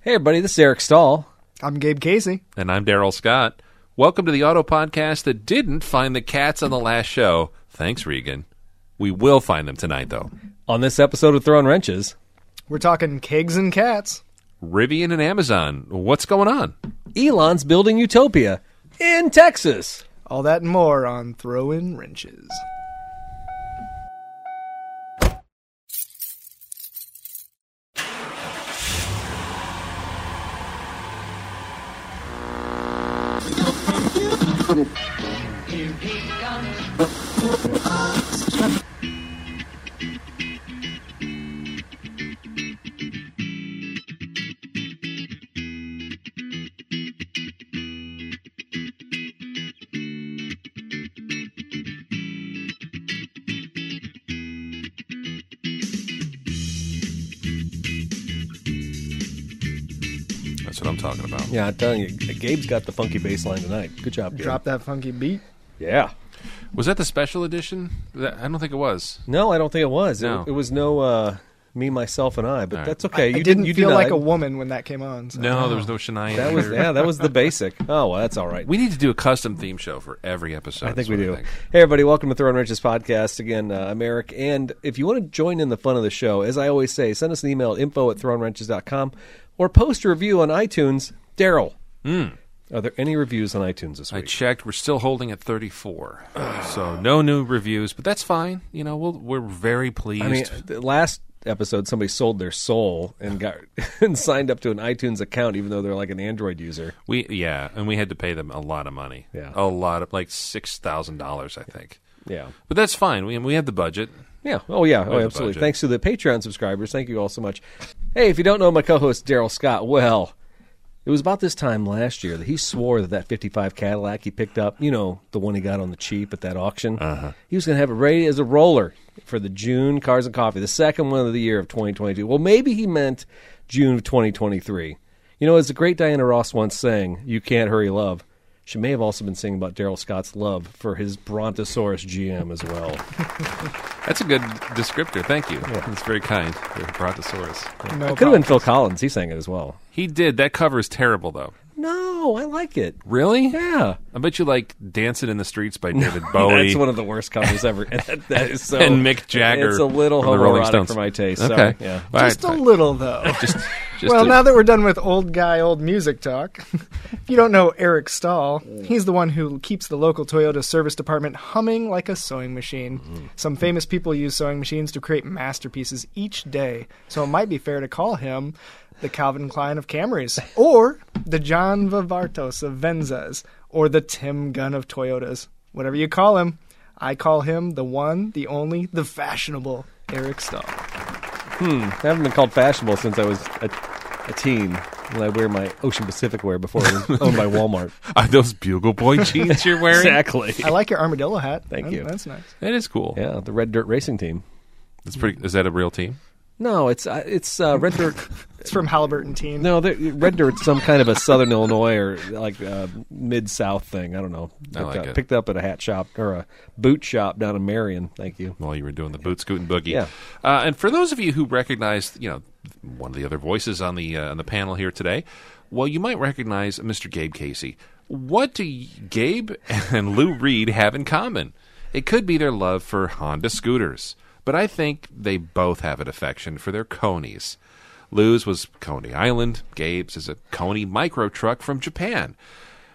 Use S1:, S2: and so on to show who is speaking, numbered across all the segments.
S1: Hey, everybody, this is Eric Stahl.
S2: I'm Gabe Casey.
S3: And I'm Daryl Scott. Welcome to the auto podcast that didn't find the cats on the last show. Thanks, Regan. We will find them tonight, though.
S1: On this episode of Throwing Wrenches,
S2: We're talking kegs and cats.
S3: Rivian and Amazon, what's going on?
S1: Elon's building Utopia in Texas.
S2: All that and more on Throw In Wrenches.
S3: That's what I'm talking about.
S1: Yeah, I'm telling you, Gabe's got the funky bass line tonight. Good job, Gabe.
S2: Drop that funky beat.
S1: Yeah.
S3: Was that the special edition? That- I don't think it was.
S1: No, I don't think it was. It-
S3: No.
S1: It, was no uh, me, myself, and I, but
S3: All right.
S1: that's okay.
S2: I
S1: you
S2: didn't
S1: you
S2: feel like a
S1: denied.
S2: woman when that came on. So.
S3: No, there was no Shania.
S1: That was,
S3: here.
S1: yeah, that was the basic. Oh, well, that's all right.
S3: We need to do a custom theme show for every episode.
S1: I
S3: is
S1: think we
S3: what
S1: do. Hey, everybody, welcome to Throwing Wrenches Podcast. Again, uh, I'm Eric. And if you want to join in the fun of the show, as I always say, send us an email at info at throwingwrenches.com or post a review on iTunes. Daryl, are there any reviews on iTunes this
S3: I
S1: week?
S3: checked. We're still holding at 34, so no new reviews, but that's fine. You know, we'll, we're very pleased.
S1: I mean, the last episode, somebody sold their soul and got and signed up to an iTunes account, even though they're like an Android user.
S3: we yeah, and we had to pay them a lot of money.
S1: Yeah.
S3: a lot of like six thousand dollars, I think.
S1: Yeah.
S3: But that's fine. We we have the budget.
S1: Yeah. Oh, yeah. Oh,
S3: With the
S1: absolutely.
S3: budget.
S1: Thanks to the Patreon subscribers. Thank you all so much. Hey, if you don't know my co-host Daryl Scott, well, it was about this time last year that he swore that that '55 Cadillac he picked up, you know, the one he got on the cheap at that auction, he was going to have it ready as a roller for the June Cars and Coffee, the second one of the year of 2022. Well, maybe he meant June of 2023. You know, as the great Diana Ross once sang, "You can't hurry love." She may have also been singing about Daryl Scott's love for his Brontosaurus GM as well.
S3: That's a good descriptor. Thank you. It's very kind. Brontosaurus.
S2: No
S1: it could have been
S2: problem.
S1: Phil Collins. He sang it as well.
S3: He did. That cover is terrible, though.
S1: No, I like it.
S3: Really?
S1: Yeah.
S3: I bet you like "Dancing in the Streets" by David Bowie.
S1: That's one of the worst covers ever. And that- that is so.
S3: Oh, and Mick Jagger.
S1: It's a little
S3: from the Rolling
S1: homoerotic
S3: Stones.
S1: for my taste.
S3: Okay.
S1: Sorry. Yeah.
S3: All right,
S2: Just a
S3: fine.
S2: little, though.
S3: Just, just
S2: well,
S3: a-
S2: now that we're done with old guy, old music talk, if you don't know Eric Stahl, he's the one who keeps the local Toyota service department humming like a sewing machine.
S1: Mm.
S2: Some famous people use sewing machines to create masterpieces each day, so it might be fair to call him the Calvin Klein of Camrys, or the John Vivartos of Venzas, or the Tim Gunn of Toyotas. Whatever you call him, I call him the one, the only, the fashionable Eric Stahl.
S1: I haven't been called fashionable since I was a, a teen when I wear my Ocean Pacific wear before it was owned by Walmart.
S3: Are those Bugle Boy jeans you're wearing?
S1: exactly.
S2: I like your armadillo hat.
S1: Thank
S2: That-
S1: you.
S2: That's nice.
S3: That is cool.
S1: Yeah, the Red Dirt Racing Team.
S3: That's pretty. Is that a real team?
S1: No, it's uh, it's uh, Red Dirt.
S2: It's from Halliburton team.
S1: No, they're- Red Dirt's some kind of a Southern Illinois or like uh, Mid South thing. I don't know. Picked,
S3: like
S1: up,
S3: it.
S1: picked up at a hat shop or a boot shop down in Marion. Thank you.
S3: While you were doing the boot scoot and boogie.
S1: Yeah.
S3: Uh, and for those of you who recognize, you know, one of the other voices on the uh, on the panel here today, well, you might recognize Mr. Gabe Casey. What do y- Gabe and Lou Reed have in common? It could be their love for Honda scooters, but I think they both have an affection for their conies. Lou's was Coney Island. Gabe's is a Coney micro truck from Japan.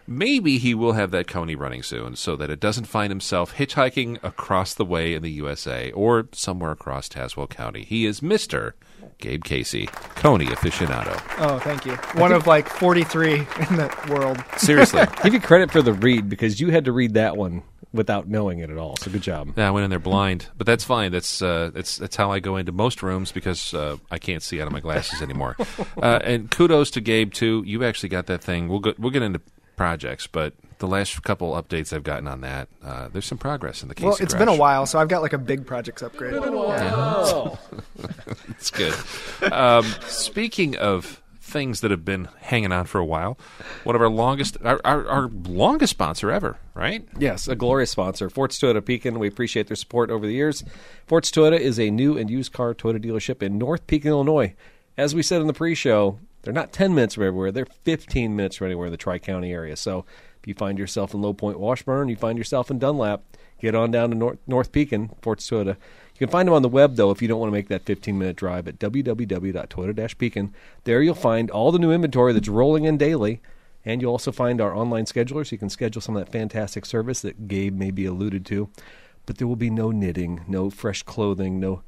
S3: Maybe he will have that Coney running soon so that it doesn't find himself hitchhiking across the way in the USA or somewhere across Tazewell County. He is Mr. Gabe Casey, Coney aficionado.
S2: Oh, thank you. One of like 43 in the world.
S3: Seriously.
S1: Give you credit for the read because you had to read that one without knowing it at all. So good job.
S3: Yeah, I went in there blind, but that's fine. That's uh, that's that's how I go into most rooms because uh, I can't see out of my glasses anymore. uh, and kudos to Gabe too. You actually got that thing. We'll go, we'll get into projects, but the last couple updates I've gotten on that, uh, there's some progress in the case.
S2: Well, it's been a while, so I've got like a big projects upgrade.
S3: It's good. Um, speaking of things that have been hanging on for a while, one of our longest, our, our, our longest sponsor ever, right?
S1: Yes, a glorious sponsor, Forts Toyota Pekin. We appreciate their support over the years. Forts Toyota is a new and used car Toyota dealership in North Pekin, Illinois. As we said in the pre-show, They're not 10 minutes from everywhere. They're 15 minutes from anywhere in the Tri County area. So if you find yourself in Low Point, Washburn, you find yourself in Dunlap, get on down to North, North Pekin, Fort Toyota. You can find them on the web, though, if you don't want to make that 15 minute drive at www.toyota pekin. There you'll find all the new inventory that's rolling in daily. And you'll also find our online scheduler so you can schedule some of that fantastic service that Gabe maybe alluded to. But there will be no knitting, no fresh clothing, no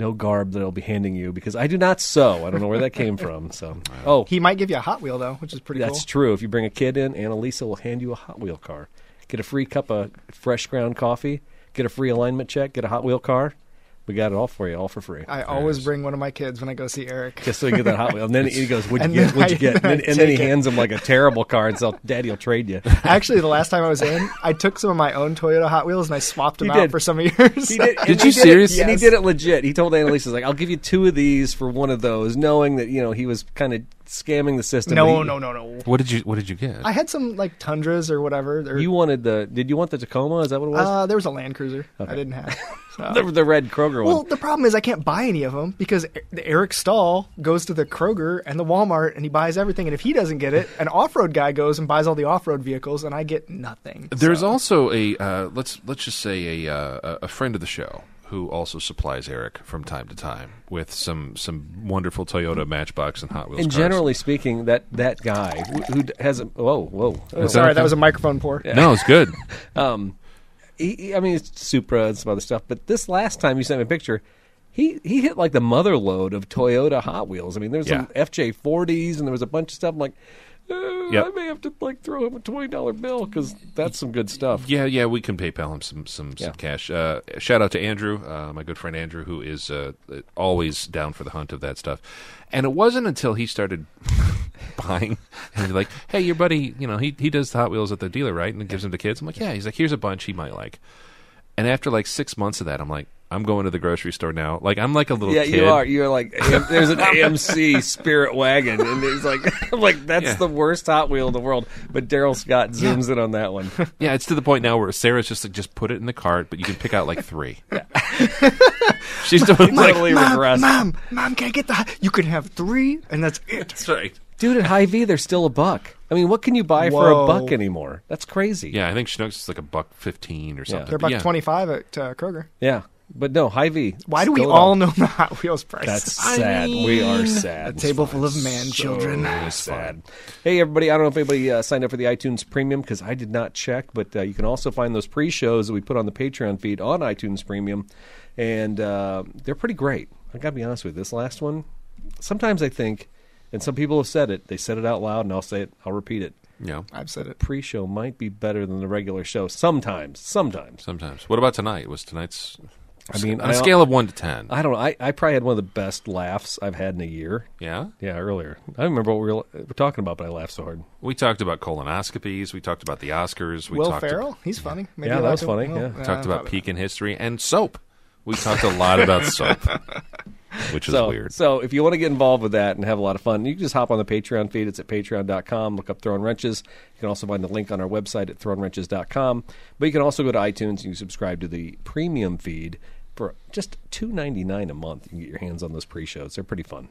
S1: no garb that I'll be handing you because I do not sew. I don't know where that came from. So Oh,
S2: He might give you a Hot Wheel though, which is pretty
S1: that's
S2: cool.
S1: true. If you bring a kid in, Annalisa will hand you a Hot Wheel car. Get a free cup of fresh ground coffee, get a free alignment check, get a Hot Wheel car. We got it all for you, all for free.
S2: I always bring one of my kids when I go see Eric.
S1: Just so you get that Hot Wheel. And then he goes, What'd
S2: And
S1: you get?
S2: then
S1: What'd you
S2: I-
S1: get? And then,
S2: I
S1: and then he
S2: take it.
S1: hands him like a terrible car and says, Daddy will trade you.
S2: Actually, the last time I was in, I took some of my own Toyota Hot Wheels and I swapped them
S1: He
S2: out
S1: did.
S2: for some of yours.
S1: He did, and
S3: Did
S1: he
S3: you
S1: it-
S3: serious?
S1: And he
S2: Yes.
S1: did it legit. He told Annalise, he's like, I'll give you two of these for one of those, knowing that, you know, he was kind of scamming the system.
S2: no,
S1: He-
S2: no, no, no.
S3: What did you What did you get?
S2: I had some like Tundras or whatever. Or,
S1: You wanted the, did you want the Tacoma? Is that what it was?
S2: uh, there was a Land Cruiser. I didn't have. So.
S1: the, the red Kroger
S2: Well,
S1: one.
S2: the problem is I can't buy any of them because E- the Eric Stahl goes to the Kroger and the Walmart and he buys everything. And if he doesn't get it, an off-road guy goes and buys all the off-road vehicles, and I get nothing.
S3: There's also a uh, let's let's just say a uh, a friend of the show who also supplies Eric from time to time with some some wonderful Toyota Matchbox and Hot Wheels.
S1: And
S3: cars.
S1: generally speaking, that that guy who, who has a whoa whoa,
S2: So-
S1: oh,
S2: sorry, that was a microphone pour.
S3: no, it's good.
S1: he, he- I mean it's Supra and some other stuff. But this last time you sent me a picture, he he hit like the mother load of Toyota Hot Wheels. I mean, there's some
S3: Yeah.
S1: FJ40s and there was a bunch of stuff. I'm like, uh,
S3: Yep.
S1: I may have to like throw him a twenty dollar bill because that's some good stuff.
S3: Yeah, yeah, we can PayPal him some some,
S1: Yeah.
S3: some cash. Uh, shout out to Andrew, uh, my good friend Andrew, who is uh, always down for the hunt of that stuff. And it wasn't until he started buying and like, hey, your buddy, you know, he he does the Hot Wheels at the dealer, right? And gives them to kids. I'm like, yeah. He's like, here's a bunch he might like. And after like six months of that, I'm like, I'm going to the grocery store now. Like I'm like a little
S1: Yeah,
S3: kid.
S1: you are. You're like, "AM there's an AMC Spirit wagon, and it's like, I'm like that's
S3: Yeah.
S1: the worst Hot Wheel in the world. But Daryl Scott zooms in on that one.
S3: Yeah, it's to the point now where Sarah's just like, just put it in the cart, but you can pick out like three. She's doing like,
S1: totally regressed.
S2: Mom, mom, can I get the? Hot-" You can have three, and that's it.
S3: that's right.
S1: Dude, at High V, they're still a buck. I mean, what can you buy for a
S2: Whoa.
S1: buck anymore? That's crazy.
S3: Yeah, I think Schnucks is like a buck fifteen or something.
S2: They're
S3: but
S2: buck
S3: yeah.
S2: twenty-five at uh, Kroger.
S1: Yeah. But no, High V.
S2: Why do we all know the Hot Wheels price?
S1: That's sad. we are sad.
S2: a table full of man children.
S1: It's sad. Hey, everybody. I don't know if anybody uh, signed up for the iTunes Premium because I did not check, but uh, you can also find those pre shows that we put on the Patreon feed on iTunes Premium, and uh, they're pretty great. I got to be honest with you. This last one, sometimes I think, and some people have said it, they said it out loud, and I'll say it, I'll repeat it.
S3: Yeah,
S2: I've said it.
S1: Pre show might be better than the regular show sometimes. Sometimes.
S3: sometimes. What about tonight? Was tonight's?
S1: I mean,
S3: on
S1: I-
S3: a scale of one to ten.
S1: I don't know. I, I probably had one of the best laughs I've had in a year.
S3: yeah,
S1: Yeah, earlier. I don't remember what we were, we were talking about, but I laughed so hard.
S3: we talked about colonoscopies. We talked about the Oscars. We
S2: Will
S3: talked
S2: Farrell, he's funny. Maybe
S1: Yeah,
S2: I
S1: that
S2: like
S1: was
S2: him.
S1: funny, yeah.
S3: About, talked
S2: uh,
S3: about
S2: probably-
S3: peak in history and soap. We talked a lot about soap, which is
S1: so,
S3: weird.
S1: So if you want to get involved with that and have a lot of fun, you can just hop on the Patreon feed. It's at patreon.com. Look up Throwing Wrenches. You can also find the link on our website at throwingwrenches.com. But you can also go to iTunes and you subscribe to the premium feed for just two ninety nine a month. You can get your hands on those pre shows. They're pretty fun.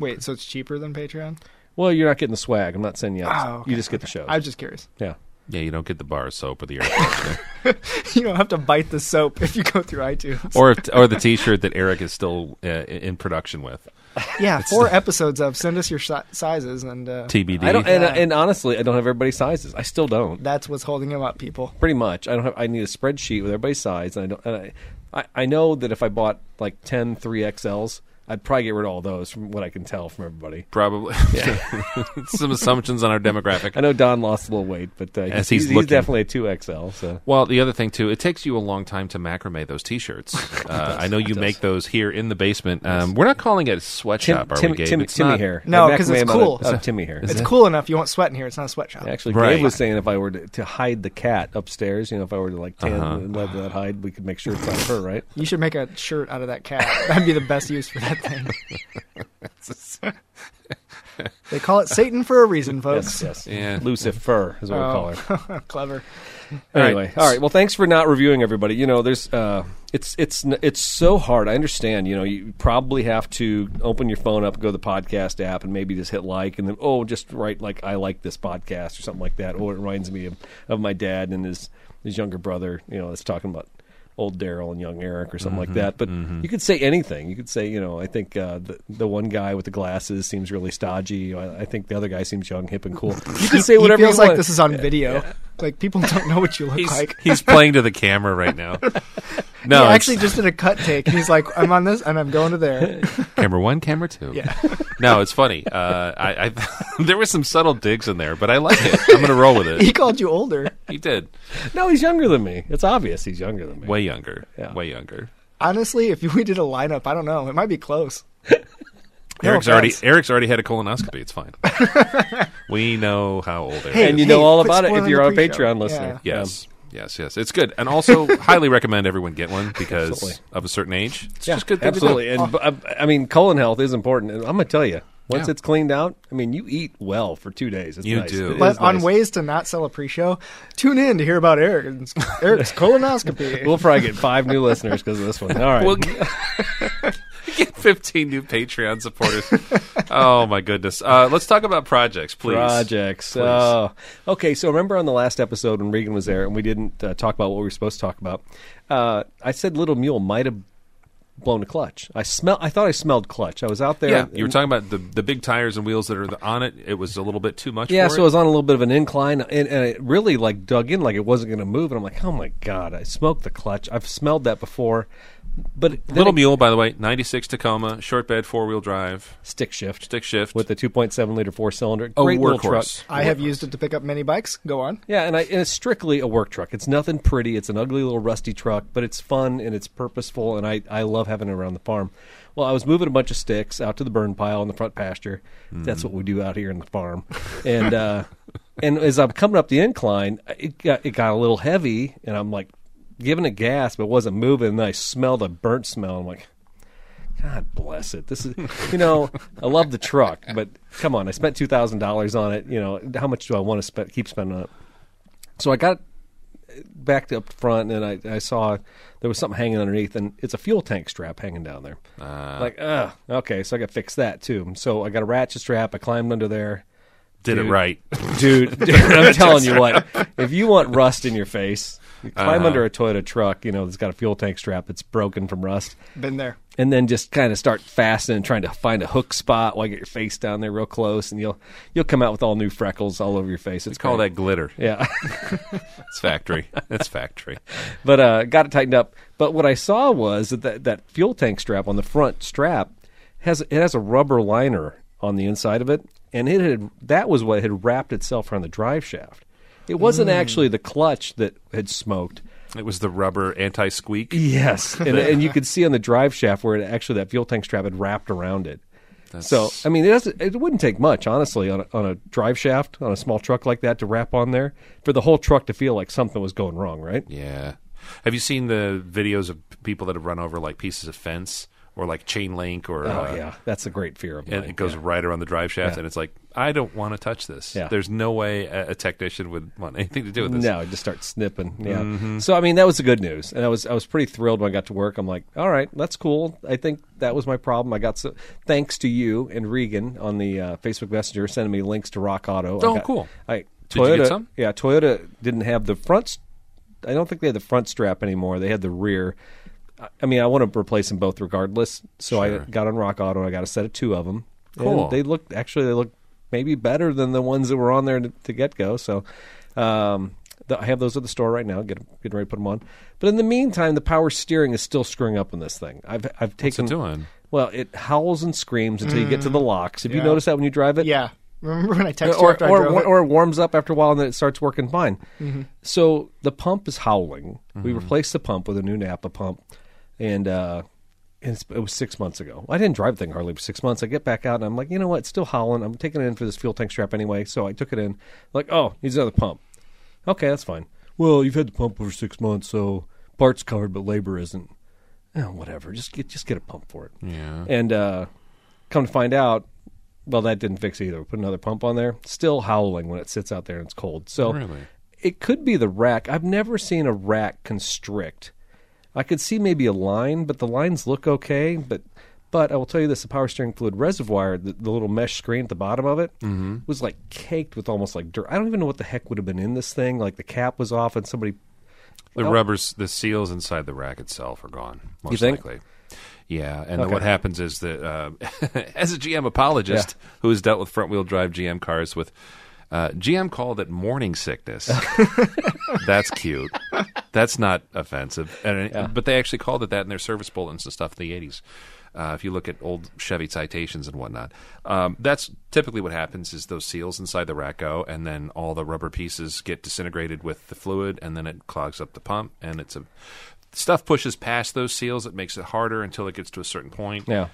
S2: Wait, so it's cheaper than Patreon?
S1: Well, you're not getting the swag. I'm not sending you out.
S2: Oh, okay,
S1: You just get the shows.
S2: I was just curious.
S1: yeah.
S3: yeah, you don't get the bar of soap or the air,
S2: you don't have to bite the soap if you go through iTunes.
S3: or or the T-shirt that Eric is still uh, in production with.
S2: yeah, four episodes of send us your si- sizes, and uh,
S3: TBD.
S1: I don't, and,
S2: Yeah.
S1: and honestly, I don't have everybody's sizes. I still don't.
S2: that's what's holding him up, people.
S1: pretty much. I don't have. I need a spreadsheet with everybody's size, and I don't. And I, I, I know that if I bought like 10 3XLs, I'd probably get rid of all those from what I can tell from everybody.
S3: Probably some assumptions on our demographic.
S1: I know Don lost a little weight, but uh,
S3: As
S1: he's,
S3: he's
S1: he's,
S3: looking.
S1: definitely a 2XL. So
S3: Well, the other thing too, it takes you a long time to macrame those T-shirts. Uh, I know you make those here in the basement. Um, we're not calling it a sweatshop,
S1: Tim,
S3: are
S1: Tim,
S3: we, Gabe?
S1: Tim,
S3: It's
S1: Timmy
S3: not-
S1: hair.
S2: No,
S1: I back
S2: 'cause
S1: my
S2: it's
S1: name out
S2: cool.
S1: Of, of Timmy hair.
S2: It's cool enough. You want sweat in here. It's not a sweatshop.
S1: Actually,
S3: Right.
S1: Gabe was saying if I were to, to hide the cat upstairs, you know, if I were to like tan
S3: Uh-huh.
S1: and let that hide, we could make sure it's not her, right?
S2: You should make a shirt out of that cat. That'd be the best use for that thing. They call it Satan for a reason, folks.
S1: yes.
S3: Yeah.
S1: Lucifer is what
S2: Oh.
S1: we call her.
S2: Clever.
S1: anyway, all right. Well, thanks for not reviewing everybody. You know, there's uh, it's it's n- it's so hard. I understand. You know, you probably have to open your phone up, go to the podcast app, and maybe just hit like, and then oh, just write like I like this podcast or something like that. Oh, it reminds me of, of my dad and his his younger brother. You know, that's talking about old Daryl and young Eric or something
S2: Mm-hmm.
S1: like that. But you could say anything. You could say, you know, I think uh, the the one guy with the glasses seems really stodgy. I, I think the other guy seems young, hip, and cool. You
S2: He-
S1: could say whatever
S2: he feels
S1: you
S2: like
S1: want.
S2: this is on video. Like people don't know what you look
S3: He's,
S2: like.
S3: he's playing to the camera right now. No,
S2: he
S3: it's
S2: actually just did a cut take. and He's like, I'm on this and I'm going to there.
S3: camera one, camera two.
S2: Yeah.
S3: No, it's funny. Uh, I, I there were some subtle digs in there, but I like it. I'm going to roll with
S2: He
S3: it.
S2: called you older.
S3: He did
S1: No, he's younger than me. It's obvious he's younger than me.
S3: way younger,
S1: Yeah.
S3: way younger.
S2: Honestly, if we did a lineup, I don't know. It might be close. No
S3: Eric's already
S2: offense.
S3: Eric's already had a colonoscopy. It's fine. we know how old Eric.
S2: Hey,
S1: and you know
S2: hey,
S1: all
S2: quit
S1: about it if
S2: spoiling
S1: you're
S2: the
S1: our
S2: pre-show.
S1: Patreon
S2: Yeah.
S1: listener.
S3: Yes. Yes, yes, it's good, and also highly recommend everyone get one because
S1: Absolutely.
S3: of a certain age. It's
S1: Yeah,
S3: just good. thing to do.
S1: absolutely. And b- I, I mean, colon health is important. And I'm gonna tell you, once
S3: Yeah.
S1: it's cleaned out, I mean, you eat well for two days. It's
S3: You
S1: nice.
S3: do.
S1: It is
S2: But on
S1: nice.
S2: ways to not sell a pre-show, tune in to hear about Eric's, Eric's colonoscopy.
S1: We'll probably get five new listeners because of this one. All right.
S3: We'll get, get 15 new Patreon supporters. oh my goodness! Uh, let's talk about projects, please.
S1: Projects. Oh. okay, so remember on the last episode when Regan was there and we didn't uh, talk about what we were supposed to talk about? Uh, I said Little Mule might have blown a clutch. I smell. I thought I smelled clutch. I was out there.
S3: Yeah, you were
S1: and-
S3: talking about the the big tires and wheels that are on it. It was a little bit too much.
S1: Yeah,
S3: for
S1: so
S3: it.
S1: it was on a little bit of an incline, and, and it really like dug in, like it wasn't going to move. And I'm like, oh my god, I smoked the clutch. I've smelled that before, but then
S3: Little
S1: it-
S3: Mule, by the way, 96 Tacoma, short bed, four wheel drive,
S1: stick shift
S3: stick shift.
S1: with the 2.7 liter four cylinder,
S3: oh,
S1: great little truck.
S3: workhorse.
S2: I have used it to pick up many bikes. Go on.
S1: Yeah, and, I, and it's strictly a work truck. It's nothing pretty. It's an ugly little rusty truck, but it's fun and it's purposeful, and I, I love having it around the farm. Well, I was moving a bunch of sticks out to the burn pile in the front pasture. That's what we do out here in the farm. And uh, and as I'm coming up the incline, it got, it got a little heavy, and I'm like giving it gas, but it wasn't moving. And then I smelled a burnt smell. I'm like, God bless it. This is, you know, I love the truck, but come on, I spent two thousand dollars on it. You know, how much do I want to spend? Keep spending on it. So I got back up front, and I, I saw there was something hanging underneath, and it's a fuel tank strap hanging down there.
S3: Ah.
S1: like, ugh, okay, so I got to fix that too. So I got a ratchet strap. I climbed under there
S3: Did it
S1: Dude.
S3: right.
S1: dude, dude, I'm telling you what. If you want rust in your face, you climb
S3: Uh-huh.
S1: under a Toyota truck. You know, that's got a fuel tank strap that's broken from rust,
S2: Been there.
S1: and then just kind of start fastening, trying to find a hook spot while you get your face down there real close, and you'll you'll come out with all new freckles all over your face. It's
S3: It's called
S1: great.
S3: that glitter.
S1: Yeah,
S3: It's factory. It's factory.
S1: but uh, got it tightened up. But what I saw was that that, that fuel tank strap on the front strap has it has a rubber liner on the inside of it, and it had that was what had wrapped itself around the drive shaft. It wasn't actually the clutch that had smoked.
S3: It was the rubber anti squeak.
S1: Yes, and, and you could see on the drive shaft where it actually that fuel tank strap had wrapped around it. So I mean, it doesn't. It wouldn't take much, honestly, on a, on a drive shaft on a small truck like that to wrap on there for the whole truck to feel like something was going wrong,
S3: Uh,
S1: right?
S3: Yeah. Have you seen the videos of people that have run over like pieces of fence or like chain link or
S1: Oh
S3: uh,
S1: yeah, that's a great fear of mine.
S3: and it goes right around the drive shaft and it's like I don't want to touch this.
S1: Yeah.
S3: There's no way a, a technician would want anything to do with this. Mm-hmm.
S1: No, it just starts snipping. Yeah. So I mean, that was the good news, and I was I was pretty thrilled when I got to work. I'm like, all right, that's cool. I think that was my problem. I got so thanks to you and Regan on the uh, Facebook Messenger sending me links to Rock Auto. I
S3: Oh,
S1: got-
S3: cool.
S1: I
S3: Did you
S1: Toyota.
S3: get some?
S1: Yeah, Toyota didn't have the front. s- I don't think they had the front strap anymore. They had the rear. I- I mean, I want to replace them both regardless. So I
S3: Sure.
S1: got on Rock Auto. and I got a set of two of them.
S3: Cool.
S1: And they looked actually they looked maybe better than the ones that were on there to, to get go. So um, the, I have those at the store right now. Get getting ready to put them on. But in the meantime, the power steering is still screwing up on this thing. I've I've taken
S3: doing?
S1: well. It howls and screams until you get to the locks. Have you
S2: Yeah.
S1: noticed that when you drive it?
S2: Yeah. Remember when I texted you
S1: or
S2: after I
S1: or,
S2: drove
S1: or,
S2: it? Mm-hmm.
S1: or it warms up after a while and then it starts working fine. So the pump is howling. We replaced the pump with a new Napa pump, and uh, and it's- it was six months ago. I didn't drive the thing hardly for six months. I get back out and I'm like, you know what? It's still howling. I'm taking it in for this fuel tank strap anyway. So I took it in. Like, oh, needs another pump. Okay, that's fine. Well, you've had the pump over six months, so parts covered, but labor isn't. Eh, Oh, whatever. Just get just get a pump for it.
S3: Yeah.
S1: And uh, come to find out, Well, that didn't fix either. We put another pump on there. Still howling when it sits out there and it's cold. So
S3: Really?
S1: it could be the rack. I've never seen a rack constrict. I could see maybe a line, but the lines look okay. But but I will tell you this: the power steering fluid reservoir, the, the little mesh screen at the bottom of it,
S3: Mm-hmm.
S1: was like caked with almost like dirt. I don't even know what the heck would have been in this thing. Like the cap was off, and somebody
S3: The
S1: Oh.
S3: rubbers, the seals inside the rack itself are gone. Most
S1: think?
S3: likely. Yeah, and then what happens is that uh, as a GM apologist who has dealt with front wheel drive GM cars with uh, GM called it morning sickness. That's cute. That's not offensive. And, uh, But they actually called it that in their service bulletins and stuff in the 80s. Uh, if you look at old Chevy citations and whatnot, um, that's typically what happens: is those seals inside the rack go, and then all the rubber pieces get disintegrated with the fluid, and then it clogs up the pump, and it's a stuff pushes past those seals. It makes it harder until it gets to a certain point.
S1: yeah.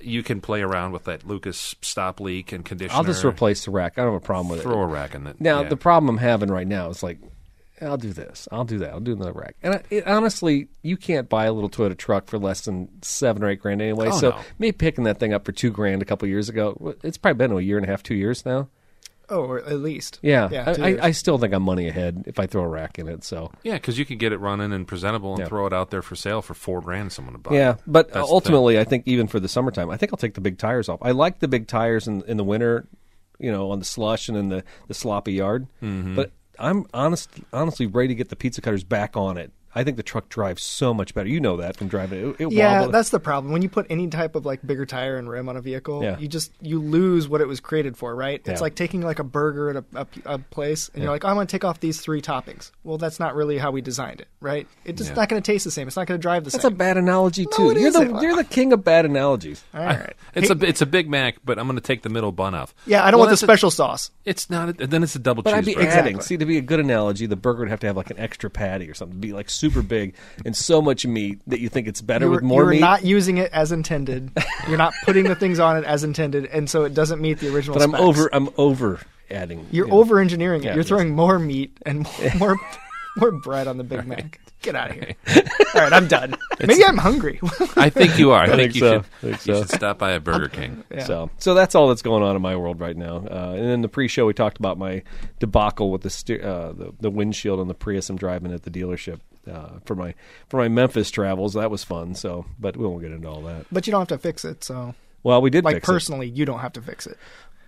S3: you can play around with that Lucas stop leak and conditioner.
S1: I'll just replace the rack. I don't have a problem with it.
S3: throw a rack in it.
S1: Now
S3: Yeah.
S1: the problem I'm having right now is like, I'll do this, I'll do that, I'll do another rack. And I, it, honestly, you can't buy a little Toyota truck for less than seven or eight grand anyway.
S3: Oh,
S1: so
S3: no.
S1: me picking that thing up for two grand a couple years ago, wh- it's probably been a year and a half, two years now.
S2: Oh, or at least.
S1: Yeah,
S2: Yeah. two
S1: I,
S2: years.
S1: I, I still think I'm money ahead if I throw a rack in it. So
S3: Yeah, because you could get it running and presentable and
S1: Yeah.
S3: throw it out there for sale for four grand. Someone to buy.
S1: yeah, but
S3: That's the
S1: ultimately, I think even for the summertime, I think I'll take the big tires off. I like the big tires in in the winter, you know, on the slush and in the the sloppy yard.
S3: Mm-hmm.
S1: But I'm honest, honestly ready to get the pizza cutters back on it. I think the truck drives so much better. You know that from driving it. it, it
S2: Yeah,
S1: wobble-
S2: that's the problem. When you put any type of like bigger tire and rim on a vehicle,
S1: Yeah.
S2: you just you lose what it was created for, right? It's
S1: Yeah.
S2: like taking like a burger at a, a, a place, and you're like, oh, I'm gonna take off these three toppings. Well, that's not really how we designed it, right? It's just
S3: Yeah.
S2: not gonna taste the same. It's not gonna drive the
S1: That's a
S2: same.
S1: bad analogy too.
S2: it
S1: you're the
S2: isn't.
S1: you're the king of bad analogies.
S2: All right.
S3: It's a it's a Big Mac, but I'm going to take the middle bun off.
S2: yeah, I don't
S3: Well,
S2: want the
S3: that's a-
S2: special sauce.
S3: it's not. A, then it's a double
S1: But I'd be
S3: cheeseburger.
S1: adding.
S2: Exactly.
S1: See, to be a good analogy, the burger would have to have like an extra patty or something. Be like super big and so much meat that you think it's better
S2: You're,
S1: with more
S2: you're
S1: meat.
S2: not using it as intended. you're not putting the things on it as intended, and so it doesn't meet the original.
S1: but I'm
S2: specs.
S1: over. I'm over adding.
S2: You're
S1: you know.
S2: over engineering it.
S1: Yeah,
S2: You're
S1: yes.
S2: throwing more meat and more more, more bread on the Big Mac. Get out of here. All right, I'm done. Maybe I'm hungry.
S3: I think you are. I, think,
S1: think
S3: you
S1: so.
S3: should.
S1: I think
S3: You
S1: so.
S3: should stop by a Burger King.
S2: Yeah.
S1: So, so that's all that's going on in my world right now. Uh, and in the pre-show, we talked about my debacle with the steer uh, the, the windshield on the Prius I'm driving at the dealership uh, for my for my Memphis travels. That was fun. So, but we won't get into all that.
S2: but you don't have to fix it. So,
S1: Well, we did
S2: like
S1: fix it.
S2: personally, you don't have to fix it.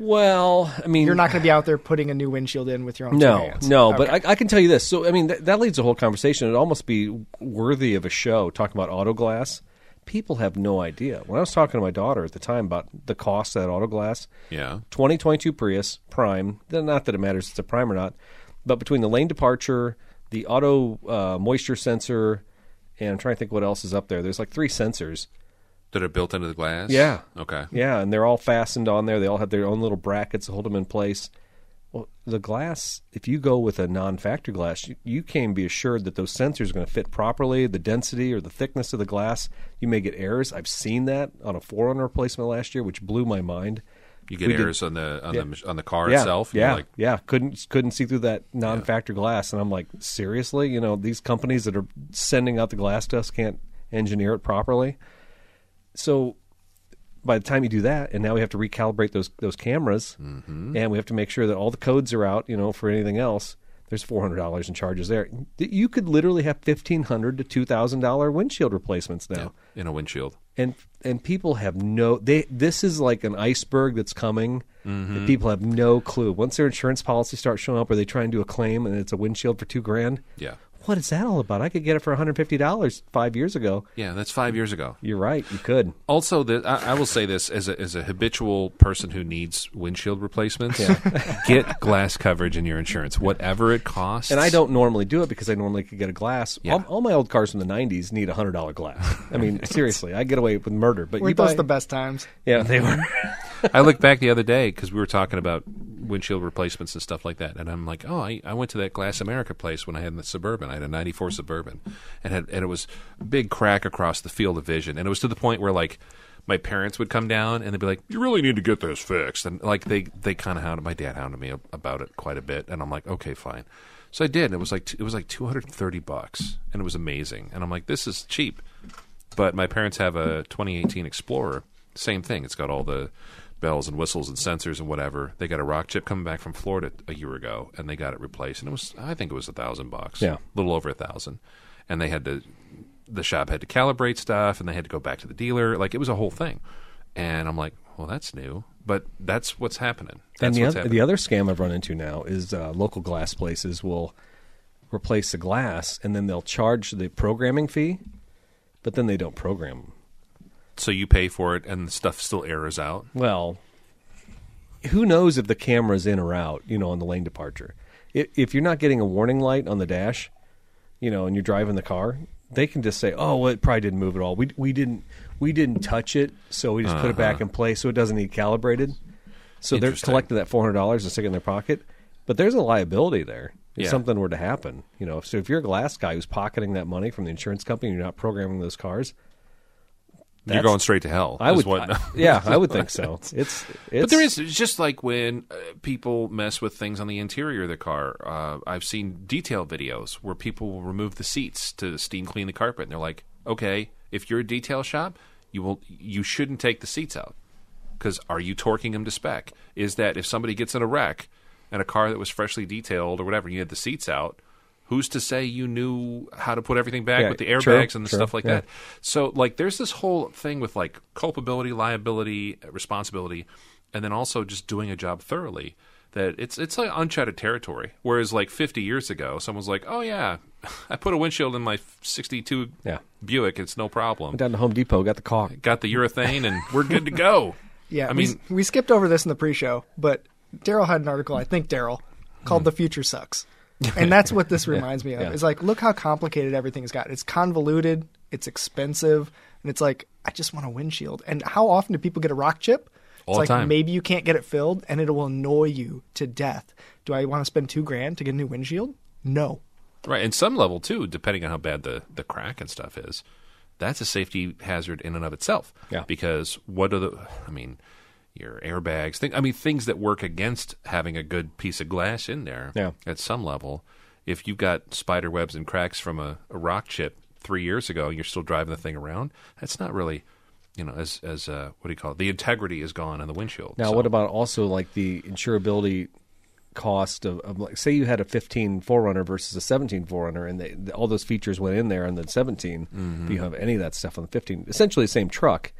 S1: Well, I mean,
S2: You're not going to be out there putting a new windshield in with your own two
S1: No,
S2: hands.
S1: no,
S2: Okay.
S1: but I, I can tell you this. So, I mean, th- that leads to a whole conversation. It'd almost be worthy of a show talking about auto glass. People have no idea. When I was talking to my daughter at the time about the cost of that auto glass,
S3: Yeah.
S1: 2022 Prius Prime, th- not that it matters if it's a Prime or not, but between the lane departure, the auto uh, moisture sensor, and I'm trying to think what else is up there. There's like three sensors.
S3: That are built into the glass.
S1: Yeah.
S3: Okay.
S1: Yeah, and they're all fastened on there. They all have their own little brackets to hold them in place. Well, the glass, if you go with a non-factor glass, you, you can be assured that those sensors are going to fit properly. The density or the thickness of the glass, you may get errors. I've seen that on a Forerunner replacement last year, which blew my mind.
S3: You get
S1: We did-
S3: errors on the on the mach- on the car
S1: yeah,
S3: itself. and you're
S1: Yeah,
S3: like,
S1: yeah. Couldn't couldn't see through that non-factor glass, and I'm like, seriously, you know, these companies that are sending out the glass to us can't engineer it properly. So by the time you do that, and now we have to recalibrate those those cameras,
S3: Mm-hmm.
S1: and we have to make sure that all the codes are out, you know, for anything else. There's four hundred dollars in charges there. Th- You could literally have fifteen hundred to two thousand dollar windshield replacements now
S3: in a windshield.
S1: and and people have no they this is like an iceberg that's coming that people have no clue once their insurance policies start showing up or they try and do a claim and it's a windshield for two grand
S3: Yeah.
S1: what is that all about i could get it for $150 five years ago
S3: Yeah. That's five years ago.
S1: you're right you could
S3: Also, the, I, I will say this as a, as a habitual person who needs windshield replacements, get glass coverage in your insurance, whatever it costs.
S1: and i don't normally do it because i normally could get a glass all, all my old cars from the 90s need a $100 glass i mean seriously i get away with murder but you
S2: Weren't
S1: buy,
S2: those the best times?
S1: yeah they were
S3: I looked back the other day because we were talking about windshield replacements and stuff like that, and I'm like, oh, I, I went to that Glass America place when I had the Suburban. I had a '94 Suburban, and had and it was a big crack across the field of vision, and it was to the point where like my parents would come down and they'd be like, you really need to get this fixed, and like they they kind of hounded my dad hounded me about it quite a bit, and I'm like, okay, fine. So I did, and it was like t- it was like 230 bucks, and it was amazing, and I'm like, this is cheap but my parents have a 2018 Explorer. Same thing. It's got all the bells and whistles and sensors and whatever. They got a rock chip coming back from Florida a year ago, and they got it replaced, and it was I think it was a thousand bucks,
S1: Yeah.
S3: a little over a thousand, and they had to the shop had to calibrate stuff, and they had to go back to the dealer. Like it was a whole thing, and I'm like, well, that's new, but that's what's happening. That's
S1: and the
S3: what's
S1: other,
S3: happening.
S1: the other scam I've run into now is uh, local glass places will replace the glass and then they'll charge the programming fee, but then they don't program.
S3: so you pay for it, and the stuff still errors out.
S1: Well, who knows if the camera's in or out, you know, on the lane departure. If, if you're not getting a warning light on the dash, you know, and you're driving the car, they can just say, "Oh, well, it probably didn't move at all. We we didn't we didn't touch it, so we just put it back in place, so it doesn't need calibrated." So they're
S3: Uh-huh. Interesting.
S1: collecting that four hundred dollars and sticking it in their pocket, but there's a liability there if
S3: Yeah.
S1: something were to happen. You know, so if you're a glass guy who's pocketing that money from the insurance company, and you're not programming those cars.
S3: You're
S1: That's-
S3: going straight to hell.
S1: I
S3: is
S1: would,
S3: what-
S1: I- yeah, I would think so. It's, it's
S3: But there is it's just like when uh, people mess with things on the interior of the car. Uh, I've seen detail videos where people will remove the seats to steam clean the carpet, and they're like, "Okay, if you're a detail shop, you will you shouldn't take the seats out because are you torquing them to spec? Is that if somebody gets in a wreck and a car that was freshly detailed or whatever, and you had the seats out." Who's to say you knew how to put everything back
S1: Yeah,
S3: with the
S1: sure,
S3: airbags and the
S1: sure,
S3: stuff like
S1: yeah.
S3: that? So like there's this whole thing with like culpability, liability, responsibility, and then also just doing a job thoroughly that it's it's like uncharted territory. Whereas like 50 years ago, someone's like, "Oh yeah, I put a windshield in my 62
S1: Yeah.
S3: Buick, it's no problem."
S1: down to Home Depot, got the car.
S3: Got the urethane and we're good to go.
S2: Yeah,
S3: I
S2: we-
S3: mean-
S2: we, skipped over this in the pre-show, but Daryl had an article, I think Daryl, called "The Future Sucks," and that's what this reminds me of.
S1: yeah.
S2: It's like, look how complicated everything's got. It's convoluted, it's expensive, and it's like, I just want a windshield. And how often do people get a rock chip?
S3: All
S2: it's
S3: the
S2: like
S3: time.
S2: maybe you can't get it filled, and it will annoy you to death. Do I want to spend two grand to get a new windshield? No.
S3: Right, and some level too, depending on how bad the the crack and stuff is, that's a safety hazard in and of itself.
S1: Yeah.
S3: Because what are the? I mean, your airbags. Thing, I mean, things that work against having a good piece of glass in there.
S1: Yeah.
S3: At some level, if you've got spider webs and cracks from a, a rock chip three years ago, and you're still driving the thing around, that's not really, you know, as as uh, what do you call it? The integrity is gone on the windshield.
S1: Now,
S3: So-
S1: what about also like the insurability cost of, of like say you had a 15 Forerunner versus a 17 Forerunner, and they, all those features went in there on the 17. If you have any of that stuff on the 15, essentially the same truck,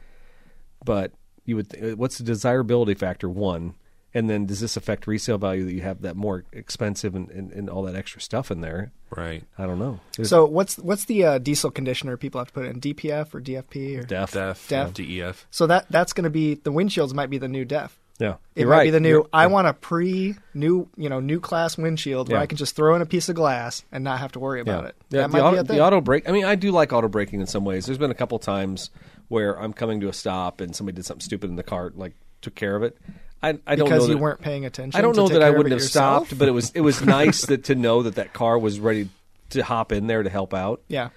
S1: but you would uh, what's the desirability factor one, and then does this affect resale value that you have that more expensive and, and, and all that extra stuff in there?
S3: Right.
S1: I don't know. There's
S2: So what's what's the uh, diesel conditioner people have to put in DPF or DFP or?
S1: def.
S3: Def. E
S2: Def.
S3: DEF.
S2: So that that's going to be the windshields might be the new def.
S1: Yeah,
S2: It
S1: You're
S2: might
S1: right.
S2: be the new.
S1: You're-
S2: I want a pre new, you know, new class windshield where
S1: Yeah.
S2: I can just throw in a piece of glass and not have to worry about it.
S1: Yeah,
S2: that
S1: the,
S2: might
S1: auto,
S2: be a thing.
S1: the auto brake. I mean, I do like auto braking in some ways. There's been a couple times where I'm coming to a stop and somebody did something stupid in the cart, like took care of it. I, I don't know
S2: because you
S1: that,
S2: weren't paying attention.
S1: I don't
S2: to
S1: know
S2: take
S1: that I
S2: care of
S1: wouldn't
S2: it
S1: have
S2: yourself.
S1: stopped, but it was it was nice that to know that that car was ready to hop in there to help out.
S2: Yeah.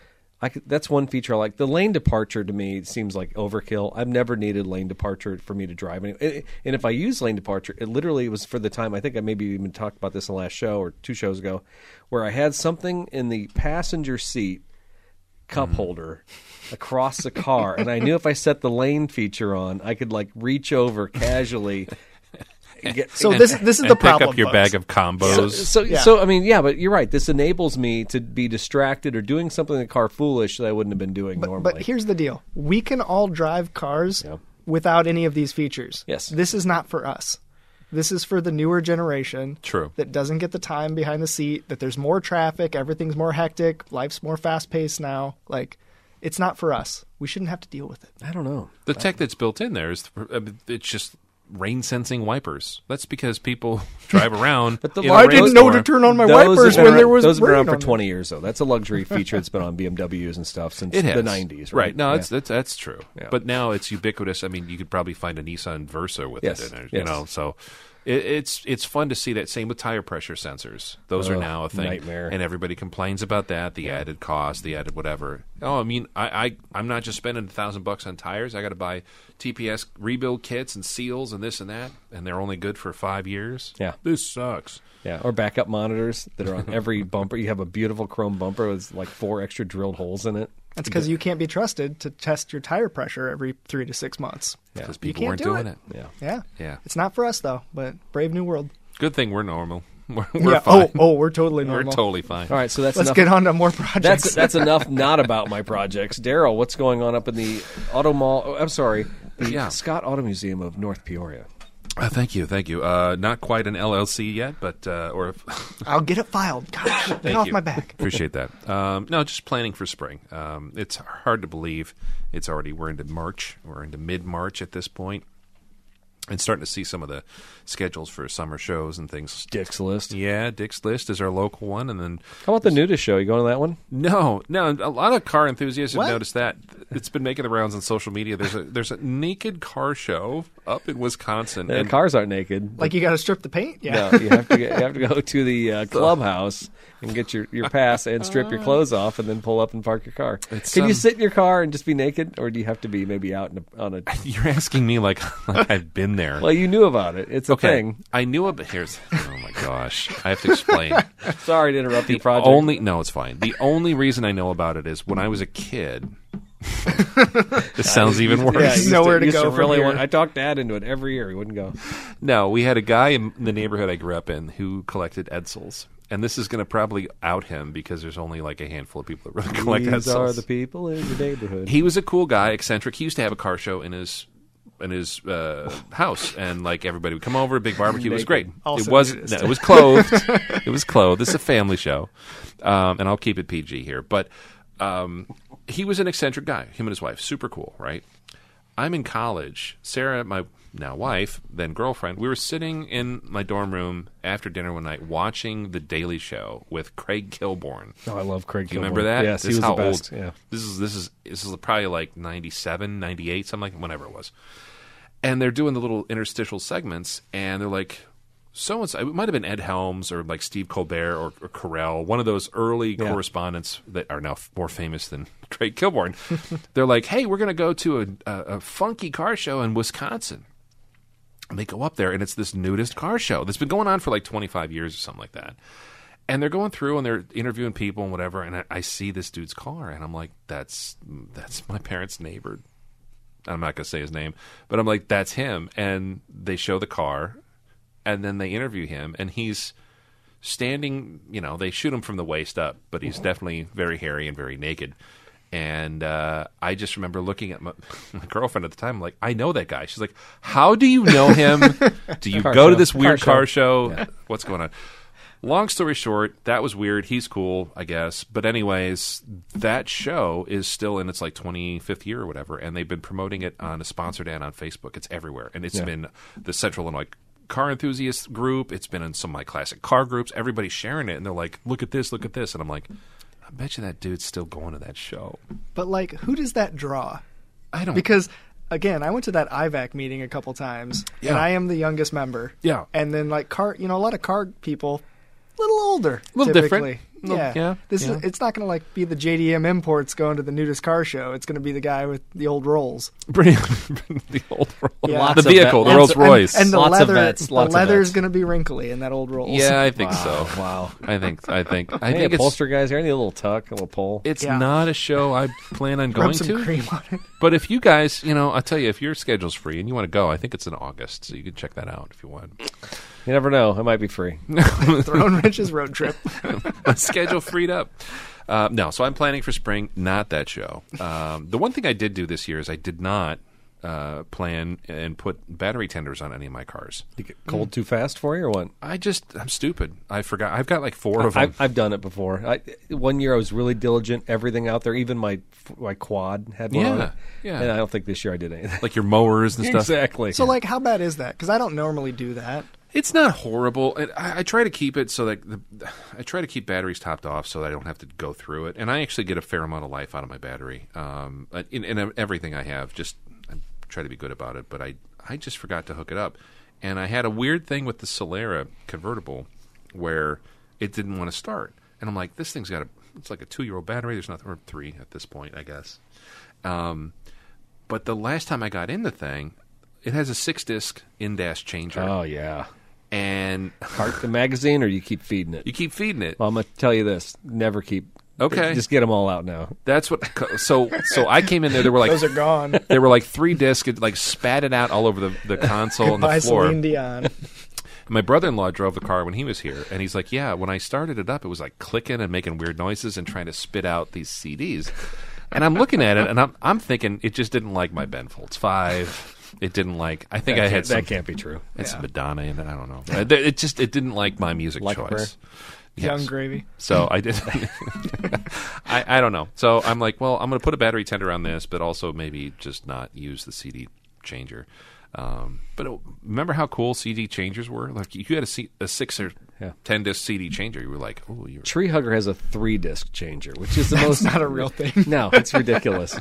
S1: I could, that's one feature I like. The lane departure to me seems like overkill. I've never needed lane departure for me to drive. Any, and and if I use lane departure, it literally was for the time I think I maybe even talked about this in the last show or two shows ago, where I had something in the passenger seat cup holder across the car, and I knew if I set the lane feature on, I could like reach over casually. and Get,
S2: So this this is the
S3: and pick
S2: problem.
S3: up your
S2: folks.
S3: bag of combos.
S1: so,
S2: Yeah.
S1: so I mean, yeah, but you're right. This enables me to be distracted or doing something in the car foolish that I wouldn't have been doing normally.
S2: But here's the deal: we can all drive cars
S1: Yeah.
S2: without any of these features.
S1: Yes.
S2: this is not for us. This is for the newer generation.
S3: True.
S2: That doesn't get the time behind the seat. That there's more traffic. Everything's more hectic. Life's more fast paced now. Like, it's not for us. We shouldn't have to deal with it.
S1: I don't know.
S3: The tech that's built in there is I mean, it's just rain sensing wipers. That's because people drive around. but
S1: the large- I didn't know to
S2: turn on my
S1: have
S2: wipers
S1: been
S2: when
S1: around-
S2: there was
S1: those have been
S2: rain
S1: around for
S2: on them.
S1: 20 years though. That's a luxury feature that's been on BMWs and stuff since
S3: It has.
S1: the 90s, right?
S3: No,
S1: Yeah.
S3: it's, that's that's true.
S1: Yeah.
S3: But now it's ubiquitous. I mean, you could probably find a Nissan Versa with
S1: Yes,
S3: it in there. You
S1: yes.
S3: know, so it, it's it's fun to see that. Same with tire pressure sensors; those are
S1: Ugh,
S3: now a thing,
S1: nightmare.
S3: and everybody complains about that. The added cost, the added whatever. Oh, I mean, I, I I'm not just spending a thousand bucks on tires. I got to buy TPS rebuild kits and seals and this and that, and they're only good for five years.
S1: Yeah.
S3: this sucks.
S1: yeah, or backup monitors that are on every bumper. You have a beautiful chrome bumper with like four extra drilled holes in it.
S2: That's because you can't be trusted to test your tire pressure every three to six months.
S3: because
S2: You
S3: people
S2: can't
S3: weren't
S2: do
S3: doing
S2: it.
S3: it.
S1: Yeah.
S2: Yeah.
S3: Yeah.
S2: It's not for us, though, but Brave New World.
S3: Good thing we're normal. We're, we're
S2: yeah.
S3: fine.
S2: Oh, oh, we're totally
S3: we're
S2: normal.
S3: totally fine.
S1: All right, so that's
S2: Let's
S1: enough.
S2: get on to more projects.
S1: that's that's enough. Not about my projects, Daryl. What's going on up in the auto mall? Oh, I'm sorry, the
S3: Yeah.
S1: Scott Auto Museum of North Peoria.
S3: Uh, thank you, thank you. Uh, not quite an LLC yet, but uh, or
S2: I'll get it filed. Gosh, get
S3: Thank
S2: off
S3: you.
S2: my back.
S3: Appreciate that. Um, no, just planning for spring. Um, it's hard to believe it's already we're into March. We're into mid March at this point, and starting to see some of the schedules for summer shows and things.
S1: Dick's List.
S3: Yeah, Dick's List is our local one, and then
S1: How about the nudist show? You going to that one?
S3: no, no, a lot of car enthusiasts
S2: What?
S3: have noticed that it's been making the rounds on social media. There's a there's a naked car show up in Wisconsin,
S1: The
S3: and
S1: cars aren't naked.
S2: Like, you got to strip the paint? Yeah.
S1: No, you have to get, you have to go to the uh, clubhouse and get your, your pass and strip your clothes off and then pull up and park your car.
S3: It's,
S1: Can you
S3: um,
S1: sit in your car and just be naked, or do you have to be maybe out in a, on a?
S3: you're asking me like like I've been there.
S1: Well, you knew about it. It's a
S3: okay,
S1: thing.
S3: I knew about here's. Oh my gosh, I have to explain.
S1: Sorry to interrupt your project.
S3: Only no, it's fine. The only reason I know about it is when I was a kid. this sounds even worse.
S1: yeah, you used
S2: Nowhere to
S1: used
S2: go from
S1: really
S2: here.
S1: want- I talked Dad into it every year. He wouldn't go.
S3: No, we had a guy in the neighborhood I grew up in who collected Edsels, and this is going to probably out him because there's only like a handful of people that really collect
S1: These
S3: Edsels.
S1: are the people in the neighborhood.
S3: he was a cool guy, eccentric. He used to have a car show in his in his uh, house, and like everybody would come over, big barbecue. It was great.
S2: Also
S3: it was
S2: nudist.
S3: no, it was clothed. it was clothed. It's a family show, um, and I'll keep it PG here. But um, he was an eccentric guy. Him and his wife, super cool, right? I'm in college. Sarah, my now wife, then girlfriend, we were sitting in my dorm room after dinner one night watching The Daily Show with Craig Kilborn.
S1: Oh, I love Craig.
S3: Do you
S1: Kilborn.
S3: remember that?
S1: Yes,
S3: this
S1: he
S3: is
S1: was
S3: how
S1: the best.
S3: old.
S1: Yeah.
S3: This is this is this is probably like 97, 98, something like whenever it was. And they're doing the little interstitial segments, and they're like, so and so. It might have been Ed Helms or like Steve Colbert or, or Carell, one of those early
S1: Yeah.
S3: correspondents that are now f- more famous than Craig Kilborn. they're like, hey, we're going to go to a, a, a funky car show in Wisconsin. And they go up there, and it's this nudist car show that's been going on for like 25 years or something like that. And they're going through and they're interviewing people and whatever. And I, I see this dude's car, and I'm like, that's that's my parents' neighbor. I'm not going to say his name, but I'm like, that's him. And they show the car, and then they interview him, and he's standing. You know, they shoot him from the waist up, but he's definitely very hairy and very naked. And uh, I just remember looking at my, my girlfriend at the time, like, I know that guy. She's like, How do you know him? Do you
S1: Car
S3: go to
S1: show.
S3: this weird
S1: Car
S3: car show? What's going on? Long story short, that was weird. He's cool, I guess. But anyways, that show is still in its like 25th year or whatever, and they've been promoting it on a sponsored ad on Facebook. It's everywhere, and it's
S1: Yeah.
S3: been the Central Illinois car enthusiast group. It's been in some of my classic car groups. Everybody's sharing it, and they're like, "Look at this! Look at this!" And I'm like, "I bet you that dude's still going to that show."
S2: But, like, who does that draw?
S3: I don't
S2: because again, I went to that IVAC meeting a couple times,
S3: Yeah.
S2: and I am the youngest member.
S3: Yeah.
S2: and then like car, you know, a lot of car people, a little older, a
S3: Little different. Little-
S2: Yeah,
S3: yeah,
S2: This
S3: yeah.
S2: is it's not going to like be the JDM imports going to the nudist car show. It's going to be the guy with the old rolls,
S3: pretty the old
S2: Yeah.
S3: Rolls,
S2: Lots
S3: the
S1: of
S3: vehicle,
S1: that- lots
S3: the Rolls
S1: of-
S3: Royce.
S2: and the
S1: Lots of
S2: leather.
S1: vets,
S2: the
S1: lots of
S2: leather is
S1: vets.
S2: going to be wrinkly in that old rolls.
S3: yeah, I think so.
S1: Wow.
S3: I think I think I
S1: I
S3: think
S1: think
S3: it's
S1: upholster guys here. I need a little tuck, a little pull.
S3: It's
S2: Yeah.
S3: not a show I plan on
S2: Rub
S3: going
S2: some
S3: to.
S2: cream on it.
S3: But if you guys, you know, I'll tell you, if your schedule's free and you want to go, I think it's in August, so you can check that out if you want.
S1: you never know. I might be free.
S2: Throne wrenches road trip.
S3: My schedule freed up. Uh, no, so I'm planning for spring, not that show. Um, the one thing I did do this year is I did not uh, plan and put battery tenders on any of my cars.
S1: You get cold too fast for you, or what?
S3: I just, I'm stupid. I forgot. I've got like four of them.
S1: I've, I've done it before. I, one year I was really diligent. Everything out there, even my my quad had one. on
S3: Yeah,
S1: it.
S3: yeah.
S1: And I don't think this year I did anything.
S3: like your mowers and stuff.
S1: exactly.
S2: So like, how bad is that? Because I don't normally do that.
S3: It's not horrible. And I, I try to keep it so that the, I try to keep batteries topped off so that I don't have to go through it. And I actually get a fair amount of life out of my battery. Um, in, in everything I have, just I try to be good about it. But I I just forgot to hook it up, and I had a weird thing with the Solera convertible where it didn't want to start, and I'm like, this thing's got a it's like a two year old battery. There's nothing or three at this point, I guess. Um, but the last time I got in the thing, it has a six disc in dash changer
S1: oh yeah.
S3: and
S1: Part the magazine, or you keep feeding it.
S3: you keep feeding it.
S1: Well, I'm gonna tell you this: never keep
S3: Okay.
S1: Just get them all out now.
S3: That's what. So so I came in there. There were like
S2: Those are gone.
S3: there were like three discs. It like spatted out all over the, the console and
S2: By
S3: the floor.
S2: Celine Dion.
S3: My brother in law drove the car when he was here, and he's like, "Yeah, when I started it up, it was like clicking and making weird noises and trying to spit out these CDs." And I'm looking at it, and I'm I'm thinking it just didn't like my Ben Folds Five. It didn't like. I think I had
S1: that
S3: some,
S1: can't be true.
S3: had some Madonna in it. I don't know. Uh, th- It just it didn't like my music
S1: Like a prayer.
S3: choice.
S2: Young
S3: Yes.
S2: Gravy.
S3: So I did. I, I don't know. So I'm like, well, I'm going to put a battery tender on this, but also maybe just not use the CD changer. Um, but it, remember how cool CD changers were? Like you had a, C, a six or
S1: Yeah.
S3: ten disc CD changer. You were like, oh, you're
S1: Tree Hugger has a three disc changer, which is the most.
S2: Not a real thing.
S1: no, it's ridiculous.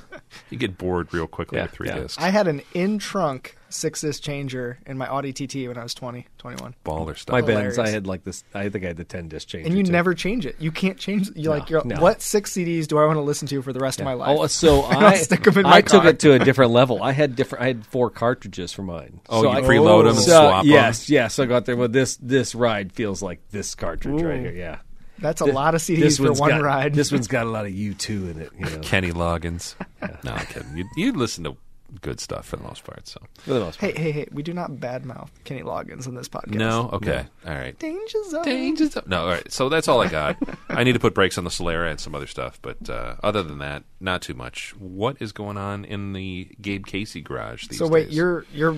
S3: you get bored real quickly
S1: Yeah,
S3: with three
S1: yeah.
S3: discs.
S2: I had an in trunk six disc changer in my Audi TT when I was 20, 21.
S3: Baller stuff.
S1: My
S2: Hilarious.
S1: Benz, I had like this. I think I had the ten disc changer.
S2: And you
S1: too.
S2: never change it. You can't change. You like, you're,
S1: no.
S2: what six CDs do I want to listen to for the rest of my life?
S1: Oh, so
S2: I'll
S1: I
S2: stick 'em in
S1: I
S2: my
S1: took
S2: car.
S1: it to a different level. I had different. I had four cartridges for mine.
S3: Oh,
S1: so
S3: you
S1: I,
S3: preload 'em and
S1: so-
S3: swap 'em?
S1: Yes, yes. I got there. Well, this this ride feels like this cartridge right
S2: Ooh.
S1: here. Yeah,
S2: That's a lot of CDs
S1: this
S2: for
S1: one's
S2: one
S1: got,
S2: ride.
S1: This one's got a lot of U two in it. You know,
S3: Kenny Loggins. No, I'm kidding. You, you listen to good stuff for the most part. So
S1: for the most part.
S2: hey, hey, hey! We do not badmouth Kenny Loggins in this podcast.
S3: no, okay, all right.
S2: danger zone.
S3: Danger zone. No, all right. So that's all I got. I need to put brakes on the Solera and some other stuff, but uh, other than that, not too much. What is going on in the Gabe Casey garage these
S2: So wait,
S3: days?
S2: your your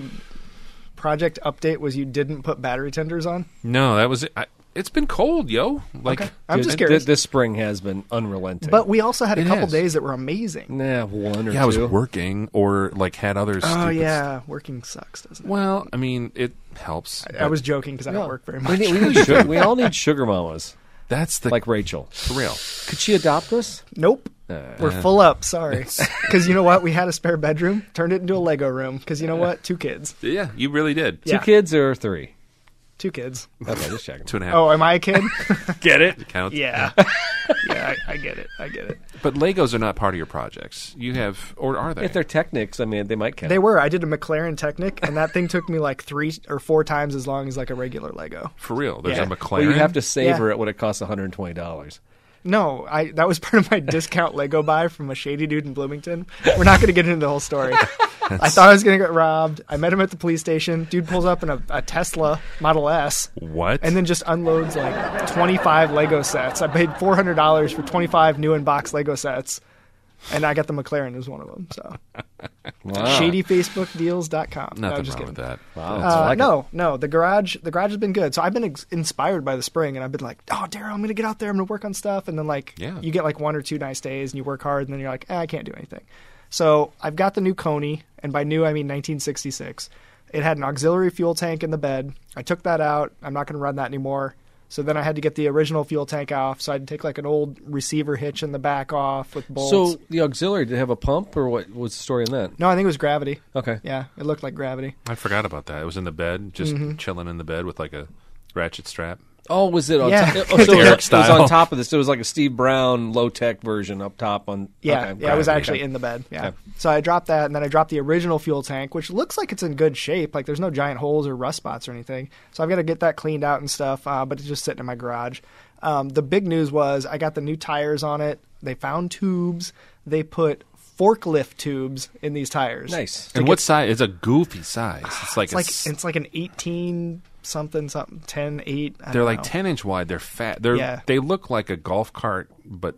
S2: project update was you didn't put battery tenders on?
S3: no, that was it. I, it's been cold, yo. Like
S2: I'm
S1: Dude,
S2: just
S1: th-
S2: curious.
S1: This spring has been unrelenting.
S2: But we also had a
S3: It
S2: couple
S3: is.
S2: days that were amazing.
S1: nah, one or
S3: yeah, I was
S1: two.
S3: working or like had other.
S2: Oh
S3: stupid stuff.
S2: yeah, working sucks, doesn't it?
S3: Well, I mean, it helps.
S2: I
S3: but
S2: was joking because I don't work very
S1: We,
S2: much.
S1: need, we, need sugar, we all need sugar mamas
S3: That's the
S1: like Rachel.
S3: for real.
S1: Could she adopt us?
S2: Nope. We're full up. Sorry. Because you know what? We had a spare bedroom, turned it into a Lego room. Because you know what? Two kids.
S3: Yeah, you really did.
S2: Yeah.
S1: Two kids or three?
S2: Two kids.
S1: Okay, just checking.
S3: Two and a half.
S2: Oh, am I a kid?
S1: Get it?
S3: Count.
S2: yeah. Yeah, I, I get it. I get it.
S3: But Legos are not part of your projects. You have, or are they?
S1: If they're technics, I mean, they might count.
S2: They were. I did a McLaren Technic, and that thing took me like three or four times as long as like a regular Lego.
S3: for real, there's
S2: Yeah.
S3: a McLaren.
S1: well, you have to savor
S2: Yeah.
S1: it when it costs $120.
S2: No, I that was part of my discount Lego buy from a shady dude in Bloomington. We're not going to get into the whole story. I thought I was going to get robbed. I met him at the police station. Dude pulls up in a, a Tesla Model S.
S3: what?
S2: and then just unloads like 25 Lego sets. I paid $400 for 25 new in-box Lego sets, and I got the McLaren as one of them. So
S1: Wow.
S2: shadyfacebookdeals.com. no,
S3: nothing
S2: just
S3: wrong
S2: kidding.
S3: with that.
S1: Wow.
S2: Uh,
S1: Oh, I like it.
S2: no, no. The garage, the garage has been good. So I've been ex- inspired by the spring, and I've been like, "Oh, Daryl, I'm gonna get out there. I'm gonna work on stuff." And then like,
S3: Yeah.
S2: you get like one or two nice days, and you work hard, and then you're like, eh, "I can't do anything." So I've got the new Coney, and by new I mean 1966. It had an auxiliary fuel tank in the bed. I took that out. I'm not gonna run that anymore. So then I had to get the original fuel tank off. So I had to take like an old receiver hitch in the back off with bolts.
S1: So the auxiliary did it have a pump, or what was the story in that?
S2: no, I think it was gravity.
S1: Okay.
S2: Yeah, it looked like gravity.
S3: I forgot about that. I was in the bed, just
S2: Mm-hmm.
S3: chilling in the bed with like a ratchet strap.
S1: Oh, was it on
S2: Yeah.
S1: top? Oh, so it, was,
S3: Derek
S1: it was
S3: style.
S1: on top of this. It was like a Steve Brown low tech version up top on.
S2: Yeah,
S1: okay,
S2: yeah, I was
S1: gravity.
S2: actually in the bed. Yeah.
S1: Okay.
S2: So I dropped that, and then I dropped the original fuel tank, which looks like it's in good shape. Like there's no giant holes or rust spots or anything. So I've got to get that cleaned out and stuff. Uh, but it's just sitting in my garage. Um, the big news was I got the new tires on it. They found tubes. They put forklift tubes in these tires.
S1: Nice.
S3: And what size? It's a goofy size. It's like,
S2: It's like
S3: s-
S2: it's like an 18 something something 10 8. I
S3: they're
S2: don't
S3: like
S2: know.
S3: ten inch wide. They're fat. They're
S2: Yeah.
S3: they look like a golf cart but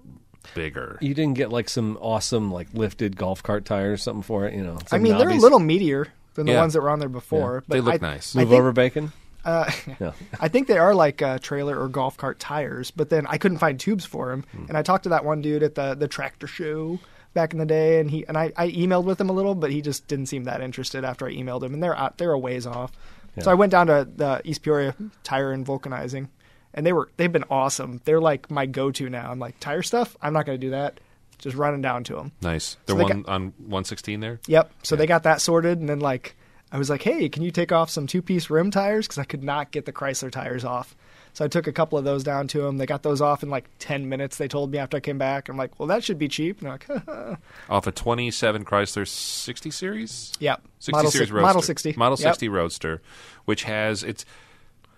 S3: bigger.
S1: You didn't get like some awesome like lifted golf cart tire or something for it, you know?
S2: I
S1: some
S2: mean, they're a
S1: knobbies?
S2: little meatier than the
S3: Yeah.
S2: ones that were on there before. But
S3: They look
S2: I-
S3: nice.
S2: I
S1: move
S2: think-
S1: over bacon.
S2: Uh,
S1: No.
S2: I think they are like uh, trailer or golf cart tires, but then I couldn't find tubes for them. And I talked to that one dude at the the tractor show back in the day, and he and I, I emailed with him a little, but he just didn't seem that interested after I emailed him. And they're out, they're a ways off, so
S1: Yeah.
S2: I went down to the East Peoria Tire and Vulcanizing, and they were they've been awesome. They're like my go to now. I'm like tire stuff. I'm not going to do that. Just running down to them.
S3: Nice. They're
S2: they
S3: one on one sixteen there.
S2: Yep. So they got that sorted, and then like I was like, "Hey, can you take off some two-piece rim tires?" Because I could not get the Chrysler tires off. So I took a couple of those down to them. They got those off in like ten minutes. They told me after I came back. I'm like, "Well, that should be cheap." And they're like,
S3: Off a twenty seven Chrysler sixty series.
S2: "Yep."
S3: Sixty
S2: model
S3: series
S2: si-
S3: roadster.
S2: Model sixty.
S3: Model
S2: Yep.
S3: sixty roadster, which has it's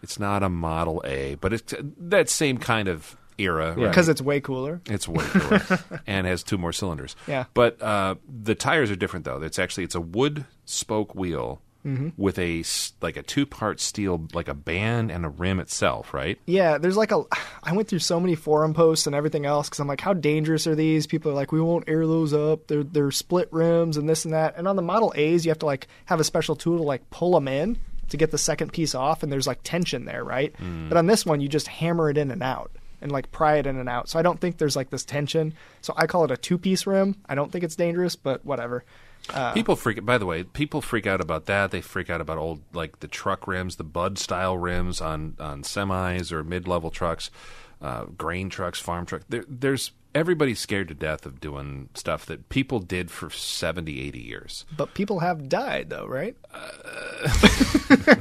S3: it's not a Model A, but it's that same kind of era. right?
S2: because it's way cooler.
S3: It's way cooler and has two more cylinders.
S2: Yeah.
S3: But uh, the tires are different though. It's actually it's a wood spoke wheel with a s- like a two part steel like a band and a rim itself, right?
S2: Yeah, there's like a. I went through so many forum posts and everything else because I'm like, how dangerous are these? People are like, we won't air those up. They're they're split rims and this and that. And on the Model A's, you have to like have a special tool to like pull them in to get the second piece off, and there's like tension there, right? But on this one, you just hammer it in and out and like pry it in and out. So I don't think there's like this tension. So I call it a two piece rim. I don't think it's dangerous, but whatever.
S3: people freak. By the way, people freak out about that. They freak out about old like the truck rims, the bud style rims on on semis or mid level trucks, uh, grain trucks, farm trucks. There, there's everybody's scared to death of doing stuff that people did for 70, 80 years.
S2: But people have died though, right?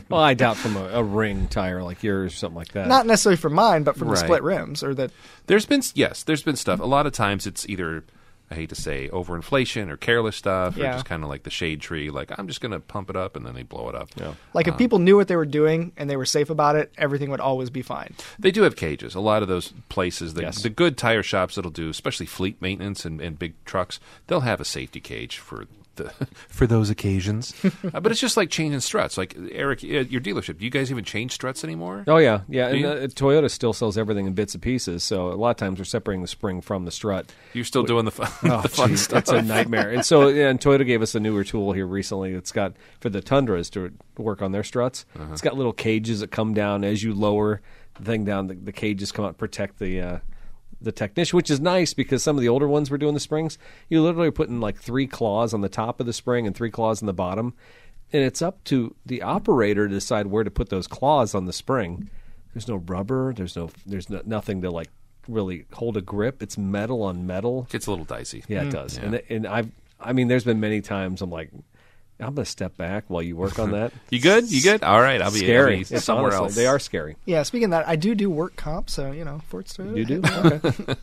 S1: Well, I doubt from a, a ring tire like yours or something like that.
S2: Not necessarily from mine, but from
S3: Right.
S2: the split rims or the
S3: There's been yes, there's been stuff. A lot of times it's either I hate to say overinflation or careless stuff, or
S2: Yeah.
S3: just kind of like the shade tree. Like I'm just going to pump it up and then they blow it up.
S2: Like if
S3: Uh-huh.
S2: people knew what they were doing and they were safe about it, everything would always be fine.
S3: They do have cages. A lot of those places, the,
S1: Yes.
S3: the good tire shops that'll do, especially fleet maintenance and, and big trucks, they'll have a safety cage for. The, for those occasions, Uh, but it's just like changing struts. Like Eric, at your dealership, do you guys even change struts anymore?
S1: Oh yeah, yeah.
S3: Do
S1: And
S3: you?
S1: uh, Toyota still sells everything in bits and pieces, so a lot of times they're separating the spring from the strut.
S3: You're still doing the fun, the fun
S1: Jeez,
S3: stuff.
S1: It's a nightmare. and so, yeah, and Toyota gave us a newer tool here recently that's got for the Tundras to work on their struts. It's got little cages that come down as you lower the thing down. The, the cages come out and protect the uh, the technician, which is nice because some of the older ones were doing the springs. You literally putting like three claws on the top of the spring and three claws on the bottom, and it's up to the operator to decide where to put those claws on the spring. There's no rubber. There's no. There's no, nothing to like really hold a grip. It's metal on metal.
S3: It's a little dicey.
S1: Yeah, it does. And and I've I mean, there's been many times I'm like, I'm gonna step back while you work on that.
S3: You good? You good? All right, I'll be, I'll
S1: scary.
S3: be
S1: It's
S3: somewhere
S1: honestly-
S3: else.
S1: They are scary.
S2: Yeah, speaking of that, I do do work comp, so you know, Fort Toyota.
S1: You do?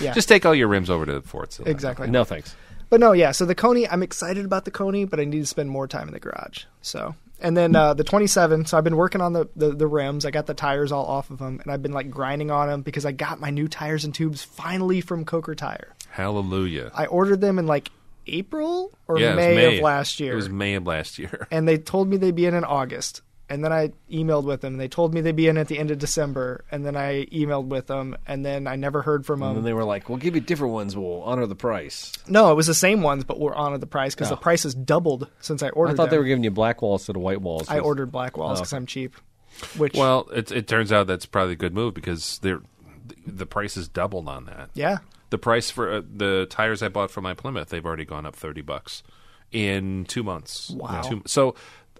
S2: Yeah.
S3: Just take all your rims over to Forts.
S2: exactly.
S1: no thanks.
S2: But no, yeah, so the Coney, I'm excited about the Coney, but I need to spend more time in the garage. So and then uh, the 27, so I've been working on the, the, the rims. I got the tires all off of them, and I've been like grinding on them because I got my new tires and tubes finally from Coker Tire.
S3: Hallelujah.
S2: I ordered them in like April or
S3: yeah, it was
S2: May,
S3: May
S2: of last year.
S3: It was May of last year.
S2: and they told me they'd be in in August. And then I emailed with them. They told me they'd be in at the end of December. And then I emailed with them. And then I never heard from them.
S1: And they were like, "We'll give you different ones. We'll honor the price."
S2: no, it was the same ones, but we're on at the price because the price has doubled since I ordered.
S1: Oh. I thought they
S2: them.
S1: were Oh. giving you black walls to the white walls.
S2: I ordered black walls because I'm cheap. Which
S3: Well, it, it turns out that's probably a good move because they're, the price is doubled on that.
S2: yeah,
S3: The price for uh, the tires I bought for my Plymouth, they've already gone up 30 bucks in 2 months.
S2: Wow.
S3: Two- so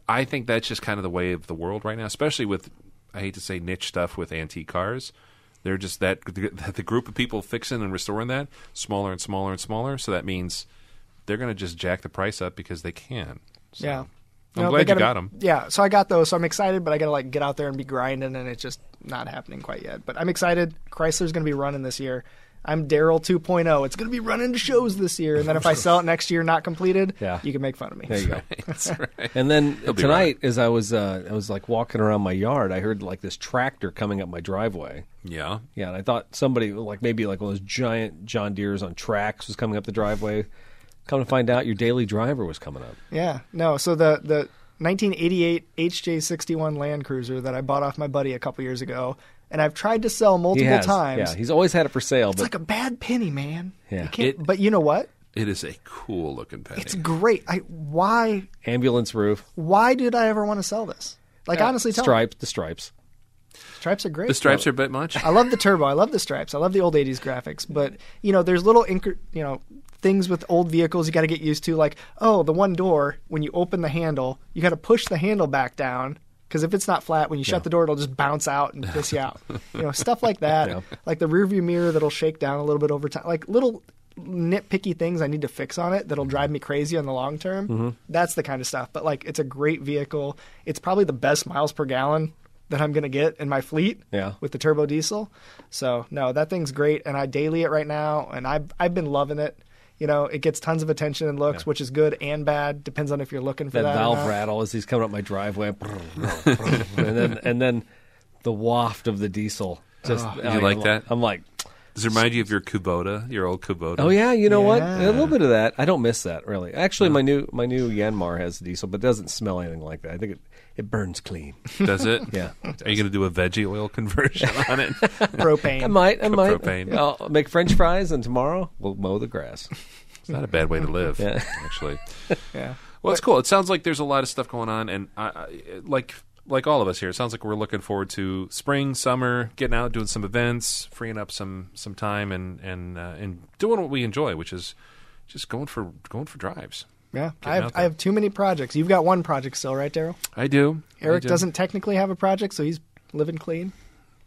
S3: I think that's just kind of the way of the world right now, especially with I hate to say niche stuff with antique cars. They're just that the, the group of people fixing and restoring that smaller and smaller and smaller, so that means they're going to just jack the price up because they can. So
S2: yeah.
S3: I'm
S2: No,
S3: glad
S2: they
S3: you got
S2: 'em-
S3: them.
S2: Yeah, so I got those. So I'm excited, but I gotta like get out there and be grinding, and it's just not happening quite yet. But I'm excited. Chrysler's gonna be running this year. I'm Daryl 2.0. It's gonna be running to shows this year, and then if I sell it next year not completed,
S1: Yeah.
S2: you can make fun of me.
S1: There you go.
S3: That's right.
S1: And then
S3: be
S1: tonight, as I was uh, I was like walking around my yard, I heard like this tractor coming up my driveway.
S3: Yeah.
S1: Yeah, and I thought somebody like maybe like one of those giant John Deere's on tracks was coming up the driveway. Come to find out, your daily driver was coming up.
S2: Yeah, no. So the the 1988 HJ61 Land Cruiser that I bought off my buddy a couple years ago, and I've tried to sell
S1: He
S2: multiple
S1: has,
S2: times.
S1: yeah. He's always had it for sale,
S2: it's
S1: but
S2: like a bad penny, man.
S1: Yeah.
S2: You can't-
S3: It-
S2: but you know what?
S3: It is a cool looking penny.
S2: It's great. I why
S1: ambulance roof.
S2: why did I ever want to sell this? Like honestly, tell me.
S1: stripes, the stripes.
S2: Stripes are great.
S3: the stripes are a bit much.
S2: I love the turbo. I love the stripes. I love the old 80s graphics. But, you know, there's little, incre- you know, things with old vehicles you got to get used to. Like, oh, the one door, when you open the handle, you got to push the handle back down. Because if it's not flat, when you shut the door, it'll just bounce out and piss you out. You know, stuff like that. Like the rearview mirror that'll shake down a little bit over time. Like little nitpicky things I need to fix on it that'll drive me crazy on the long term. That's the kind of stuff. But, like, it's a great vehicle. It's probably the best miles per gallon that I'm going to get in my fleet
S1: Yeah.
S2: with the turbo diesel. So no, that thing's great, and I daily it right now, and I've I've been loving it. You know, it gets tons of attention and looks, which is good and bad. Depends on if you're looking for
S1: that
S2: that.
S1: valve
S2: or not.
S1: rattle as he's coming up my driveway, and then and then the waft of the diesel. Just
S2: Oh.
S3: You like that?
S1: I'm like,
S3: Does it remind you of your Kubota, your old Kubota?
S1: oh yeah, you know what?
S2: Yeah.
S1: A little bit of that. I don't miss that really. Actually, my new my new Yanmar has diesel, but it doesn't smell anything like that. I think it it burns clean.
S3: Does it?
S1: Yeah.
S3: Are you going to do a veggie oil conversion on it?
S1: I
S2: propane.
S1: might, I might.
S3: propane.
S1: I'll make French fries, and tomorrow we'll mow the grass.
S3: It's not a bad way to live,
S1: Yeah.
S3: actually.
S2: Yeah.
S3: Well, it's cool. It sounds like there's a lot of stuff going on, and I, I, like like all of us here, it sounds like we're looking forward to spring, summer, getting out, doing some events, freeing up some some time, and and uh, and doing what we enjoy, which is just going for going for drives.
S2: Yeah.
S3: Getting
S2: I have,
S3: out there.
S2: I have too many projects. You've got one project still, right, Daryl?
S3: I do. I
S2: Eric
S3: do.
S2: doesn't technically have a project, so he's living clean.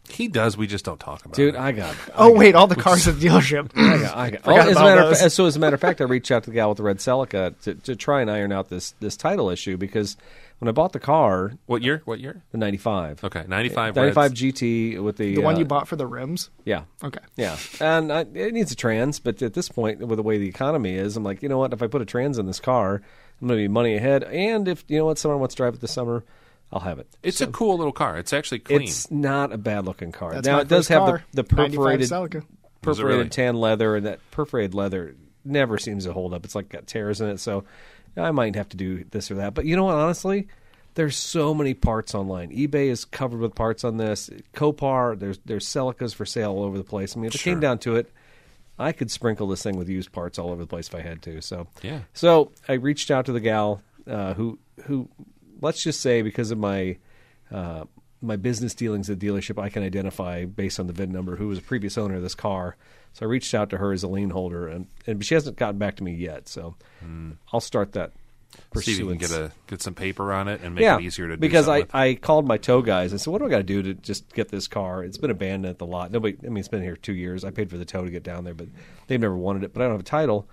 S3: He does. We just don't talk about it,
S1: Dude, I got.
S2: Oh, wait, all the cars at the dealership.
S1: I got, I got,
S2: Forgot
S1: oh, as a
S2: about
S1: matter of,
S2: those.
S1: fa- so as a matter of fact, I reached out to the guy with the red Celica to, to try and iron out this this title issue because when I bought the car,
S3: What year? What year?
S1: the '95,
S3: Okay, ninety five.
S1: 95 GT with the
S2: The one
S1: uh,
S2: you bought for the rims?
S1: yeah,
S2: Okay.
S1: yeah, and I, it needs a trans. But at this point, with the way the economy is, I'm like, you know what? If I put a trans in this car, I'm going to be money ahead. And if you know what, someone wants to drive it this summer, I'll have it.
S3: It's a cool little car. It's actually clean.
S1: It's not a bad looking car.
S2: That's
S1: now
S2: my
S1: it does
S2: first
S1: have
S2: car,
S1: the, the
S2: 95
S1: perforated
S2: Celica.
S3: Is it
S1: perforated
S3: really?
S1: tan leather, and that perforated leather never seems to hold up. It's like got tears in it, so I might have to do this or that. But you know what? Honestly, there's so many parts online. eBay is covered with parts on this. Copar, there's there's Celicas for sale all over the place. I mean, if it
S3: Sure.
S1: came down to it, I could sprinkle this thing with used parts all over the place if I had to. So
S3: Yeah.
S1: So I reached out to the gal uh, who who let's just say because of my uh, my business dealings at the dealership, I can identify based on the VIN number who was a previous owner of this car. So I reached out to her as a lien holder, and, and she hasn't gotten back to me yet. So I'll start that.
S3: Hmm. See if you can
S1: pursuance
S3: get a get some paper on it and make it easier to do
S1: because I,
S3: something
S1: I called my tow guys and said, "What do I got to do to just get this car? It's been abandoned at the lot. Nobody. I mean, it's been here two years. I paid for the tow to get down there, but they've never wanted it. But I don't have a title."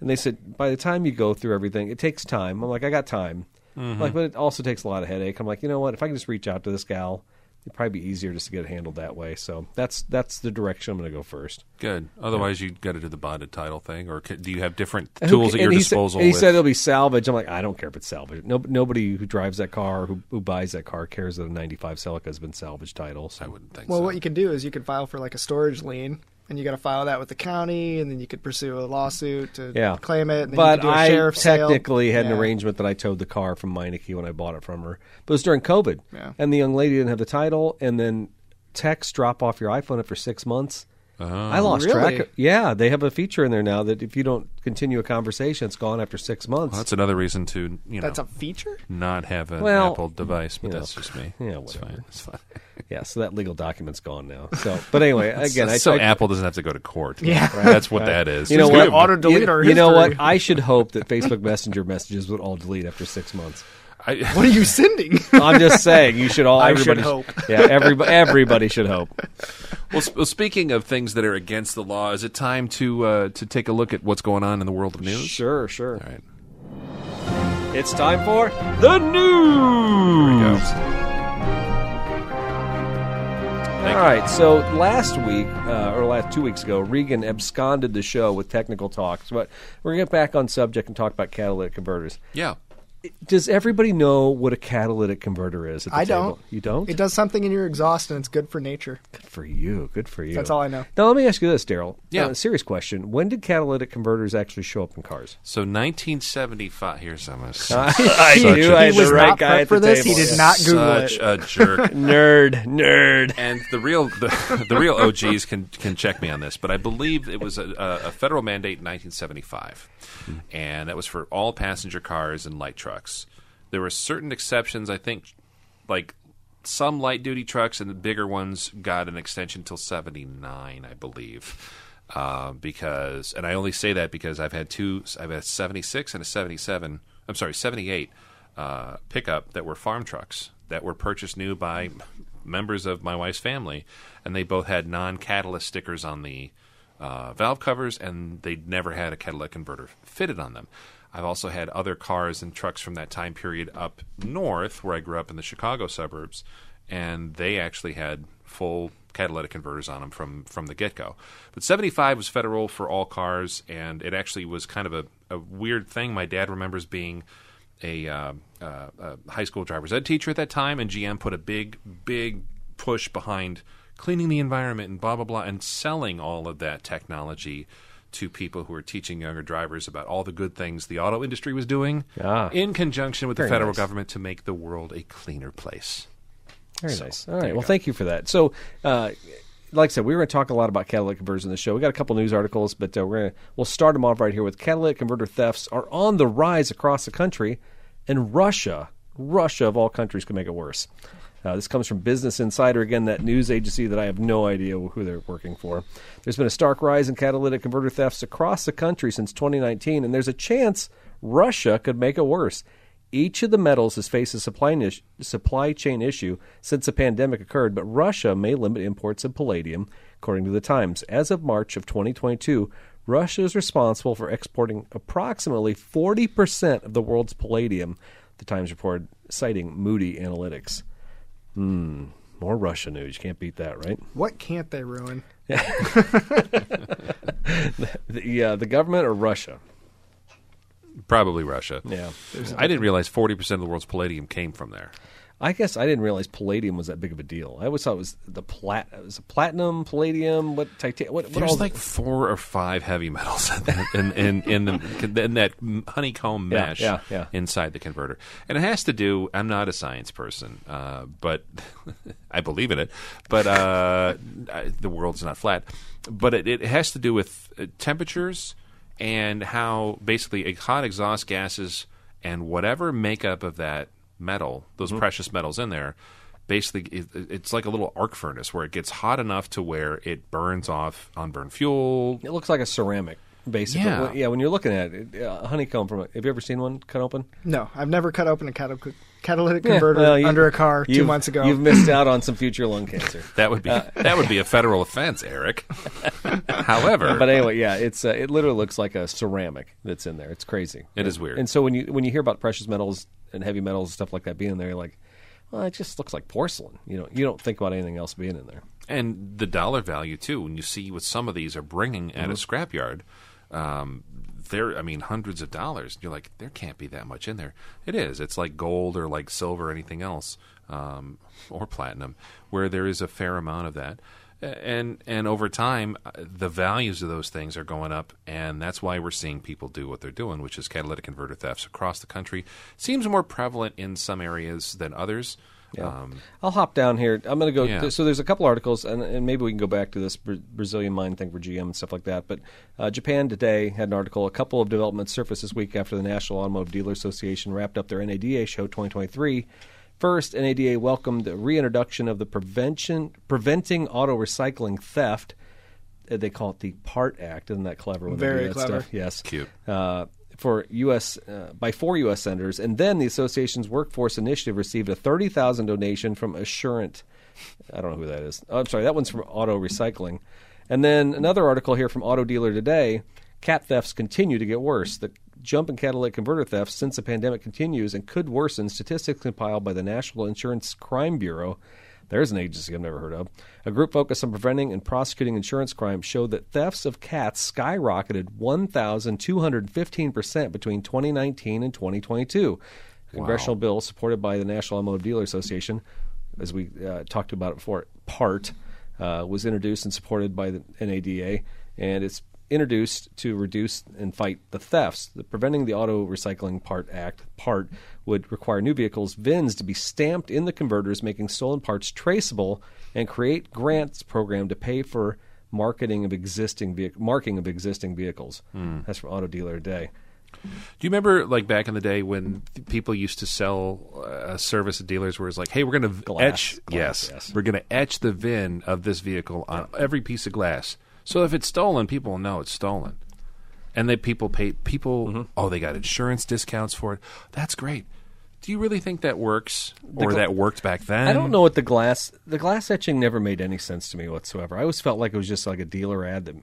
S1: And they said, "By the time you go through everything, it takes time." I'm like, "I got time." I'm
S3: Mm-hmm.
S1: Like, but it also takes a lot of headache. I'm like, you know what? If I can just reach out to this gal, it'd probably be easier just to get it handled that way. So that's that's the direction I'm going to go first.
S3: Good. Otherwise, you got to do the bonded title thing, or c do you have different
S1: And who
S3: tools
S1: ca-
S3: at your
S1: and he said-
S3: disposal?
S1: and he
S3: with-
S1: said it'll be salvage. I'm like, I don't care if it's salvage. No, nobody who drives that car, who, who buys that car, cares that a '95 Celica has been salvage title. So
S3: I wouldn't think
S2: Well,
S3: so.
S2: what you can do is you could file for like a storage lien, and you got to file that with the county, and then you could pursue a lawsuit to
S1: yeah.
S2: claim it. And then
S1: but
S2: you could do a
S1: I
S2: sheriff's sale.
S1: technically had an
S2: Yeah.
S1: arrangement that I towed the car from Meineke when I bought it from her. But it was during COVID.
S2: Yeah.
S1: And the young lady didn't have the title. And then text drop off your iPhone it for six months.
S3: Oh.
S1: I lost
S2: Really?
S1: track. of- yeah, they have a feature in there now that if you don't continue a conversation, it's gone after six months.
S3: Well, that's another reason to you know
S2: That's a feature.
S3: not have an
S1: Well,
S3: Apple device, but
S1: you know,
S3: that's just me.
S1: yeah,
S3: it's
S1: whatever.
S3: fine. It's fine.
S1: yeah, so that legal document's gone now. So, but anyway, again, I,
S3: so
S1: I,
S3: Apple doesn't have to go to court.
S2: Yeah.
S3: that's what that is.
S1: you know
S3: It's
S1: what?
S3: good.
S2: auto delete
S1: you,
S2: our
S1: you know what?
S2: history.
S1: I should hope that Facebook Messenger messages would all delete after six months.
S3: I,
S2: What are you sending?
S1: I'm just saying, you should all.
S2: I should
S1: everybody
S2: hope.
S1: Yeah, everybody, everybody should hope.
S3: well, sp- well, speaking of things that are against the law, is it time to uh, to take a look at what's going on in the world of news?
S1: Sure, sure.
S3: All right.
S1: It's time for the news. All right. So last week, uh, or last two weeks ago, Regan absconded the show with technical talks. But we're gonna get back on subject and talk about catalytic converters.
S3: Yeah.
S1: Does everybody know what a catalytic converter is? At the
S2: I
S1: table?
S2: don't.
S1: You don't?
S2: It does something in your exhaust, and it's good for nature.
S1: Good for you. Good for you.
S2: That's all I know.
S1: Now let me ask you this, Daryl.
S3: Yeah.
S1: Uh, serious question. When did catalytic converters actually show up in cars?
S3: So 1975. Here's some.
S1: I
S2: He- he was not prepped for this. He did not Google
S3: such
S2: it.
S3: a jerk.
S1: Nerd. Nerd.
S3: and the real the, the real OGs can can check me on this, but I believe it was a, a, a federal mandate in 1975, and that was for all passenger cars and light trucks. There were certain exceptions, I think, like some light duty trucks and the bigger ones got an extension till 79, I believe. Uh, because and I only say that because I've had two I've had a 76 and a 77 I'm sorry 78 uh, pickup that were farm trucks that were purchased new by members of my wife's family, and they both had non-catalyst stickers on the uh, valve covers, and they never had a catalytic converter fitted on them. I've also had other cars and trucks from that time period up north, where I grew up in the Chicago suburbs, and they actually had full catalytic converters on them from from the get go. But 75 was federal for all cars, and it actually was kind of a, a weird thing. My dad remembers being a, uh, uh, a high school driver's ed teacher at that time, and GM put a big, big push behind cleaning the environment and blah blah blah, and selling all of that technology to people who are teaching younger drivers about all the good things the auto industry was doing
S1: Ah.
S3: in conjunction with
S1: Very
S3: the federal
S1: nice.
S3: government to make the world a cleaner place.
S1: Very
S3: So,
S1: nice.
S3: there
S1: All right.
S3: you
S1: Well,
S3: go.
S1: thank you for that. So, uh, like I said, we were going to talk a lot about catalytic converters in the show. We got a couple news articles, but uh, we're going to we'll start them off right here with catalytic converter thefts are on the rise across the country, and Russia, Russia of all countries, can make it worse. Uh, this comes from Business Insider again, that news agency that I have no idea who they're working for. There's been a stark rise in catalytic converter thefts across the country since 2019, and there's a chance Russia could make it worse. Each of the metals has faced a supply, nish- supply chain issue since the pandemic occurred, but Russia may limit imports of palladium, according to the Times. As of March of 2022, Russia is responsible for exporting approximately 40% of the world's palladium, the Times reported, citing Moody Analytics. Hmm, more Russia news. You can't beat that, right?
S2: What can't they ruin?
S1: The, uh, the government or Russia?
S3: Probably Russia.
S1: Yeah.
S3: I didn't realize 40% of the world's palladium came from there.
S1: I guess I didn't realize palladium was that big of a deal. I always thought it was the plat. It was platinum, palladium, what titanium? What, what all
S3: There's
S1: the-
S3: like four or five heavy metals in that, in, in, in, the, in that honeycomb
S1: Yeah,
S3: mesh
S1: yeah, yeah.
S3: inside the converter. And it has to do, I'm not a science person, uh, but I believe in it, but uh, I- the world's not flat. But it, it has to do with uh, temperatures and how basically ex- hot exhaust gases and whatever makeup of that metal, those
S1: Mm-hmm.
S3: precious metals in there, basically it, it's like a little arc furnace where it gets hot enough to where it burns off unburned fuel.
S1: It looks like a ceramic, basically.
S3: Yeah.
S1: Well, yeah when you're looking at it, uh, a honeycomb from it. Have you ever seen one cut open?
S2: No, I've never cut open a catal- catalytic converter
S1: Well, you-
S2: under a car two
S1: you've-
S2: months ago.
S1: You've missed out on some future lung cancer.
S3: That would be that would be a federal offense, Eric. However,
S1: But anyway, yeah, it's uh, it literally looks like a ceramic that's in there. It's crazy.
S3: It is weird.
S1: And so when you when you hear about precious metals and heavy metals and stuff like that being there, you're like, well, it just looks like porcelain. You don't you don't think about anything else being in there.
S3: and the dollar value too. When you see what some of these are bringing at a scrapyard, um, they're I mean hundreds of dollars. You're like, there can't be that much in there. It is. It's like gold or like silver or anything else, um, or platinum, where there is a fair amount of that. A- And and over time, uh, the values of those things are going up, and that's why we're seeing people do what they're doing, which is catalytic converter thefts across the country. Seems more prevalent in some areas than others.
S1: Yeah.
S3: Um,
S1: I'll hop down here. I'm going to go.
S3: Yeah.
S1: so there's a couple articles, and, and maybe we can go back to this Bra- Brazilian mine thing for GM and stuff like that. But uh, Japan today had an article. A couple of developments surfaced this week after the National Automotive Dealer Association wrapped up their NADA show 2023. First, NADA welcomed the reintroduction of the prevention preventing auto recycling theft. Uh, They call it the Part Act. Isn't that clever? When they
S2: Very
S1: do that
S2: clever.
S1: Stuff? Yes.
S3: Cute.
S1: Uh, for U.S. Uh, by four U.S. senators, and then the association's workforce initiative received a thirty thousand donation from Assurant. I don't know who that is. Oh, I'm sorry, that one's from Auto Recycling. And then another article here from Auto Dealer Today: Cat thefts continue to get worse. The jump in catalytic converter thefts since the pandemic continues and could worsen. Statistics compiled by the National Insurance Crime Bureau. There's an agency I've never heard of. A group focused on preventing and prosecuting insurance crimes showed that thefts of cats skyrocketed 1,215% between 2019 and 2022. A congressional bill supported by the National Automotive Dealer Association, as we uh, talked about it before, PART, uh, was introduced and supported by the NADA, and it's introduced to reduce and fight the thefts. The Preventing the Auto Recycling Part Act part would require new vehicles VINs to be stamped in the converters, making stolen parts traceable, and create grants program to pay for marketing of existing vehi- marking of existing vehicles. That's from Auto Dealer Day.
S3: Do you remember, like back in the day, when th- people used to sell uh, a service at dealers where it's like, "Hey, we're going to
S1: Glass,
S3: etch,
S1: glass,
S3: yes,
S1: yes.
S3: we're going to etch the VIN of this vehicle on every piece of glass, so if it's stolen, people will know it's stolen." And then people pay people.
S1: Mm-hmm.
S3: Oh, they got insurance discounts for it. That's great. Do you really think that works, or
S1: gla-
S3: that worked back then?
S1: I don't know what the glass the glass etching never made any sense to me whatsoever. I always felt like it was just like a dealer ad that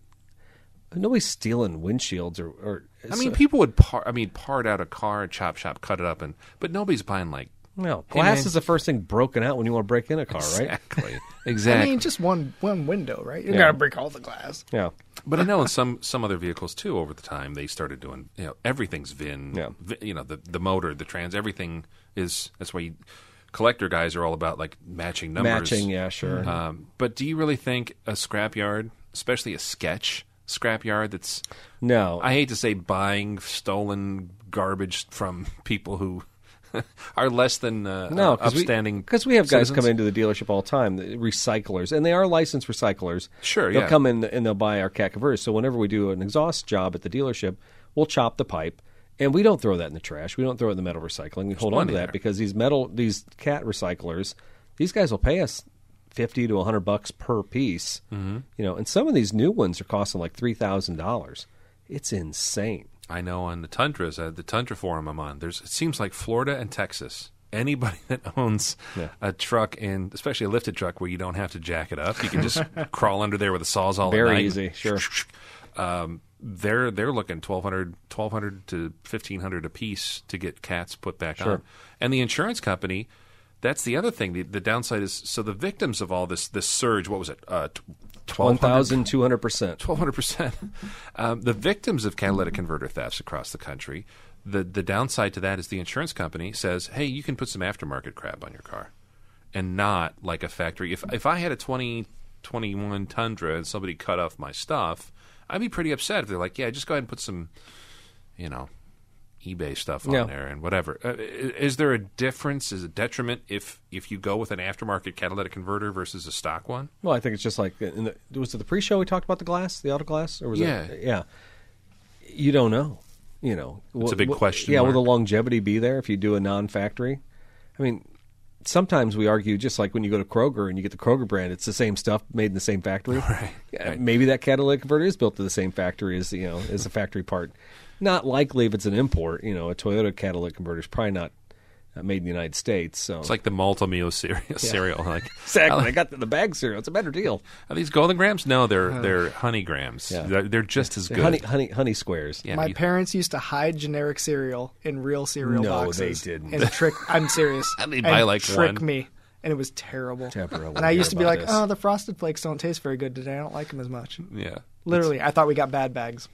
S1: nobody's stealing windshields or, or
S3: I mean, people would part. I mean, part out a car, chop shop, cut it up, and but nobody's buying like
S1: no
S3: Hey,
S1: glass
S3: man.
S1: is the first thing broken out when you want to break in a car, right?
S3: exactly,
S2: I
S3: exactly.
S2: mean, just one one window, right? You're
S1: Yeah.
S2: gonna break all the glass.
S1: Yeah.
S3: But I know in some some other vehicles too. Over the time, they started doing you know everything's VIN.
S1: Yeah.
S3: vi- you know the the motor, the trans, everything is that's why you, collector guys are all about like matching numbers.
S1: Matching, yeah, sure.
S3: Um, but do you really think a scrapyard, especially a sketch scrapyard, that's
S1: no,
S3: I hate to say buying stolen garbage from people who are less than uh,
S1: no,
S3: uh, upstanding
S1: Because we, have guys
S3: citizens?
S1: come into the dealership all the time, the recyclers, and they are licensed recyclers.
S3: Sure,
S1: they'll
S3: yeah.
S1: come in and they'll buy our cat converters. So whenever we do an exhaust job at the dealership, we'll chop the pipe, and we don't throw that in the trash. We don't throw it in the metal recycling. We hold on to
S3: plenty
S1: that
S3: there.
S1: because these metal, these cat recyclers, these guys will pay us. Fifty to hundred bucks per piece, mm-hmm. you know, and some of these new ones are costing like three thousand dollars. It's insane.
S3: I know on the tundras, uh, the tundra forum I'm on. There's it seems like Florida and Texas. Anybody that owns
S1: Yeah.
S3: a truck and especially a lifted truck where you don't have to jack it up, you can just crawl under there with a sawzall. Oh, at
S1: Very
S3: night.
S1: easy, sure.
S3: Um, they're they're looking 1200, 1200 to fifteen hundred a piece to get cats put back on, and the insurance company. That's the other thing. The, the downside is so the victims of all this this surge. What was it? Uh, t-
S1: One
S3: 1,200
S1: thousand two hundred percent.
S3: twelve hundred percent. Um, The victims of catalytic converter thefts across the country. The the downside to that is the insurance company says, "Hey, you can put some aftermarket crap on your car, and not like a factory." If if I had a twenty twenty one Tundra and somebody cut off my stuff, I'd be pretty upset if they're like, "Yeah, just go ahead and put some, you know." eBay stuff on
S1: Yeah.
S3: there and whatever. Uh, i- is there a difference? Is a detriment if if you go with an aftermarket catalytic converter versus a stock one?
S1: Well, I think it's just like uh, in the, was it the pre-show we talked about the glass, the auto glass, or was
S3: Yeah.
S1: it? Yeah, you don't know. You know, it's
S3: a big question
S1: Yeah, will
S3: mark.
S1: the longevity be there if you do a non-factory? I mean, sometimes we argue just like when you go to Kroger and you get the Kroger brand, it's the same stuff made in the same factory. Right. Maybe that catalytic converter is built to the same factory as you know as the factory part. Not likely if it's an import. You know, a Toyota catalytic converter is probably not uh, made in the United States. So
S3: It's like the Malta Mio cereal. cereal. Like
S1: exactly, I got the, the bag cereal. It's a better deal.
S3: Are these golden grams? No, they're they're honey grams.
S1: Yeah.
S3: They're, they're just as good.
S1: Honey, honey, honey squares.
S3: Yeah,
S2: My
S3: you-
S2: parents used to hide generic cereal in real cereal
S1: No,
S2: boxes.
S1: they didn't.
S2: And trick. I'm serious.
S3: I mean,
S2: and
S3: buy, like,
S2: trick
S3: one.
S2: me, and it was terrible.
S1: Deborah will
S2: and I
S1: hear
S2: used to be
S1: about
S2: like,
S1: this.
S2: oh, the frosted flakes don't taste very good today. I don't like them as much.
S3: yeah.
S2: Literally, I thought we got bad bags.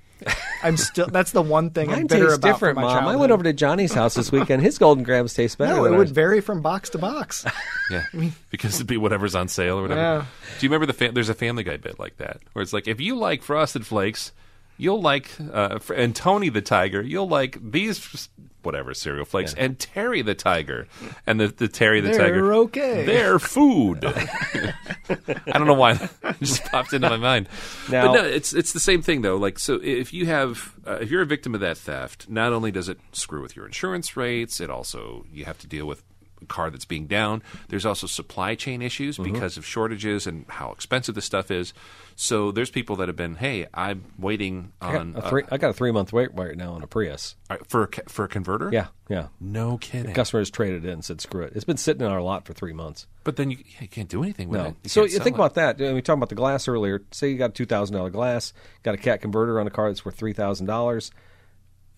S2: I'm still. That's the one thing I'm
S1: Mine
S2: bitter
S1: tastes
S2: about. from
S1: different,
S2: my
S1: Mom. I
S2: childhood.
S1: went over to Johnny's house this weekend. His golden grams taste better.
S2: No,
S1: than
S2: it would
S1: ours.
S2: vary from box to box.
S3: Yeah, because it'd be whatever's on sale or whatever.
S2: Yeah.
S3: Do you remember the fa- there's a Family Guy bit like that where it's like if you like Frosted Flakes, you'll like uh, fr- and Tony the Tiger, you'll like these f- whatever cereal flakes and Terry the Tiger and the, the Terry the
S2: They're
S3: Tiger.
S2: okay.
S3: They're food. I don't know why that just popped into my mind.
S1: Now-
S3: but no, it's it's the same thing though. Like so, if you have uh, if you're a victim of that theft, not only does it screw with your insurance rates, it also you have to deal with a car that's being down. There's also supply chain issues
S1: Mm-hmm.
S3: because of shortages and how expensive this stuff is. So there's people that have been, hey, I'm waiting
S1: I got
S3: on
S1: a
S3: uh,
S1: three- I got a three month wait right now on a Prius.
S3: all right, for a, ca- for a converter.
S1: Yeah, yeah.
S3: no kidding.
S1: Customer has traded it in and said, screw it. It's been sitting in our lot for three months.
S3: But then you, yeah, you can't do anything with it.
S1: No.
S3: You
S1: So
S3: can't
S1: you
S3: sell
S1: think
S3: it.
S1: about that. I mean, we talked about the glass earlier. Say you got a $2,000 glass, got a cat converter on a car that's worth $3,000.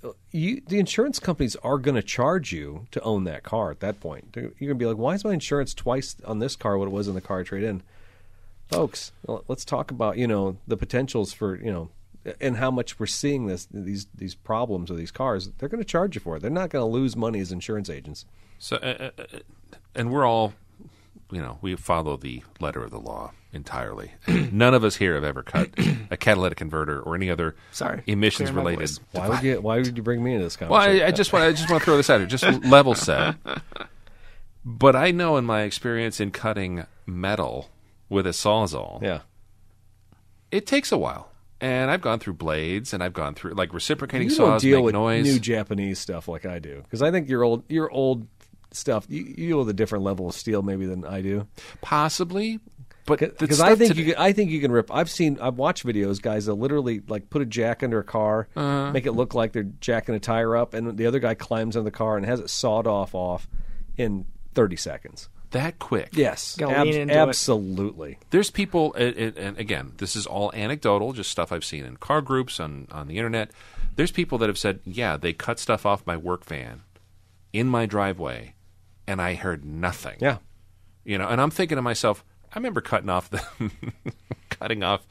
S1: Uh, You, the insurance companies are going to charge you to own that car at that point. They're- You're going to be like, why is my insurance twice on this car what it was on the car I trade in? folks l- let's talk about you know the potentials for you know and how much we're seeing this these these problems with these cars they're going to charge you for it they're not going to lose money as insurance agents
S3: So, uh, uh, uh, and we're all, you know, we follow the letter of the law entirely. None of us here have ever cut a catalytic converter or any other
S2: Sorry,
S3: emissions
S2: clearing my
S3: related.
S2: voice.
S1: why would you why would you bring me into this
S3: Well,
S1: conversation
S3: I, I just want I just want to throw this out here, just level set. But I know in my experience in cutting metal with a sawzall,
S1: yeah
S3: it takes a while. And I've gone through blades, and I've gone through like reciprocating
S1: you don't
S3: saws
S1: deal
S3: make
S1: with
S3: noise.
S1: new japanese stuff like i do because i think your old your old stuff you, you deal with a different level of steel maybe than i do
S3: Possibly, but the
S1: because I
S3: stuff
S1: think
S3: today-
S1: you can, I think you can rip. I've seen I've watched videos guys that literally like put a jack under a car,
S3: Uh-huh.
S1: make it look like they're jacking a tire up, and the other guy climbs on the car and has it sawed off off in thirty seconds.
S3: that quick.
S1: Yes,
S2: Gotta lean into it.
S1: absolutely.
S3: there's people, and- and and again, this is all anecdotal, just stuff I've seen in car groups on on the internet. There's people that have said, "Yeah, they cut stuff off my work van in my driveway, and I heard nothing."
S1: Yeah,
S3: you know, and I'm thinking to myself, I remember cutting off the cutting off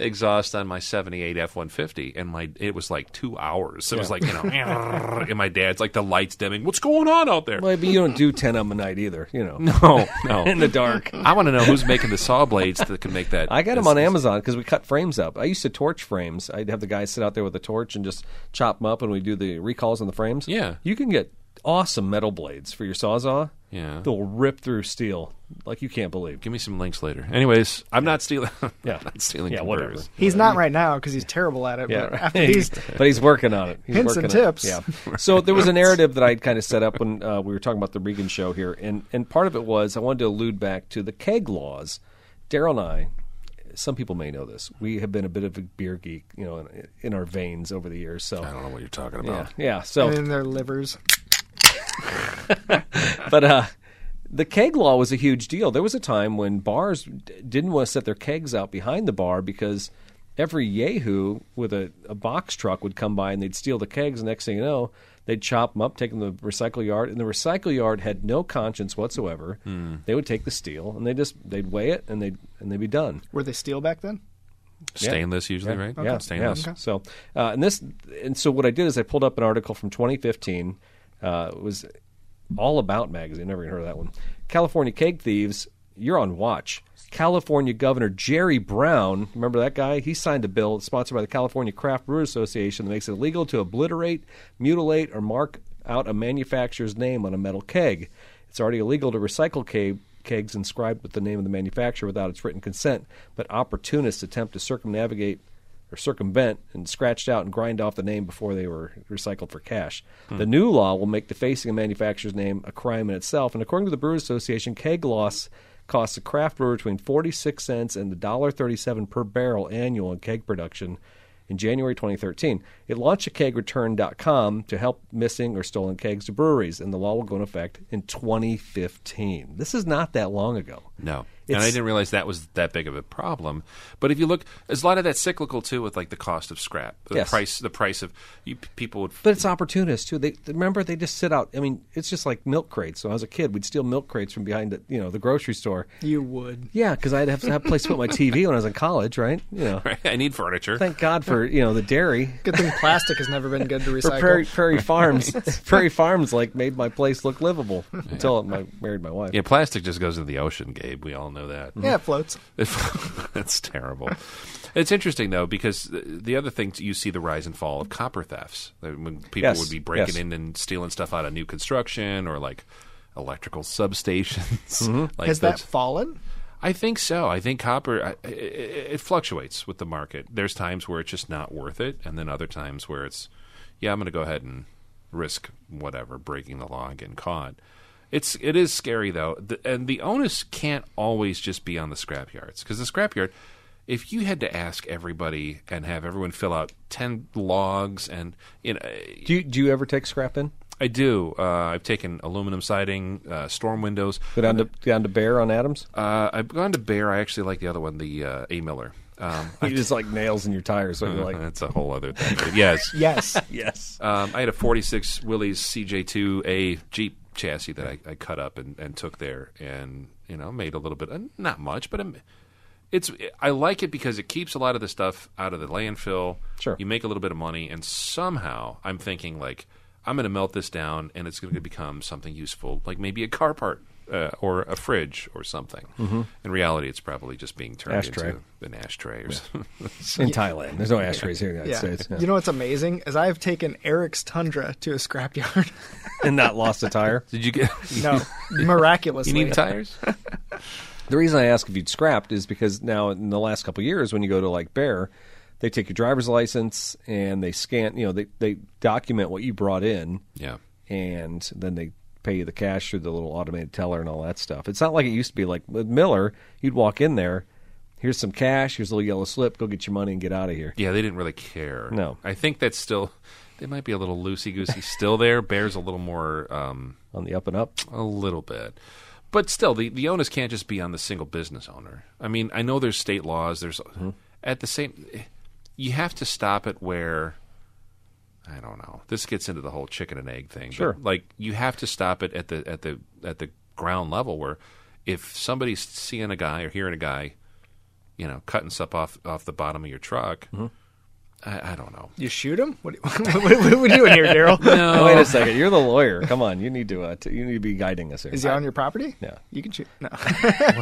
S3: exhaust on my 78 F150 and my it was like 2 hours. It was like, you know, and my dad's like the lights dimming. What's going on out there?
S1: Well, but you don't do 10 of 'em a night either, you know,
S3: No, no.
S1: in the dark.
S3: I want to know who's making the saw blades that can make that.
S1: I got them
S3: this-
S1: on Amazon because we cut frames up. I used to torch frames. I'd have the guy sit out there with a torch and just chop them up, and we do the recalls on the frames.
S3: Yeah.
S1: you can get awesome metal blades for your sawzall.
S3: Yeah.
S1: they'll rip through steel like you can't believe.
S3: Give me some links later. Anyways, I'm not stealing.
S1: Yeah.
S3: Yeah, not stealing.
S1: Yeah,
S3: converters.
S1: whatever.
S2: He's not right now because he's terrible at it. but after these,
S1: but he's working on it. He's
S2: Hints and
S1: working on it.
S2: tips.
S1: Yeah. So there was a narrative that I'd kind of set up when uh, we were talking about the Regan show here, and and part of it was I wanted to allude back to the keg laws. Daryl and I, some people may know this. We have been a bit of a beer geek, you know, in, in our veins over the years. So
S3: I don't know what you're talking
S1: yeah,
S3: about.
S1: yeah.
S2: and
S1: So
S2: then their livers.
S1: but uh, the keg law was a huge deal. There was a time when bars d- didn't want to set their kegs out behind the bar because every Yahoo with a, a box truck would come by and they'd steal the kegs. Next thing you know, they'd chop them up, take them to the recycle yard, and the recycle yard had no conscience whatsoever. They would take the steel and they just they'd weigh it and they would and they'd be done.
S2: Were they steel back then?
S3: Stainless usually, right?
S1: Yeah,
S3: stainless.
S1: yeah. So, uh, and this, and so what I did is I pulled up an article from 2015. Uh, it was all about magazine. Never even heard of that one. California cake thieves, you're on watch. California Governor Jerry Brown, remember that guy? He signed a bill sponsored by the California Craft Brewers Association that makes it illegal to obliterate, mutilate, or mark out a manufacturer's name on a metal keg. It's already illegal to recycle keg, kegs inscribed with the name of the manufacturer without its written consent, but opportunists attempt to circumnavigate or circumvent and scratched out and grind off the name before they were recycled for cash. The new law will make defacing a manufacturer's name a crime in itself. And according to the Brewers Association, keg loss costs a craft brewer between 46 cents and $1.37 per barrel annual in keg production in January 2013. It launched a kegreturn.com to help missing or stolen kegs to breweries, and the law will go into effect in 2015. This is not that long ago.
S3: No. and
S1: It's-
S3: I didn't realize that was that big of a problem. But if you look, there's a lot of that cyclical too, with like the cost of scrap, the
S1: Yes.
S3: price, the price of you people would.
S1: But it's opportunists too. They remember they just sit out. I mean, it's just like milk crates. So as a kid, we'd steal milk crates from behind the you know the grocery store.
S2: You would.
S1: Yeah, because I'd have to have a place to put my TV when I was in college, right? You know,
S3: I need furniture.
S1: thank God for you know the dairy.
S2: Good thing plastic has never been good to
S1: For
S2: recycle.
S1: prairie, prairie farms, prairie farms like made my place look livable until I married my wife.
S3: yeah, plastic just goes into the ocean, Gabe. We all know that.
S2: yeah, it floats.
S3: If- That's terrible. It's interesting though because the- the other thing you see the rise and fall of copper thefts Like, when people
S1: Yes,
S3: would be breaking
S1: yes.
S3: in and stealing stuff out of new construction or like electrical substations.
S1: Mm-hmm.
S3: Like
S2: Has that
S3: those-
S2: fallen?
S3: I think so. I think copper I- i- i- it fluctuates with the market. There's times where it's just not worth it, and then other times where it's, yeah, I'm going to go ahead and risk whatever breaking the law and getting caught. It's it is scary though, the, and the onus can't always just be on the scrap yards because the scrap yard, if you had to ask everybody and have everyone fill out ten logs and you know
S1: Do you, do you ever take scrap in?
S3: I do. Uh, I've taken aluminum siding, uh, storm windows.
S1: Go down to down to Bear on Adams.
S3: Uh, I've gone to Bear. I actually like the other one, the uh, A Miller. Um,
S1: You just like nails in your tires. So you're like,
S3: that's a whole other thing. But yes,
S2: Yes.
S1: yes.
S3: um, I had a 46 Willys CJ2A Jeep chassis that I, I cut up and, and took there, and you know made a little bit, uh, not much, but I'm- it's I like it because it keeps a lot of the stuff out of the landfill.
S1: Sure.
S3: you make a little bit of money, and somehow I'm thinking like I'm going to melt this down, and it's going to become something useful, like maybe a car part. Uh, or a fridge or something. In reality, it's probably just being turned
S1: Ashtray.
S3: into an Mm-hmm. ashtray or something.
S1: In Thailand, there's no ashtrays here in the United
S2: Yeah.
S1: States, Yeah.
S2: You know what's amazing is I've taken Eric's Tundra to a scrapyard.
S1: and not lost a tire.
S3: Did you get?
S2: no, miraculously.
S3: you need tires?
S1: The reason I ask if you'd scrapped is because now in the last couple of years, when you go to like Bear, they take your driver's license and they scan, you know, they, they document what you brought in
S3: yeah.
S1: and then they pay you the cash through the little automated teller and all that stuff. It's not like it used to be like with Miller, you'd walk in there, here's some cash, here's a little yellow slip, go get your money and get out of here.
S3: Yeah, they didn't really care.
S1: No.
S3: I think that's still. They might be a little loosey goosey still there. Bears a little more, um,
S1: On the up and up.
S3: a little bit, but still the the onus can't just be on the single business owner. I mean, I know there's state laws. There's
S1: Mm-hmm.
S3: at the same, you have to stop it where. I don't know. This gets into the whole chicken and egg thing.
S1: Sure.
S3: But like you have to stop it at the at the at the ground level where if somebody's seeing a guy or hearing a guy you know, cutting stuff off off the bottom of your truck.
S1: Mm-hmm.
S3: I, I don't know.
S2: You shoot him? What, what, what, what are we doing here, Daryl?
S1: Oh, Wait a second. You're the lawyer. Come on. You need to uh, t- you need to be guiding us here.
S2: Is he on your property?
S1: Yeah.
S2: You can shoot. No.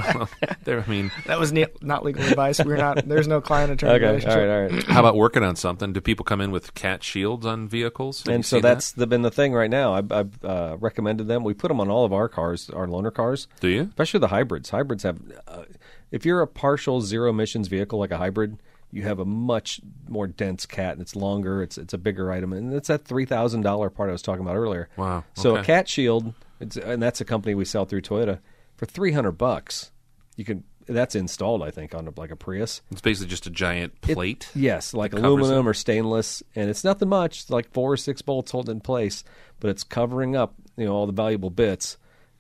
S3: There, I mean,
S2: That was ne- not legal advice. We're not. There's no client attorney
S1: okay.
S2: relationship.
S1: All right. All right.
S3: how about working on something? Do people come in with cat shields on vehicles? Have you
S1: And so
S3: seen that?
S1: that's the, been the thing right now. I've, I've uh, recommended them. We put them on all of our cars, our loaner cars.
S3: Do you?
S1: Especially the hybrids. Hybrids have, uh, if you're a partial zero emissions vehicle like a hybrid, you have a much more dense cat and it's longer. It's it's a bigger item, and it's that three thousand dollar part I was talking about earlier.
S3: Wow,
S1: So a
S3: okay.
S1: cat shield, it's, and that's a company we sell through Toyota for three hundred bucks. You can that's installed, I think, on like a Prius.
S3: It's basically just a giant plate.
S1: Yes, like
S3: covers
S1: aluminum or stainless, and it's nothing much. It's like four or six bolts holding it in place, but it's covering up you know all the valuable bits.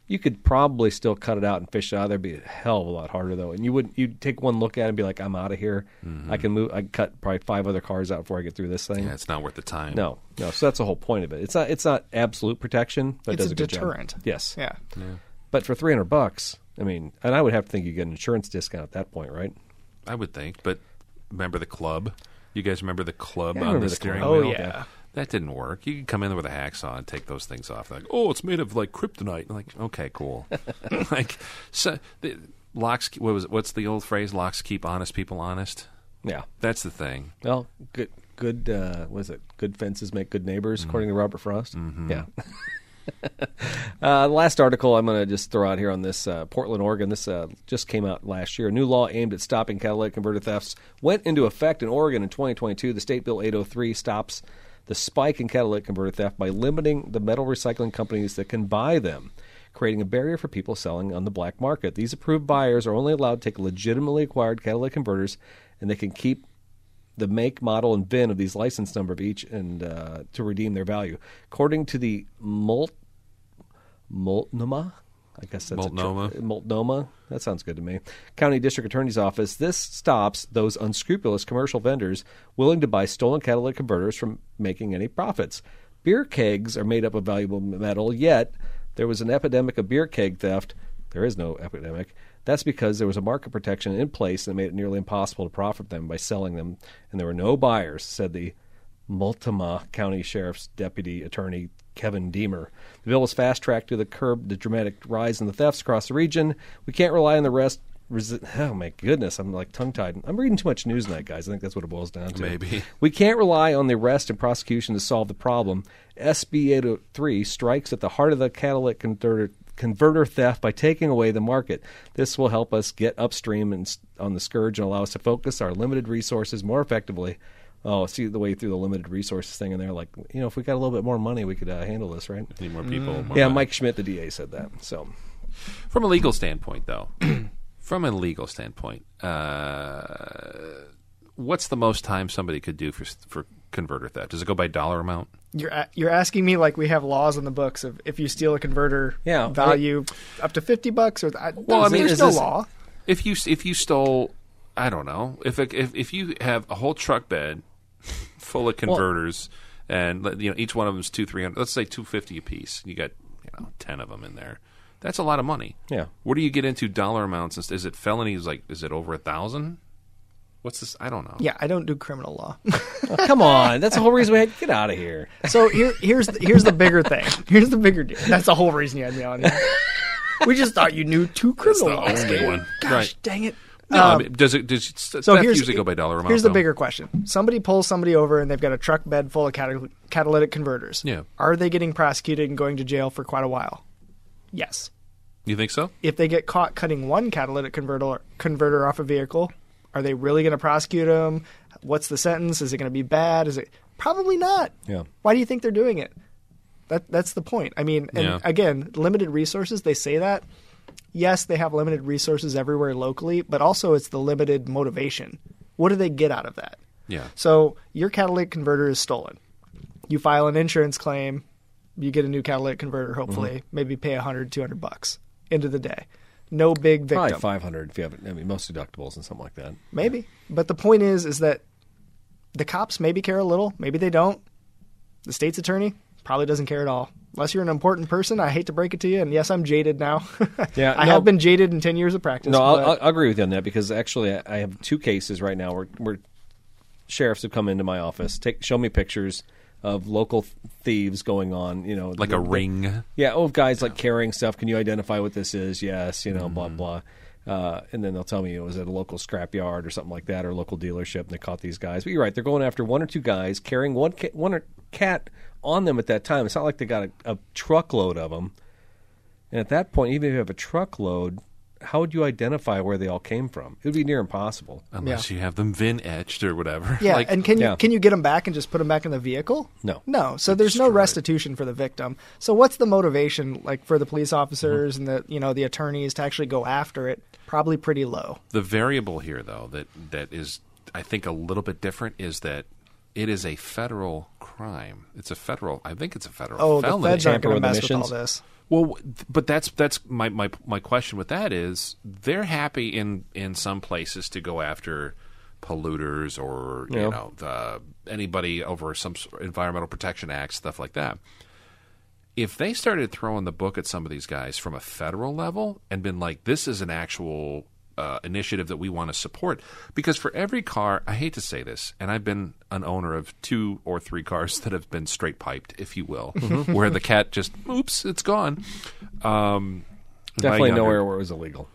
S1: You could probably still cut it out and fish it out. of there. It'd be a hell of a lot harder though, and you would you'd take one look at it and be like, I'm out of here. I can move. I can cut probably five other cars out before I get through this thing.
S3: Yeah, it's not worth the time.
S1: No, no. So that's the whole point of it. It's not it's not absolute protection, but it
S2: It's
S1: does
S2: a
S1: a, good job.
S2: deterrent.
S1: Yes.
S2: Yeah.
S1: But for three hundred bucks, I mean, and I would have to think you get an insurance discount at that point, right?
S3: I would think. But remember the club? You guys remember the club
S1: Yeah, I
S3: on
S1: remember
S3: the
S1: the
S3: steering
S1: club.
S2: Oh,
S3: wheel?
S2: yeah.
S3: That didn't work. You could come in with a hacksaw and take those things off. Like, oh, it's made of like kryptonite. I'm like, okay, cool. like, so the, locks. What was it? What's the old phrase? Locks keep honest people honest.
S1: Yeah.
S3: That's the thing.
S1: Well, good, good. Uh, what is it? Good fences make good neighbors, according to Robert Frost. Yeah. uh, last article I'm going to just throw out here on this uh, Portland, Oregon. This uh, just came out last year. A new law aimed at stopping catalytic converter thefts went into effect in Oregon in 2022. The state bill 803 stops the spike in catalytic converter theft by limiting the metal recycling companies that can buy them. Creating a barrier for people selling on the black market. These approved buyers are only allowed to take legitimately acquired catalytic converters, and they can keep the make, model, and VIN of these license number of each, and uh, to redeem their value. According to the Molt Multnomah, I guess that's
S3: Multnomah.
S1: A, tr- Multnomah. That sounds good to me. County District Attorney's Office. This stops those unscrupulous commercial vendors willing to buy stolen catalytic converters from making any profits. Beer kegs are made up of valuable metal, yet there was an epidemic of beer keg theft. There is no epidemic. That's because there was a market protection in place that made it nearly impossible to profit them by selling them, and there were no buyers, said the Multnomah County Sheriff's Deputy Attorney Kevin Deemer. The bill was fast tracked to the curb the dramatic rise in the thefts across the region. We can't rely on the rest. Resi- oh my goodness, I'm like tongue tied. I'm reading too much news tonight, guys. I think that's what it boils down to.
S3: Maybe.
S1: We can't rely on the arrest and prosecution to solve the problem. SB 803 strikes at the heart of the catalytic converter, converter theft by taking away the market. This will help us get upstream and s- on the scourge and allow us to focus our limited resources more effectively. Oh, see the way through the limited resources thing in there. Like, you know, if we got a little bit more money, we could uh, handle this, right?
S3: Need more people. more
S1: Mm. Yeah,
S3: money.
S1: Mike Schmidt, the DA, said that. So,
S3: From a legal standpoint, though, from a legal standpoint, uh, what's the most time somebody could do for for converter theft? Does it go by dollar amount?
S2: You're a- you're asking me like we have laws in the books of if you steal a converter,
S1: Yeah,
S2: value up to fifty bucks or I,
S3: Well, I mean,
S2: there's
S3: is
S2: no
S3: this-
S2: law.
S3: If you if you stole, I don't know. If it- if if you have a whole truck bed full of converters, and let- you know each one of them's two three hundred. Let's say two fifty a piece. You got you know ten of them in there. That's a lot of money.
S1: Yeah.
S3: Where do you get into dollar amounts? Is, is it felonies? Like, is it over a thousand? What's this? I don't know.
S2: Yeah, I don't do criminal law.
S1: Oh, come on. That's the whole reason we had to get out of here.
S2: so here here's the, here's the bigger thing. Here's the bigger deal. That's the whole reason you had me on here. We just thought you knew two
S3: That's
S2: criminal
S3: the
S2: laws.
S3: only
S2: dude.
S3: one.
S2: Gosh,
S3: Right.
S2: dang it.
S3: No, I mean, does it? Does so theft usually go by dollar amount?
S2: Uh, Here's the
S3: though?
S2: bigger question: Somebody pulls somebody over and they've got a truck bed full of catal- catalytic converters.
S3: Yeah.
S2: Are they getting prosecuted and going to jail for quite a while? Yes.
S3: You think so?
S2: If they get caught cutting one catalytic converter converter off a vehicle, are they really going to prosecute them? What's the sentence? Is it going to be bad? Is it probably not?
S1: Yeah.
S2: Why do you think they're doing it? That that's the point. I mean, and
S3: Yeah.
S2: again, limited resources. They say that. Yes, they have limited resources everywhere locally, but also it's the limited motivation. What do they get out of that?
S3: Yeah.
S2: So your catalytic converter is stolen. You file an insurance claim. You get a new catalytic converter, hopefully.
S1: Mm-hmm.
S2: Maybe pay 100, 200 bucks. End of the day. No big victim.
S1: Probably 500 if you have, I mean, most deductibles and something like that.
S2: Maybe. But the point is, is that the cops maybe care a little. Maybe they don't. The state's attorney probably doesn't care at all. Unless you're an important person, I hate to break it to you, and yes, I'm jaded now.
S1: Yeah,
S2: I
S1: no.
S2: have been jaded in ten years of practice.
S1: No, I'll,
S2: but-
S1: I'll, I'll agree with you on that because actually, I, I have two cases right now where, where sheriffs have come into my office, take show me pictures of local thieves going on. You know,
S3: Like
S1: the-
S3: a
S1: the-
S3: ring.
S1: yeah, oh, guys like carrying stuff. Can you identify what this is? Yes, you know,
S3: Mm-hmm.
S1: blah blah. Uh, and then they'll tell me it was at a local scrapyard or something like that, or local dealership, and they caught these guys. But you're right; they're going after one or two guys carrying one ca- one or cat on them at that time. It's not like they got a, a truckload of them. And at that point, even if you have a truckload, how would you identify where they all came from? It would be near impossible.
S3: Unless you have them VIN etched or whatever.
S2: Yeah,
S3: Like,
S2: and can
S1: yeah.
S2: you can you get them back and just put them back in the vehicle?
S1: No.
S2: no. So there's no restitution for the victim. So what's the motivation like for the police officers and the you know the attorneys to actually go after it? Probably pretty low.
S3: the variable here though that that is I think a little bit different is that it is a federal crime. It's a federal. I think it's a federal
S2: Oh,
S3: felony.
S2: the feds aren't
S1: tamper
S2: going to
S1: with
S2: mess with all
S1: emissions.
S2: this.
S3: Well, w- th- but that's that's my, my my question with that is they're happy in in some places to go after polluters or
S1: Yeah.
S3: you know the, anybody over some s- environmental protection act stuff like that. If they started throwing the book at some of these guys from a federal level and been like, "This is an actual uh, initiative that we want to support," because for every car, I hate to say this, and I've been an owner of two or three cars that have been straight piped, if you will,
S1: Mm-hmm.
S3: where the cat just, "Oops, it's gone." Um,
S1: Definitely
S3: younger-
S1: nowhere where it was illegal.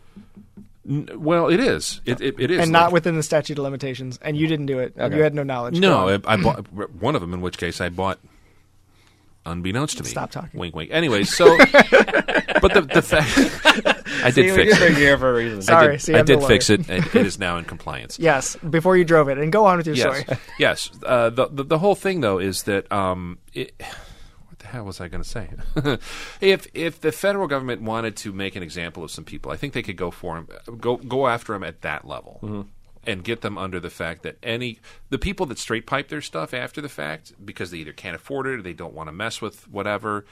S3: Well, it is. It it, it is.
S2: And not
S3: Like-
S2: within the statute of limitations. And you didn't do it. and
S1: Okay.
S2: You had no knowledge.
S3: no.
S2: Go on.
S3: I, I bought one of them. In which case, I bought unbeknownst to me.
S2: Stop talking.
S3: Wink, wink. Anyway, so but the the fact I did fix it.
S1: here for a reason.
S2: Sorry.
S3: I did,
S2: see,
S3: I
S2: I'm the
S3: did fix it. It it is now in compliance.
S2: yes, before you drove it, and go on with your
S3: yes.
S2: story.
S3: yes. Uh, the, the the whole thing though is that um, it, what the hell was I going to say? if if the federal government wanted to make an example of some people, I think they could go for 'em- go go after them at that level. And get them under the fact that any the people that straight pipe their stuff after the fact because they either can't afford it or they don't want to mess with whatever,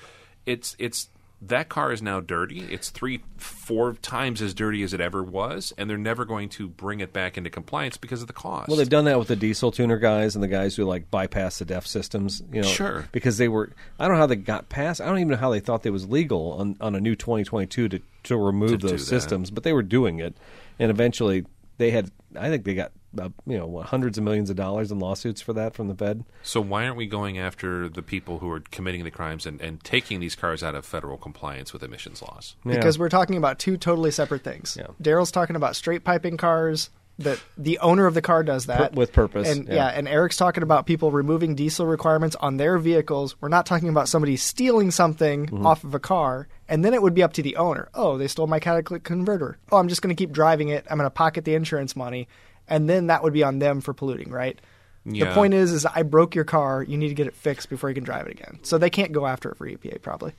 S3: it's it's that car is now dirty. It's three four times as dirty as it ever was, and they're never going to bring it back into compliance because of the cost.
S1: Well, they've done that with the diesel tuner guys and the guys who like bypass the DEF systems. You know,
S3: Sure.
S1: because they were. I don't know how they got past. I don't even know how they thought they was legal on, on a new 2022 to to remove
S3: do
S1: those
S3: that.
S1: systems, but they were doing it, and eventually they had. I think they got uh, you know what, hundreds of millions of dollars in lawsuits for that from the Fed.
S3: So why aren't we going after the people who are committing the crimes and, and taking these cars out of federal compliance with emissions laws?
S1: Yeah.
S2: because we're talking about two totally separate things.
S1: Yeah.
S2: Daryl's talking about straight piping cars that the owner of the car does that
S1: with purpose,
S2: and
S1: yeah.
S2: yeah. and Eric's talking about people removing diesel requirements on their vehicles. We're not talking about somebody stealing something
S1: Mm-hmm.
S2: off of a car, and then it would be up to the owner. Oh, they stole my catalytic converter. Oh, I'm just going to keep driving it. I'm going to pocket the insurance money, and then that would be on them for polluting, right?
S3: Yeah.
S2: The point is, is I broke your car. You need to get it fixed before you can drive it again. So they can't go after it for EPA, probably.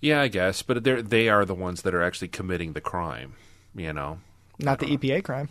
S3: Yeah, I guess, but they're they are the ones that are actually committing the crime. You know,
S2: Not the EPA crime.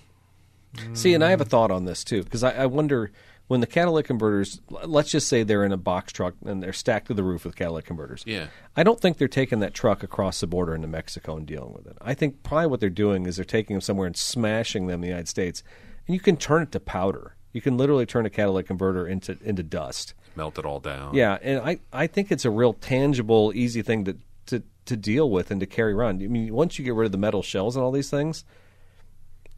S1: See, and I have a thought on this too, because I, I wonder when the catalytic converters, l- let's just say they're in a box truck and they're stacked to the roof with catalytic converters.
S3: Yeah.
S1: I don't think they're taking that truck across the border into Mexico and dealing with it. I think probably what they're doing is they're taking them somewhere and smashing them in the United States. And you can turn it to powder. You can literally turn a catalytic converter into into dust.
S3: melt it all down.
S1: Yeah, and I, I think it's a real tangible, easy thing to, to, to deal with and to carry around. I mean, once you get rid of the metal shells and all these things,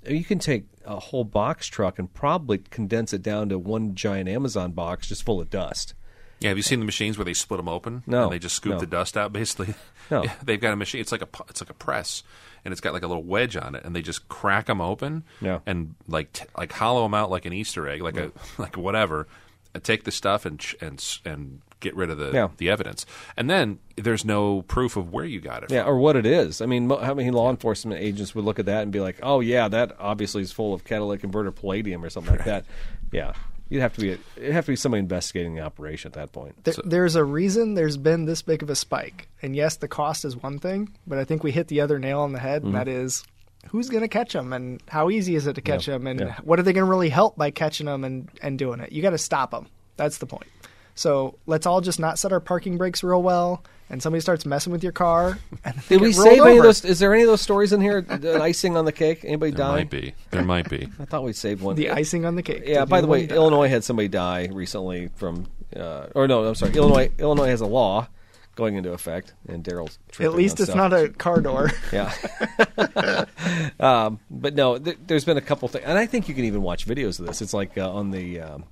S1: you can take a whole box truck and probably condense it down to one giant Amazon box just full of dust.
S3: Yeah, Have you seen the machines where they split them open?
S1: No,
S3: and they just scoop
S1: no.
S3: the dust out. Basically,
S1: No.
S3: Yeah, they've got a machine. It's like a pu- it's like a press, and it's got like a little wedge on it, and they just crack them open.
S1: Yeah.
S3: and like t- like hollow them out like an Easter egg, like a like whatever. And take the stuff and ch- and s- and get rid of the
S1: Yeah.
S3: the evidence, and then there's no proof of where you got it.
S1: Yeah, or what it is. I mean, mo- how many law enforcement agents would look at that and be like, "Oh yeah, that obviously is full of catalytic converter palladium or something like that." Yeah, you'd have to be it'd have to be somebody investigating the operation at that point.
S2: There, there's a reason there's been this big of a spike. And yes, the cost is one thing, but I think we hit the other nail on the head, and that is who's going to catch them and how easy is it to catch them and
S1: Mm-hmm. yeah.
S2: what are they going to really help by catching them and, and doing it? You got to stop them. That's the point. So let's all just not set our parking brakes real well, and somebody starts messing with your car. And they
S1: Did
S2: get
S1: we
S2: rolled
S1: save any of
S2: over.
S1: those? Is there any of those stories in here? the icing on the cake? Anybody
S3: There
S1: die?
S3: might be. There might be.
S1: I thought we saved one.
S2: The icing on the cake.
S1: Yeah.
S2: Did
S1: By the way,
S2: anyone die?
S1: uh, Illinois had somebody die recently from, uh, or no, I'm sorry. Illinois Illinois has a law going into effect, and Daryl's tripping
S2: At least
S1: on
S2: it's
S1: stuff.
S2: not a car door.
S1: Yeah. um, but no, th- there's been a couple things, and I think you can even watch videos of this. It's like uh, on the um,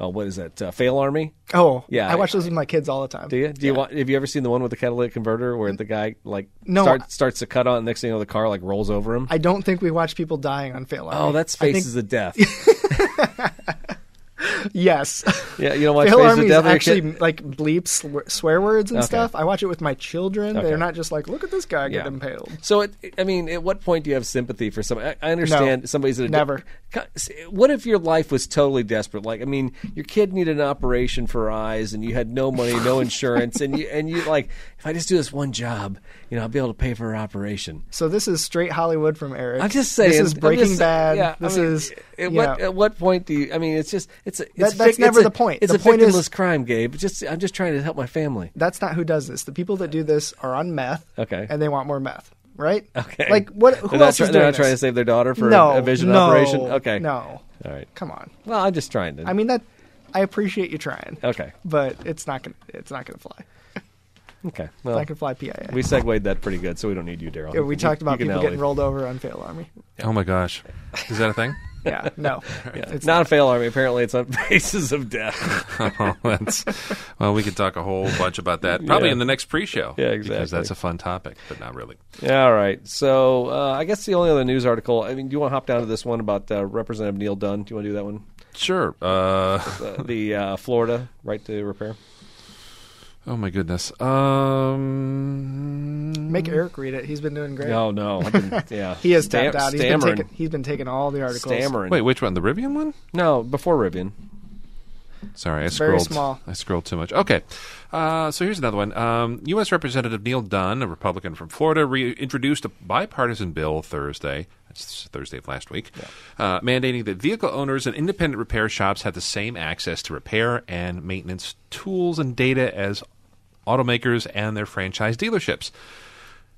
S1: uh, what is that? Uh, Fail Army.
S2: Oh,
S1: Yeah,
S2: I watch
S1: I-
S2: those with my kids all the time.
S1: Do you? Do you want? Have you ever seen the one with the catalytic converter where the guy like
S2: No, I-
S1: start, starts to cut on, and next thing you know, the car like rolls over him?
S2: I don't think we watch people dying on Fail Army.
S1: oh, that's
S2: I think-
S1: Faces of Death.
S2: yes.
S1: yeah, you know what?
S2: Fail
S1: Faces
S2: Army
S1: of
S2: is
S1: Death. are
S2: actually
S1: kid-
S2: like bleeps swear- swear words and
S1: Okay.
S2: stuff. I watch it with my children.
S1: Okay.
S2: They're not just like, look at this guy get
S1: Yeah.
S2: impaled.
S1: So, it, I mean, at what point do you have sympathy for somebody? I, I understand
S2: No,
S1: somebody's at a
S2: never.
S1: What if your life was totally desperate? Like, I mean, your kid needed an operation for eyes, and you had no money, no insurance, and you and you like, if I just do this one job, you know, I'll be able to pay for her operation.
S2: So this is straight Hollywood from Eric.
S1: I'm just saying.
S2: This is
S1: I'm
S2: Breaking
S1: just-
S2: Bad.
S1: yeah, I
S2: this
S1: mean,
S2: is
S1: At
S2: you
S1: what, uh,
S2: know,
S1: at what point do you? I mean, it's just it's a, it's
S2: That-
S1: a
S2: that's
S1: it's
S2: never
S1: a-
S2: the point.
S1: It's
S2: The
S1: a
S2: point is-
S1: victimless crime, Gabe. Just I'm just trying to help my family.
S2: that's not who does this. The people that do this are on meth.
S1: Okay.
S2: And they want more meth. Right?
S1: Okay.
S2: Like what? Who
S1: they're
S2: else
S1: not, try- they're
S2: is doing
S1: not trying to
S2: this?
S1: save their daughter for a-
S2: no,
S1: a, vision
S2: no,
S1: operation. Okay.
S2: No.
S1: All right.
S2: Come on.
S1: Well, I'm just trying to.
S2: I mean that. I appreciate you trying.
S1: Okay.
S2: But it's not gonna. It's not gonna fly.
S1: Okay. Well,
S2: Not gonna fly. PIA.
S1: we segued that pretty good, so we don't need you, Daryl.
S2: Yeah, we
S1: You-
S2: talked
S1: you
S2: about
S1: can
S2: people
S1: now
S2: getting
S1: leave.
S2: rolled over on Fail Army.
S3: Oh my gosh, is that a thing?
S2: Yeah, no. It's
S1: It's not a fail army. Apparently, it's on Faces of Death.
S3: oh, that's well, we could talk a whole bunch about that probably
S1: Yeah.
S3: in the next pre-show.
S1: Yeah,
S3: Because
S1: exactly.
S3: that's a fun topic, but not really.
S1: All right. So uh, I guess the only other news article. I mean, do you want to hop down to this one about uh, Representative Neil Dunn? Do you want to do that one?
S3: Sure. Uh,
S1: The, the uh, Florida right to repair.
S3: oh my goodness. Um,
S2: Make Eric read it. He's been doing great.
S1: No, no. I've been- yeah,
S2: He has
S1: Stam-
S2: tapped out. He's been,
S1: stammering,
S2: taking, he's been taking all the articles.
S1: stammering.
S3: wait, which one? The Rivian one?
S1: no, before Rivian.
S3: Sorry, I
S2: very
S3: scrolled.
S2: small.
S3: I scrolled too much. Okay, uh, so here's another one. Um, U.S. Representative Neil Dunn, a Republican from Florida, reintroduced a bipartisan bill Thursday. That's Thursday of last week, uh, mandating that vehicle owners and independent repair shops have the same access to repair and maintenance tools and data as automakers and their franchise dealerships.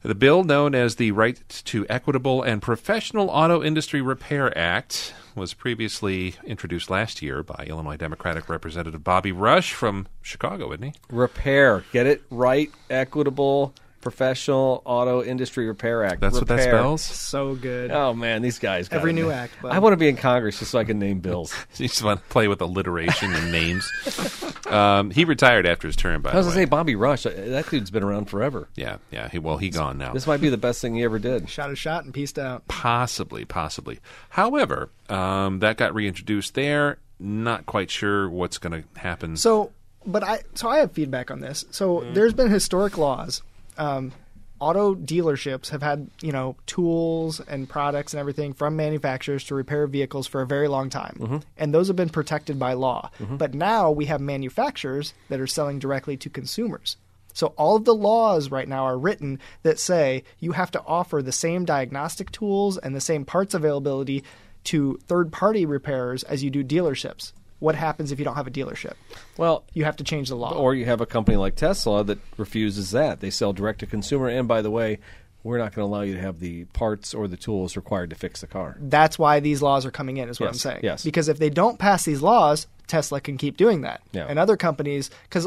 S3: The bill, known as the Right to Equitable and Professional Auto Industry Repair Act, was previously introduced last year by Illinois Democratic Representative Bobby Rush from Chicago, isn't he?
S1: Repair. Get it right. Equitable. Professional Auto Industry Repair Act.
S3: That's what that
S1: Repair.
S3: spells.
S2: So good.
S1: Oh man, these guys. got
S2: Every
S1: it.
S2: new act, bud.
S1: I want to be in Congress just so I can name bills.
S3: You just want to play with alliteration and names. Um, he retired after his term, by
S1: I was
S3: the way.
S1: gonna say Bobby Rush. uh, That dude's been around forever.
S3: yeah, yeah. He, well, he gone now.
S1: This might be the best thing he ever did.
S2: Shot a shot and pieced out.
S3: Possibly, possibly. However, um, that got reintroduced there. Not quite sure what's going to happen.
S2: So, but I so I have feedback on this. So there's been historic laws. Um, auto dealerships have had you know tools and products and everything from manufacturers to repair vehicles for a very long time, and those have been protected by law. But now we have manufacturers that are selling directly to consumers. So all of the laws right now are written that say you have to offer the same diagnostic tools and the same parts availability to third-party repairers as you do dealerships. What happens if you don't have a dealership?
S1: Well,
S2: you have to change the law.
S1: or you have a company like Tesla that refuses that. They sell direct to consumer, and by the way, we're not going to allow you to have the parts or the tools required to fix the car.
S2: That's why these laws are coming in, is what
S1: Yes,
S2: I'm saying.
S1: yes.
S2: Because if they don't pass these laws, Tesla can keep doing that.
S1: Yeah.
S2: And other companies, because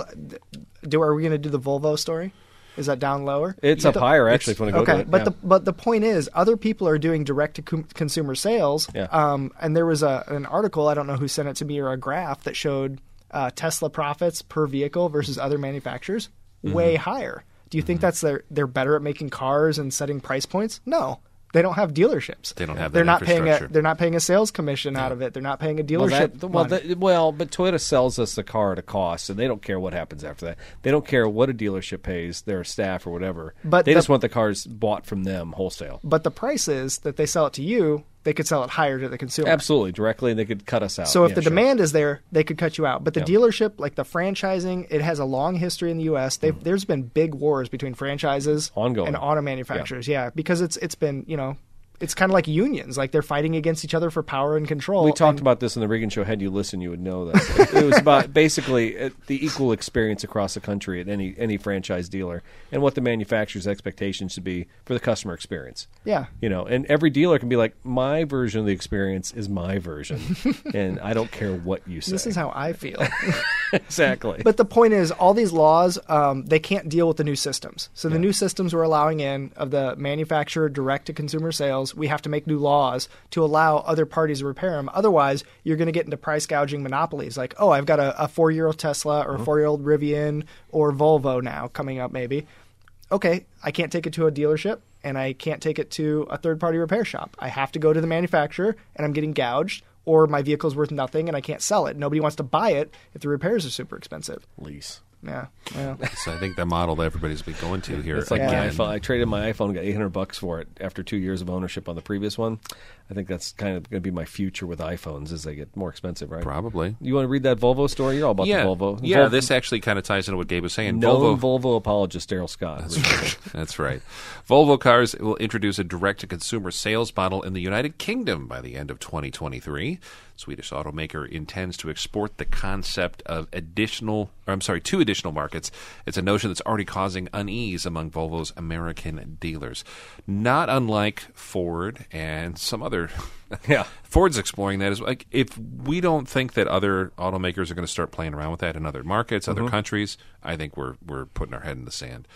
S2: do are we going to do the Volvo story? Is that down lower?
S1: It's up
S2: The-
S1: higher actually. If you want to go
S2: okay,
S1: to it.
S2: but
S1: Yeah.
S2: the but the point is, other people are doing direct to com- consumer sales.
S1: Yeah.
S2: Um, and there was a an article I don't know who sent it to me or a graph that showed uh, Tesla profits per vehicle versus other manufacturers way higher. Do you think that's their they're better at making cars and setting price points? No. They don't have dealerships.
S3: They don't have
S2: They're
S3: that
S2: not paying a.
S3: infrastructure.
S2: They're not paying a sales commission out of it. They're not paying a
S1: well,
S2: dealership.
S1: that, well,
S2: money.
S1: that- well, but Toyota sells us the car at a cost, and they don't care what happens after that. They don't care what a dealership pays their staff or whatever.
S2: But
S1: they
S2: the-
S1: just want the cars bought from them wholesale.
S2: but the prices that they sell it to you, they could sell it higher to the consumer.
S1: Absolutely, directly, and they could cut us out.
S2: So if
S1: Yeah,
S2: the
S1: sure.
S2: demand is there, they could cut you out. But the dealership, like the franchising, it has a long history in the U.S. They've, There's been big wars between franchises
S1: Mm. Ongoing.
S2: and auto manufacturers. Yeah. because it's it's been you know, it's kind of like unions, like they're fighting against each other for power and control.
S1: We talked about this in the Reagan show. Had you listened, you would know that it was about basically uh, the equal experience across the country at any any franchise dealer, and what the manufacturer's expectations should be for the customer experience.
S2: Yeah.
S1: you know, and every dealer can be like, my version of the experience is my version, and I don't care what you say.
S2: This is how I feel.
S1: exactly.
S2: But the point is, all these laws um, they can't deal with the new systems. So the new systems we're allowing in of the manufacturer direct to consumer sales, we have to make new laws to allow other parties to repair them. Otherwise, you're going to get into price gouging monopolies. Like, oh, I've got a, a four year old Tesla or a four year old Rivian or Volvo now coming up maybe. Okay, I can't take it to a dealership and I can't take it to a third party repair shop. I have to go to the manufacturer and I'm getting gouged. Or my vehicle's worth nothing and I can't sell it. Nobody wants to buy it if the repairs are super expensive.
S1: Lease.
S2: Yeah. Well,
S3: So I think the model that everybody's been going to here.
S1: It's like
S2: Yeah.
S1: my
S3: again.
S1: iPhone. I traded my iPhone, got 800 bucks for it after two years of ownership on the previous one. I think that's kind of going to be my future with iPhones as they get more expensive, right?
S3: Probably.
S1: You want to read that Volvo story? You're all about
S3: yeah,
S1: the Volvo.
S3: yeah.
S1: Volvo,
S3: This actually kind of ties into what Gabe was saying.
S1: known
S3: Volvo,
S1: Volvo, apologist Daryl Scott.
S3: That's right. Volvo Cars will introduce a direct to consumer sales model in the United Kingdom by the end of 2023. Swedish automaker intends to export the concept of additional, or I'm sorry, two additional markets. It's a notion that's already causing unease among Volvo's American dealers. Not unlike Ford and some other.
S1: Yeah.
S3: Ford's exploring that as like if we don't think that other automakers are going to start playing around with that in other markets, other countries, I think we're we're putting our head in the sand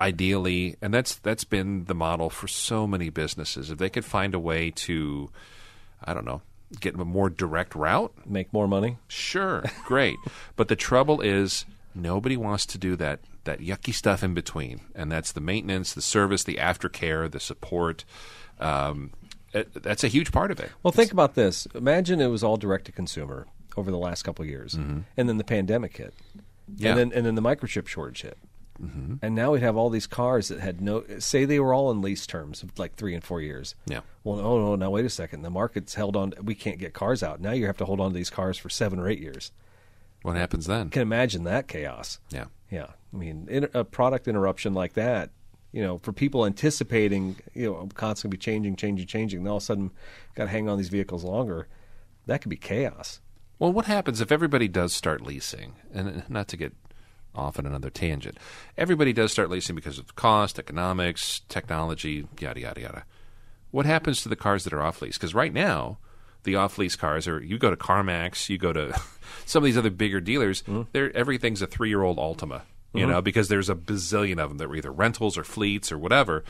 S3: ideally and that's that's been the model for so many businesses if they could find a way to i don't know get a more direct route
S1: Make more money.
S3: sure great but the trouble is nobody wants to do that that yucky stuff in between and that's the maintenance the service the aftercare the support um, it- that's a huge part of it
S1: Well, think about this. Imagine it was all direct to consumer over the last couple of years, and then the pandemic hit,
S3: Mm-hmm. Yeah. Mm-hmm.
S1: and then and then the microchip shortage hit, and now we'd have all these cars that had no. Say they were all in lease terms of like three and four years.
S3: Yeah.
S1: Well, no, no, now wait a second. The market's held on. We can't get cars out now. You have to hold on to these cars for seven or eight years.
S3: what happens then
S1: Can imagine that chaos.
S3: yeah
S1: Yeah, I mean, in, a product interruption like that, you know, for people anticipating, you know, constantly be changing, changing, changing, and all of a sudden got to hang on these vehicles longer, that could be chaos.
S3: Well, what happens if everybody does start leasing? And uh, not to get off on another tangent, everybody does start leasing because of cost, economics, technology, yada yada yada. What happens to the cars that are off lease? Because right now, the off lease cars are you go to CarMax, you go to some of these other bigger dealers. They're, everything's a three year old Altima, you know, because there's a bazillion of them that are either rentals or fleets or whatever.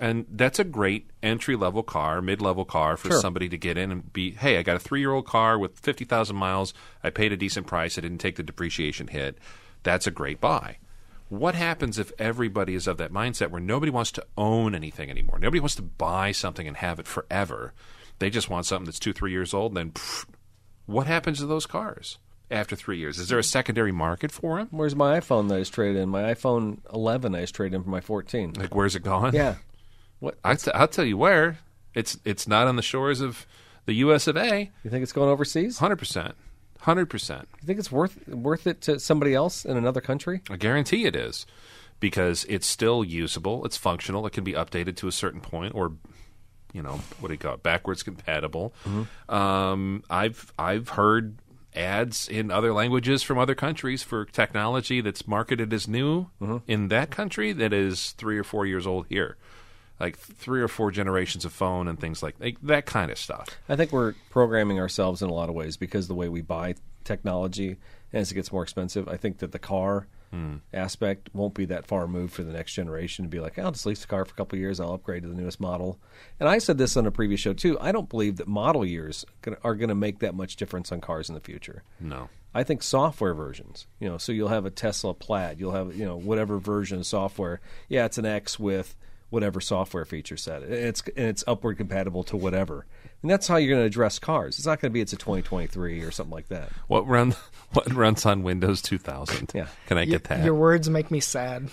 S3: And that's a great entry level car, mid level car for
S1: Sure.
S3: somebody somebody to get in and be, hey, I got a three year old car with 50,000 miles. I paid a decent price. I didn't take the depreciation hit. That's a great buy. What happens if everybody is of that mindset where nobody wants to own anything anymore? Nobody wants to buy something and have it forever. They just want something that's two, three years old. And then pfft, what happens to those cars after three years? Is there a secondary market for them?
S1: Where's my iPhone that I just traded in? My iPhone 11 I just traded in for my 14.
S3: Like, where's it gone?
S1: Yeah,
S3: I t- I'll tell you where. It's, it's not on the shores of the US of A.
S1: you think it's going overseas?
S3: 100%. 100%.
S1: You think it's worth worth it to somebody else in another country?
S3: I guarantee it is because it's still usable, it's functional, it can be updated to a certain point or you know, what do you call it? Backwards compatible. Um, I've I've heard ads in other languages from other countries for technology that's marketed as new in that country that is three or four years old here, like three or four generations of phone and things like, like that kind of stuff.
S1: I think we're programming ourselves in a lot of ways because the way we buy technology as it gets more expensive, I think that the car aspect won't be that far removed for the next generation to be like, I'll just lease the car for a couple of years, I'll upgrade to the newest model. And I said this on a previous show too. I don't believe that model years gonna- are going to make that much difference on cars in the future.
S3: No.
S1: I think software versions. You know, so you'll have a Tesla Plaid, you'll have you know whatever version of software. Yeah, it's an X with whatever software feature set. And It's and it's upward compatible to whatever. And that's how you're going to address cars. It's not going to be it's a 2023 or something like that.
S3: What run what runs on Windows 2000?
S1: Yeah.
S3: Can I get that?
S2: your words make me sad.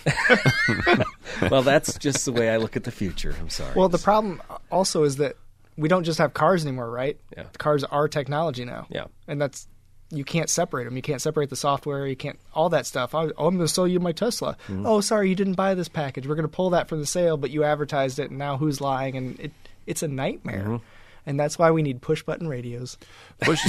S1: Well, that's just the way I look at the future. I'm sorry.
S2: Well, the problem also is that we don't just have cars anymore, right?
S1: Yeah.
S2: Cars are technology now.
S1: Yeah.
S2: And that's you can't separate them. You can't separate the software. You can't all that stuff. I, oh, I'm going to sell you my Tesla.
S1: Mm-hmm.
S2: Oh, sorry, you didn't buy this package. We're going to pull that from the sale, but you advertised it, and now who's lying? And it it's a nightmare.
S1: Mm-hmm.
S2: And that's why we need push button radios.
S3: Push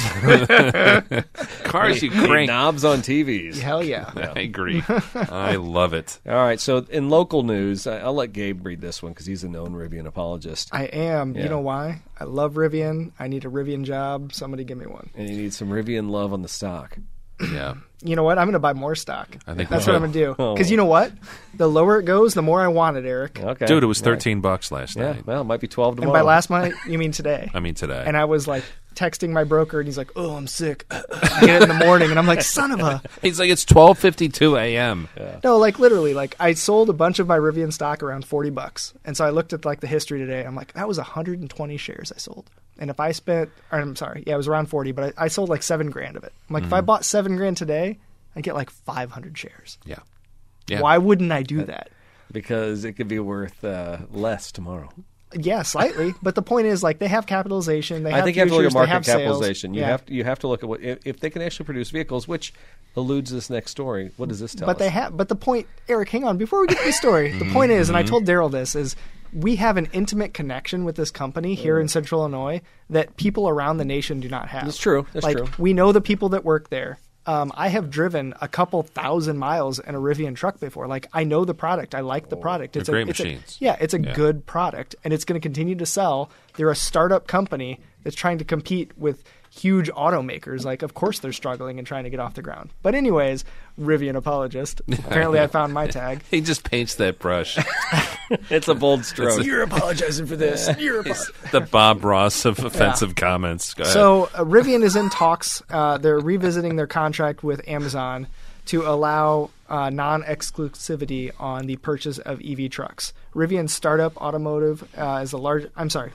S3: cars you crank.
S1: knobs on TVs.
S2: Hell yeah.
S3: I agree. I love it.
S1: All right. So in local news, I, I'll let Gabe read this one because he's a known Rivian apologist,
S2: I am.
S1: Yeah.
S2: You know why? I love Rivian. I need a Rivian job. Somebody give me one.
S1: and he needs some Rivian love on the stock.
S3: yeah.
S2: you know what? I'm going to buy more stock.
S3: I think we
S2: that's what I'm
S3: will.
S2: going to do.
S1: Oh.
S2: Because you know what? The lower it goes, the more I want it, Eric.
S1: Okay.
S3: Dude, it was
S1: Yeah.
S3: 13 bucks last
S1: Yeah.
S3: night.
S1: Well, it might be twelve
S2: And
S1: tomorrow.
S2: by last night, you mean today.
S3: I mean, today.
S2: and I was like texting my broker, and he's like, "Oh, I'm sick." I get it in the morning, and I'm like, "Son of a."
S3: He's like, it's 12.52 a.m.
S2: No, like literally, like I sold a bunch of my Rivian stock around forty bucks, and so I looked at like the history today. I'm like, that was 120 shares I sold, and if I spent, or I'm sorry, yeah, it was around forty, but I, I sold like seven grand of it. I'm like, if I
S3: Mm-hmm.
S2: bought seven grand today, I'd get like 500 shares.
S3: Yeah. Yeah.
S2: Why wouldn't I do that?
S1: because it could be worth uh, less tomorrow.
S2: Yeah, slightly, but the point is, like, they have capitalization. They
S1: I
S2: have
S1: think you have to look at
S2: futures, they
S1: market
S2: have sales.
S1: capitalization. You
S2: Yeah.
S1: have to, you have to look at what if, if they can actually produce vehicles, which eludes this next story. What does this tell
S2: But
S1: us? Mm-hmm,
S2: they have. But the point, Eric, hang on. Before we get to the story, the point is, and I told Daryl this is. We have an intimate connection with this company
S1: Mm.
S2: here in Central Illinois that people around the nation do not have.
S1: That's true. That's
S2: like,
S1: true.
S2: We know the people that work there. Um, I have driven a couple thousand miles in a Rivian truck before. Like I know the product. I like the product. It's
S3: Oh, great
S2: a, it's
S3: machines.
S2: A, yeah, it's a good product, and it's going to continue to sell. They're a startup company that's trying to compete with huge automakers. Like, of course, they're struggling and trying to get off the ground. But anyways, Rivian apologist. Apparently, I found my tag.
S3: He just paints that brush.
S1: it's a bold stroke.
S2: You're apologizing for this. You're apologizing.
S3: the Bob Ross of offensive comments. Go ahead.
S2: So uh, Rivian is in talks. Uh, they're revisiting their contract with Amazon to allow uh, non-exclusivity on the purchase of EV trucks. Rivian startup automotive uh, is the large. I'm sorry.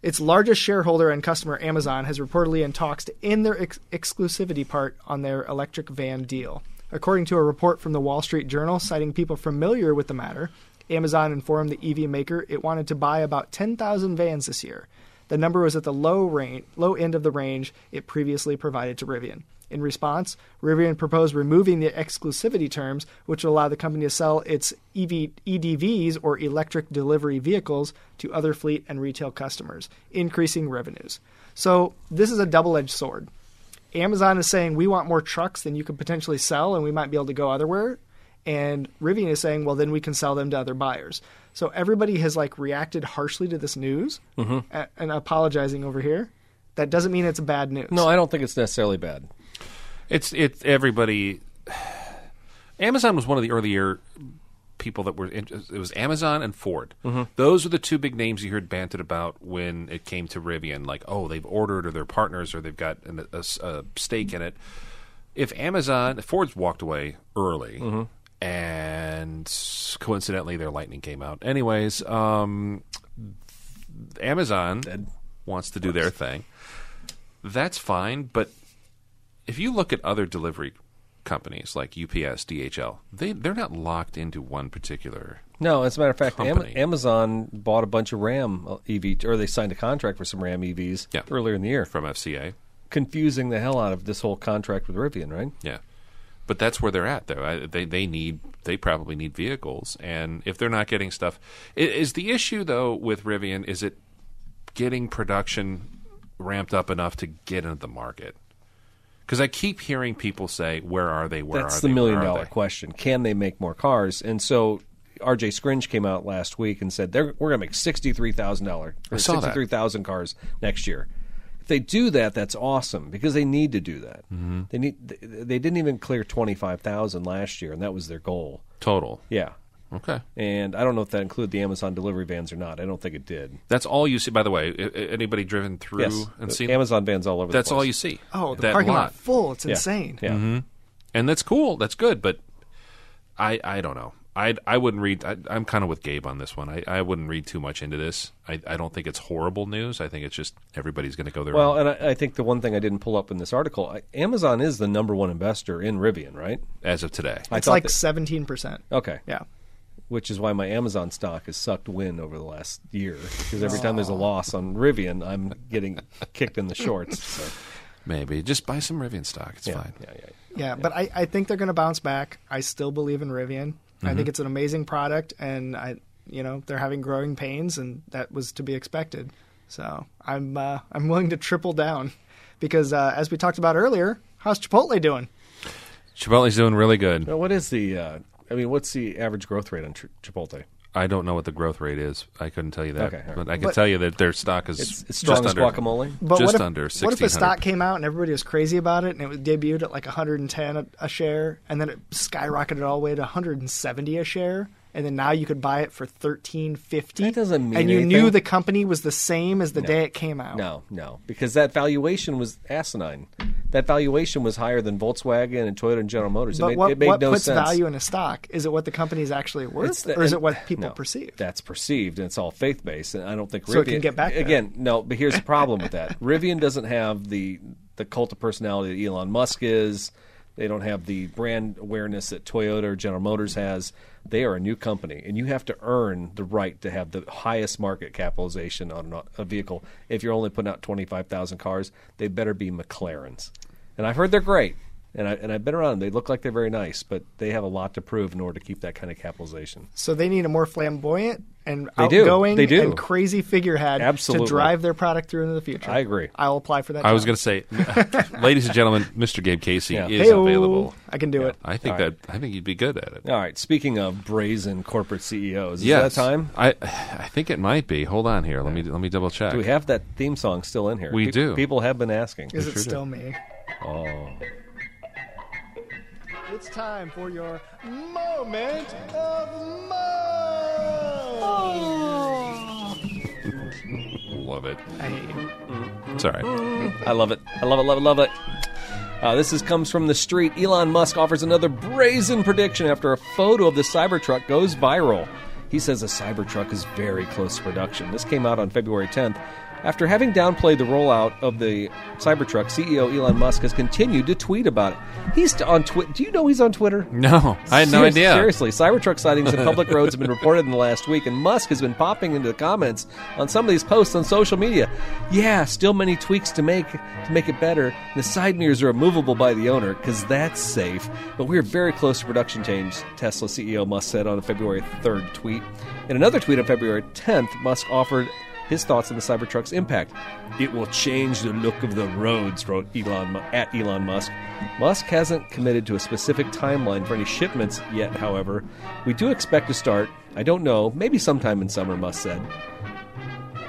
S2: Its largest shareholder and customer, Amazon, has reportedly in talks to end their ex- exclusivity part on their electric van deal. According to a report from the Wall Street Journal citing people familiar with the matter, Amazon informed the EV maker it wanted to buy about 10,000 vans this year. The number was at the low, range, low end of the range it previously provided to Rivian. In response, Rivian proposed removing the exclusivity terms, which will allow the company to sell its E EV, EDVs or electric delivery vehicles to other fleet and retail customers, increasing revenues. So, this is a double edged sword. Amazon is saying we want more trucks than you could potentially sell, and we might be able to go otherwhere. And Rivian is saying, well, then we can sell them to other buyers. So everybody has like reacted harshly to this news
S1: Mm-hmm.
S2: a- and apologizing over here. That doesn't mean it's bad news.
S1: No, I don't think it's necessarily bad.
S3: it's it's everybody. Amazon was one of the earlier people that were. in- It was Amazon and Ford. Those are the two big names you heard banted about when it came to Rivian. Like, oh, they've ordered or they're partners or they've got an, a, s- a stake in it. If Amazon, Ford's walked away early, and coincidentally, their Lightning came out. Anyways, um, Amazon wants to do their thing. That's fine, but if you look at other delivery companies like UPS, DHL, they they're not locked into one particular.
S1: No, as a matter of fact, Am-
S3: Company.
S1: Amazon bought a bunch of Ram EV, or they signed a contract for some Ram EVs
S3: Yeah.
S1: earlier in the year,
S3: from FCA.
S1: confusing the hell out of this whole contract with Rivian, right?
S3: Yeah, but that's where they're at though. I, they they need they probably need vehicles, and if they're not getting stuff, i- is the issue though with Rivian is it getting production ramped up enough to get into the market? Because I keep hearing people say, "Where are they? Where
S1: That's
S3: are
S1: the
S3: they?
S1: million
S3: Where are
S1: dollar
S3: they?"
S1: question. Can they make more cars? And so RJ Scringe came out last week and said they're we're going to make $63,000 or
S3: saw that.
S1: 63,000 cars next year. If they do that, that's awesome because they need to do that.
S3: Mm-hmm.
S1: They need th- they didn't even clear 25,000 last year and that was their goal.
S3: total."
S1: Yeah.
S3: Okay.
S1: And I don't know if that included the Amazon delivery vans or not. I don't think it did.
S3: That's all you see. By the way, i- i- anybody driven through
S1: Yes.
S3: and
S1: The
S3: seen
S1: Amazon vans all over
S3: That's
S1: the place.
S3: all mm-hmm. you see.
S2: Oh, the
S3: that
S2: parking
S3: lot.
S2: lot full. It's
S1: Yeah.
S2: insane.
S1: Yeah.
S3: and that's cool. That's good, but I I don't know. I I wouldn't read. I, I'm kind of with Gabe on this one. I, I wouldn't read too much into this. I, I don't think it's horrible news. I think it's just everybody's going to go their
S1: Well,
S3: own,
S1: and I, I think the one thing I didn't pull up in this article, I, Amazon is the number one investor in Rivian, right?
S3: as of today.
S1: I
S2: It's
S1: thought
S2: like
S1: that-
S2: 17%.
S1: Okay.
S2: Yeah.
S1: which is why my Amazon stock has sucked wind over the last year. Because every time there's a loss on Rivian, I'm getting kicked in the shorts. So,
S3: Maybe just buy some Rivian stock. It's fine.
S1: yeah, yeah.
S2: Yeah, but I, I think they're going to bounce back. I still believe in Rivian. I
S1: Mm-hmm.
S2: think it's an amazing product, and I, you know, they're having growing pains, and that was to be expected. So I'm uh, I'm willing to triple down, because uh, as we talked about earlier, how's Chipotle doing?
S3: Chipotle's doing really good.
S1: Now, what is the? Uh, I mean, what's the average growth rate on Tri- Chipotle?
S3: I don't know what the growth rate is. I couldn't tell you that.
S1: Okay, all right.
S3: But I can
S2: But-
S3: tell you that their stock is
S1: It's, it's
S3: just
S1: strong as
S3: under-
S1: guacamole.
S2: But what
S3: Just
S2: if,
S3: under
S2: What if the
S3: 1600.
S2: stock came out and everybody was crazy about it and it was debuted at like 110 a, a share and then it skyrocketed all the way to 170 a share and then now you could buy it for 1350?
S1: That doesn't mean
S2: And you knew
S1: anything.
S2: the company was the same as the day it came out.
S1: No, no, because that valuation was asinine. That valuation was higher than Volkswagen and Toyota and General Motors. It
S2: But
S1: made,
S2: what,
S1: it made
S2: what
S1: no
S2: puts
S1: sense.
S2: value in a stock? Is it what the company is actually worth,
S1: It's the-
S2: or is
S1: and-
S2: it what people
S1: no,
S2: perceive?
S1: That's perceived, and it's all faith based. And I don't think
S2: So it
S1: Rivian-
S2: can get back there.
S1: again. No, but here's the problem with that: Rivian doesn't have the the cult of personality that Elon Musk is. They don't have the brand awareness that Toyota or General Motors has. They are a new company, and you have to earn the right to have the highest market capitalization on an- a vehicle. If you're only putting out twenty five thousand cars, they better be McLarens. And I've heard they're great, and I and I've been around. them. They look like they're very nice, but they have a lot to prove in order to keep that kind of capitalization.
S2: So they need a more flamboyant and
S1: They do.
S2: outgoing
S1: They do.
S2: and crazy figurehead
S1: Absolutely.
S2: to drive their product through into the future.
S1: I agree.
S2: I will apply for that.
S3: I was
S2: job.
S3: going to say, ladies and gentlemen, Mr. Gabe Casey
S1: Yeah.
S3: is
S2: Hey-o,
S3: available.
S2: I can do it.
S3: I think that I think you'd be good at it.
S1: All right. Speaking of brazen corporate CEOs, is
S3: Yes.
S1: that time?
S3: I I think it might be. Hold on here. Let me let me double check.
S1: Do we have that theme song still in here?
S3: We do.
S1: People have been asking.
S2: Is
S3: I
S2: it
S3: sure do.
S2: still me?
S1: Oh.
S2: It's time for your moment of
S3: Oh.
S2: mo.
S3: Love it.
S2: I hate you.
S3: It's all right.
S1: I love it. I love it. Love it. Love it. Uh, this is comes from the street. Elon Musk offers another brazen prediction after a photo of the Cybertruck goes viral. He says the Cybertruck is very close to production. This came out on February 10th. After having downplayed the rollout of the Cybertruck, CEO Elon Musk has continued to tweet about it. He's on Twitter. Do you know he's on Twitter?
S3: No, I had no
S1: Serious-
S3: idea.
S1: Seriously, Cybertruck sightings in public roads have been reported in the last week, and Musk has been popping into the comments on some of these posts on social media. Yeah, still many tweaks to make to make it better. The side mirrors are removable by the owner because that's safe. But we're very close to production change. Tesla CEO Musk said on a February 3rd tweet. In another tweet on February 10th, Musk offered his thoughts on the Cybertruck's impact. It will change the look of the roads, wrote Elon Mu- at Elon Musk. Musk hasn't committed to a specific timeline for any shipments yet, however. We do expect to start, I don't know, maybe sometime in summer, Musk said.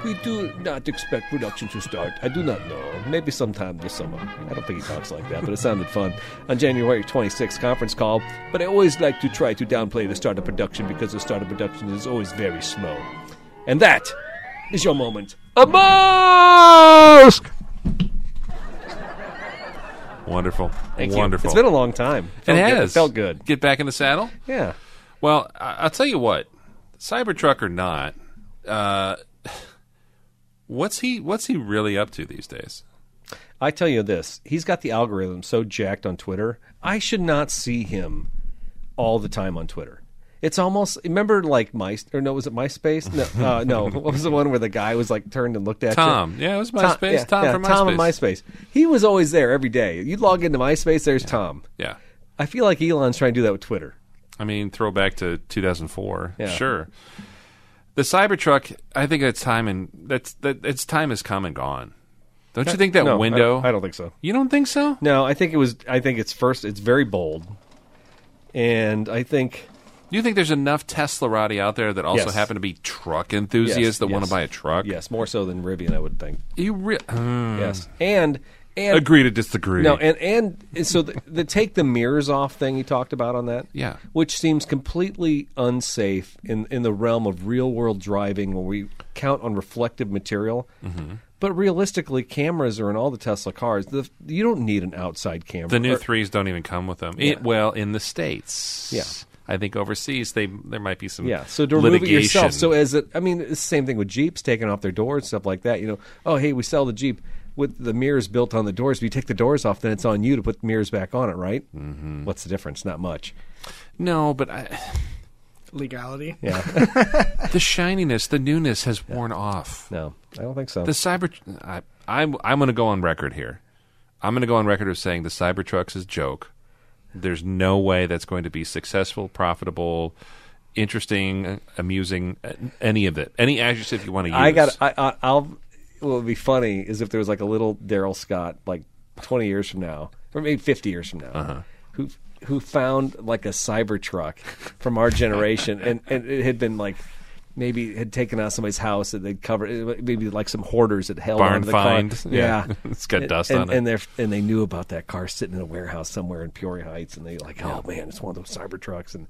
S1: We do not expect production to start. I do not know. Maybe sometime this summer. I don't think he talks like that, but it sounded fun. On January 26th conference call, but I always like to try to downplay the start of production because the start of production is always very slow. And that is your moment. A mask!
S3: Wonderful.
S1: Thank you.
S3: Wonderful.
S1: It's been a long time. Felt
S3: it
S1: good.
S3: has
S1: It felt good.
S3: Get back in the saddle.
S1: Yeah.
S3: Well, I- I'll tell you what, Cybertruck or not, uh, what's he what's he really up to these days?
S1: I tell you this, he's got the algorithm so jacked on Twitter. I should not see him all the time on Twitter. It's almost remember like my or no was it MySpace? No, uh, no. What was the one where the guy was like turned and looked at
S3: Tom,
S1: you?
S3: yeah, it was MySpace.
S1: yeah,
S3: Tom
S1: yeah,
S3: from
S1: Tom on
S3: MySpace.
S1: MySpace. He was always there every day. You'd log into MySpace, there's Tom.
S3: Yeah,
S1: I feel like Elon's trying to do that with Twitter.
S3: I mean, throwback to 2004.
S1: Yeah.
S3: Sure. The Cybertruck, I think that's time and that's that its time is come and gone. Don't you think that
S1: No, I-
S3: window?
S1: I don't think so.
S3: You don't think so?
S1: No, I think it was. I think it's first. It's very bold, and I think
S3: You think there's enough Teslarati out there that also
S1: Yes.
S3: happen to be truck enthusiasts
S1: Yes,
S3: that want
S1: yes.
S3: to buy a truck?
S1: yes, more so than Rivian, I would think.
S3: You re- uh,
S1: Yes, and and
S3: agree to disagree.
S1: No, and and and so the, the take the mirrors off thing you talked about on that,
S3: Yeah.
S1: which seems completely unsafe in in the realm of real world driving where we count on reflective material.
S3: Mm-hmm.
S1: But realistically, cameras are in all the Tesla cars. The, you don't need an outside camera.
S3: The new
S1: Or-
S3: threes don't even come with them. It- well, in the states,
S1: Yeah.
S3: I think overseas they there might be some
S1: Yeah, so to remove
S3: litigation.
S1: it yourself. So as it, I mean, it's the same thing with Jeeps taking off their doors, stuff like that. You know, oh hey, we sell the Jeep with the mirrors built on the doors. If you take the doors off, then it's on you to put the mirrors back on it, right? Mm-hmm. What's the difference? Not much.
S3: no, but I,
S2: Legality.
S1: Yeah,
S3: the shininess, the newness has worn off.
S1: no, I don't think so.
S3: The cyber, I, I'm I'm going to go on record here. I'm going to go on record of saying the Cybertruck's is a joke. There's no way that's going to be successful, profitable, interesting, amusing, uh, any of it, any adjective you want to use.
S1: I got. I, I, I'll. What would be funny is if there was
S3: Uh-huh.
S1: like a little Daryl Scott, like twenty years from now, or maybe fifty years from now, who who found like a Cybertruck from our generation, and and it had been like. Maybe had taken out somebody's house and they'd covered maybe like some hoarders had held
S3: Barn
S1: onto the
S3: find.
S1: car.
S3: Yeah.
S1: Yeah,
S3: It's got
S1: And-
S3: dust
S1: and,
S3: on it.
S1: And they and they knew about that car sitting in a warehouse somewhere in Peoria Heights, and they like, oh man, it's one of those Cybertrucks, and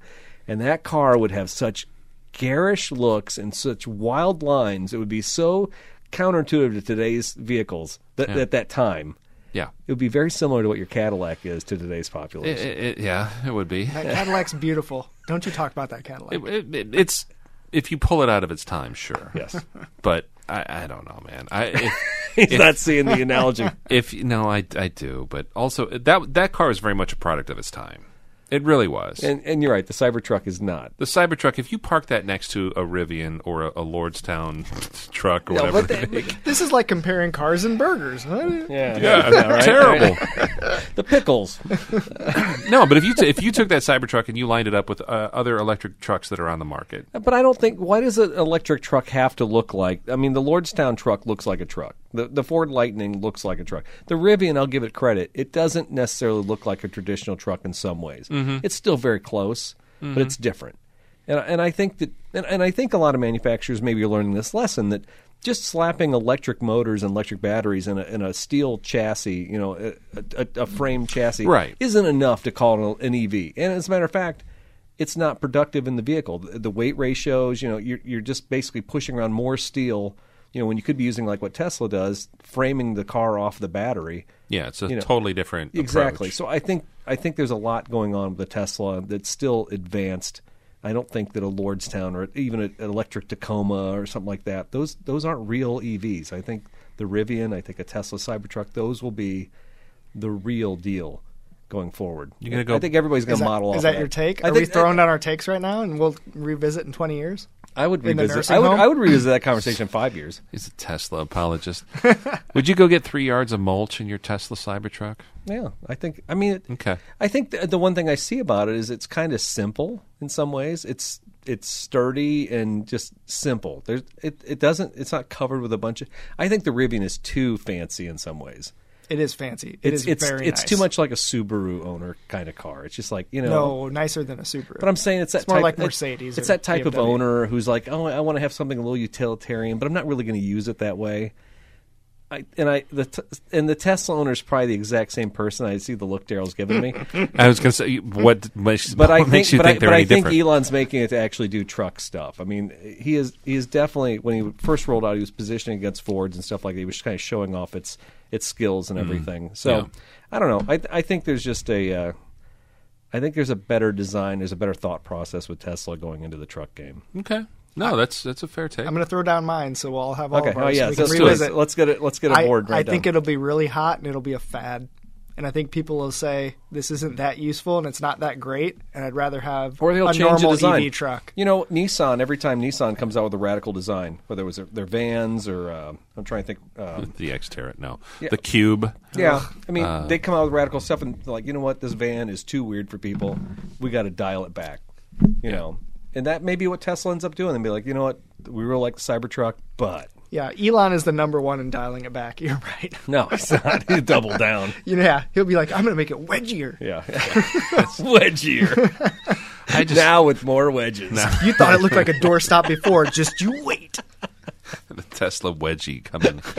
S1: and that car would have such garish looks and such wild lines. It would be so counterintuitive to today's vehicles that
S3: Yeah.
S1: at that time.
S3: Yeah.
S1: It would be very similar to what your Cadillac is to today's
S3: It-
S1: population.
S3: it- it- yeah, it would be.
S2: That Cadillac's beautiful. Don't you talk about that Cadillac.
S3: It- it- it- it's if you pull it out of its time, sure.
S1: yes,
S3: But I, I don't know, man. I if,
S1: he's not seeing the analogy.
S3: if no, I, I do. But also that that car is very much a product of its time. It really was.
S1: And and you're right, the Cybertruck is not.
S3: the Cybertruck, if you park that next to a Rivian or a, a Lordstown truck or
S1: No,
S3: whatever,
S1: but the,
S2: This is like comparing cars and burgers. huh?
S1: yeah,
S3: Yeah,
S1: right?
S3: terrible.
S1: The pickles.
S3: no, but if you t- if you took that Cybertruck and you lined it up with uh, other electric trucks that are on the market,
S1: But I don't think. Why does an electric truck have to look like? I mean, the Lordstown truck looks like a truck. The the Ford Lightning looks like a truck. The Rivian, I'll give it credit. It doesn't necessarily look like a traditional truck in some ways. It's still very close, but it's different. And and I think that and, and I think a lot of manufacturers maybe are learning this lesson that just slapping electric motors and electric batteries in a, in a steel chassis, you know, a, a, a frame chassis,
S3: Right.
S1: isn't enough to call it an EV. And as a matter of fact, it's not productive in the vehicle. The, the weight ratios, you know, you're, you're just basically pushing around more steel. You know, when you could be using like what Tesla does, framing the car off the battery.
S3: yeah, it's a
S1: You know,
S3: totally different
S1: Exactly.
S3: approach.
S1: So I think I think there's a lot going on with the Tesla that's still advanced. I don't think that a Lordstown or even a- an electric Tacoma or something like that. Those those aren't real EVs. I think the Rivian, I think a Tesla Cybertruck, those will be the real deal going forward.
S3: You're gonna go-
S1: I think everybody's going
S2: Is
S1: to
S2: that-
S1: model off
S2: is
S1: of
S2: that your take?
S1: I
S2: Are we
S1: think,
S2: throwing down our takes right now, and we'll revisit in twenty years?
S1: I would
S2: in the
S1: revisit.
S2: nursing
S1: I would
S2: home?
S1: I would revisit that conversation in 5 years.
S3: He's a Tesla apologist. Would you go get three yards of mulch in your Tesla Cybertruck?
S1: Yeah, I think. I mean, it,
S3: Okay.
S1: I think the, the one thing I see about it is it's kind of simple in some ways. It's it's sturdy and just simple. There's it. It doesn't. It's not covered with a bunch of. I think the Rivian is too fancy in some ways.
S2: It is fancy. It
S1: It's
S2: is
S1: it's
S2: very.
S1: it's
S2: nice.
S1: too much like a Subaru owner kind of car. It's just like you know.
S2: No, nicer than a Subaru.
S1: But I'm saying it's that
S2: It's more
S1: type,
S2: like
S1: it-
S2: Mercedes
S1: It's
S2: or
S1: that type of
S2: BMW.
S1: owner who's like, oh, I want to have something a little utilitarian, but I'm not really going to use it that way. I, and I the t- and the Tesla owner is probably the exact same person. I see the look Daryl's giving me.
S3: I was going to say, what makes,
S1: but I
S3: what
S1: think,
S3: makes you
S1: but
S3: think
S1: I,
S3: they're
S1: but
S3: any
S1: I think
S3: different?
S1: Elon's making it to actually do truck stuff. I mean, he is he is definitely when he first rolled out, he was positioning against Fords and stuff like that. He was kind of showing off its its skills and everything. So
S3: Mm-hmm. Yeah.
S1: I don't know. I I think there's just a uh, I think there's a better design, there's a better thought process with Tesla going into the truck game.
S3: okay. No, that's that's a fair take.
S2: I'm going to throw down mine, so we'll all have all
S1: Okay.
S2: of ours.
S1: Oh yeah.
S2: so we
S1: So
S2: can
S1: let's, do
S2: revisit.
S1: it. let's get it. Let's get
S2: I,
S1: a board.
S2: I
S1: Right
S2: think it'll be really hot and it'll be a fad. And I think people will say this isn't that useful and it's not that great. And I'd rather have
S1: or they'll
S2: a
S1: change the
S2: normal
S1: design.
S2: EV truck.
S1: You know, Nissan. Every time Nissan comes out with a radical design, whether it was their, their vans or uh, I'm trying to think. Uh,
S3: the Xterra, no,
S1: Yeah.
S3: the Cube.
S1: Yeah, I mean,
S3: Uh,
S1: they come out with radical stuff, and they're like, you know what, this van is too weird for people. We got to dial it back, you know. And that may be what Tesla ends up doing. They'd be like, you know what, we really like the Cybertruck, but
S2: Yeah, Elon is the number one in dialing it back. You're right.
S1: no, it's not. You Double down.
S2: You know, yeah, he'll be like, I'm going to make it wedgier.
S1: Yeah, wedgier.
S3: I just
S1: now with more wedges.
S2: You thought it looked like a doorstop before. Just you wait.
S3: the Tesla wedgie coming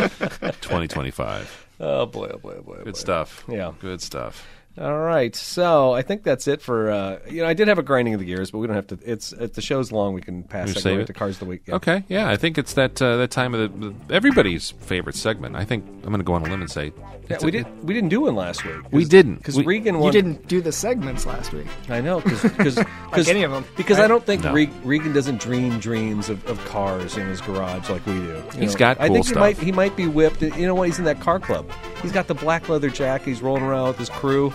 S3: 2025.
S1: Oh boy, oh boy, oh boy. oh, boy.
S3: Good stuff.
S1: Yeah.
S3: good stuff.
S1: All right, so I think that's it for uh, you know. I did have a grinding of the gears, but we don't have to. It's if the show's long. We can pass
S3: Just
S1: that
S3: save
S1: right
S3: it?
S1: to cars of the week. Yeah.
S3: Okay, yeah, I think it's that uh, that time of the, the everybody's favorite segment. I think I'm going to go on a limb and say
S1: Yeah,
S3: it's
S1: we
S3: a-
S1: did. We didn't do one last week.
S3: We didn't.
S1: because
S3: We-
S1: Regan won.
S2: You didn't do the segments last week.
S1: I know because
S2: Like any of 'em,
S1: because I
S2: right?
S1: don't think
S3: No.
S1: Reg Regan doesn't dream dreams of, of cars in his garage like we do. He's
S3: He's got
S1: I
S3: cool
S1: think
S3: stuff.
S1: he might he might be whipped. You know what? He's in that car club. He's got the black leather jacket. He's rolling around with his crew.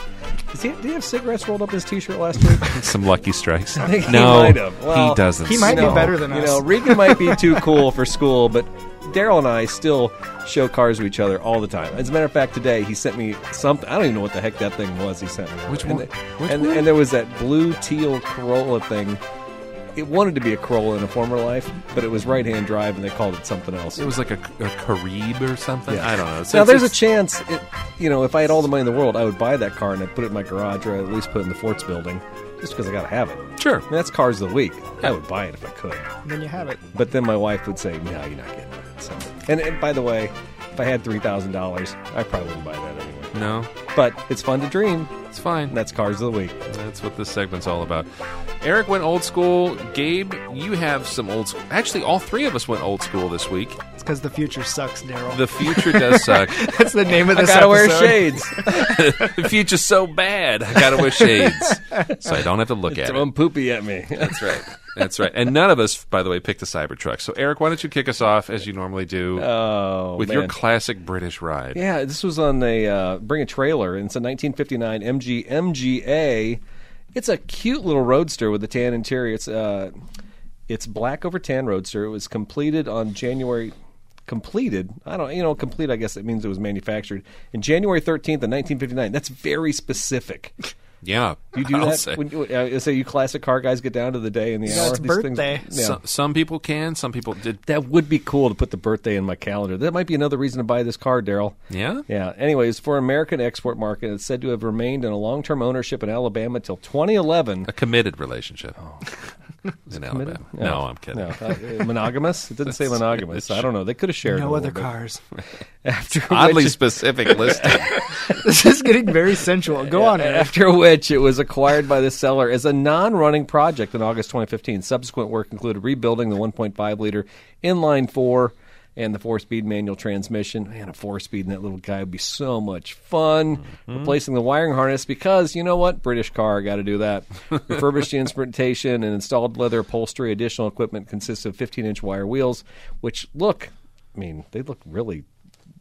S1: Does he, did he have cigarettes rolled up in his t-shirt last week?
S3: some lucky strikes.
S1: think he
S3: no,
S1: might have. Well,
S3: he doesn't.
S2: he might be
S3: No.
S2: better than
S1: you
S2: us.
S1: know, Regan might be too cool for school, but Daryl and I still show cars to each other all the time. As a matter of fact, today he sent me something. I don't even know what the heck that thing was. He sent me
S3: Which
S1: and,
S3: one?
S1: the-
S3: Which
S1: and,
S3: one?
S1: and there was that blue teal Corolla thing. It wanted to be a Corolla in a former life, but it was right-hand drive, and they called it something else.
S3: It was like a, a Carib or something.
S1: Yeah.
S3: I don't know. It's-
S1: now
S3: it's-
S1: there's a
S3: it's-
S1: chance. It, you know, if I had all the money in the world, I would buy that car and I'd put it in my garage or I'd at least put it in the Forts building just because I got to have it.
S3: Sure.
S1: I mean, that's cars of the week. I would buy it if I could.
S2: And then you have it.
S1: But then my wife would say, no, you're not getting it. So, and, and by the way, if I had $3,000, I probably wouldn't buy that anyway.
S3: No,
S1: But it's fun to dream.
S3: it's fine.
S1: And that's Cars of the Week.
S3: That's what this segment's all about. Eric went old school. Gabe, you have some old school. Actually, all three of us went old school this week.
S2: It's because the future sucks, Daryl.
S3: The future does suck.
S2: That's the name of
S1: I
S2: this
S1: gotta wear
S2: episode.
S1: shades.
S3: the future's so bad. I gotta wear shades so I don't have to look at it.
S1: Someone poopy at me.
S3: That's right. That's right. And none of us, by the way, picked a Cybertruck. So Eric, why don't you kick us off as you normally do
S1: oh,
S3: with your
S1: man.
S3: classic British ride?
S1: Yeah, this was on a uh, bring a trailer. and It's a 1959 MG MGA. It's a cute little roadster with a tan interior. It's uh, it's black over tan roadster. It was completed on January completed. I don't you know complete. I guess it means it was manufactured in January 13th of 1959. That's very specific.
S3: Yeah,
S1: You do
S3: I'll
S1: that
S3: say.
S1: when you, uh, so you classic car guys get down to the day and the
S2: Yeah,
S1: hour.
S2: it's
S1: These things-
S2: birthday.
S1: yeah.
S3: some, some people can. Some people did.
S1: That would be cool to put the birthday in my calendar. That might be another reason to buy this car, Daryl.
S3: Yeah?
S1: Yeah. Anyways, for American export market, it's said to have remained in a long-term ownership in Alabama till 2011.
S3: A committed relationship.
S1: Oh.
S3: in Alabama. No, I'm kidding.
S1: No, uh, monogamous? It didn't say monogamous. I don't know. They could have shared.
S2: No
S1: a
S2: other
S1: little bit.
S2: cars.
S1: After
S3: Oddly
S1: which,
S3: specific listing.
S2: this is getting very sensual. Go on, Eric.
S1: after which it was acquired by the seller as a non-running project in August 2015. Subsequent work included rebuilding the 1.5 liter inline four and the four-speed manual transmission. Man, a four-speed in that little guy would be so much fun. Replacing the wiring harness because you know what, British car got to do that. Refurbished the instrumentation and installed leather upholstery. Additional equipment consists of 15-inch wire wheels, which look, I mean, they look really.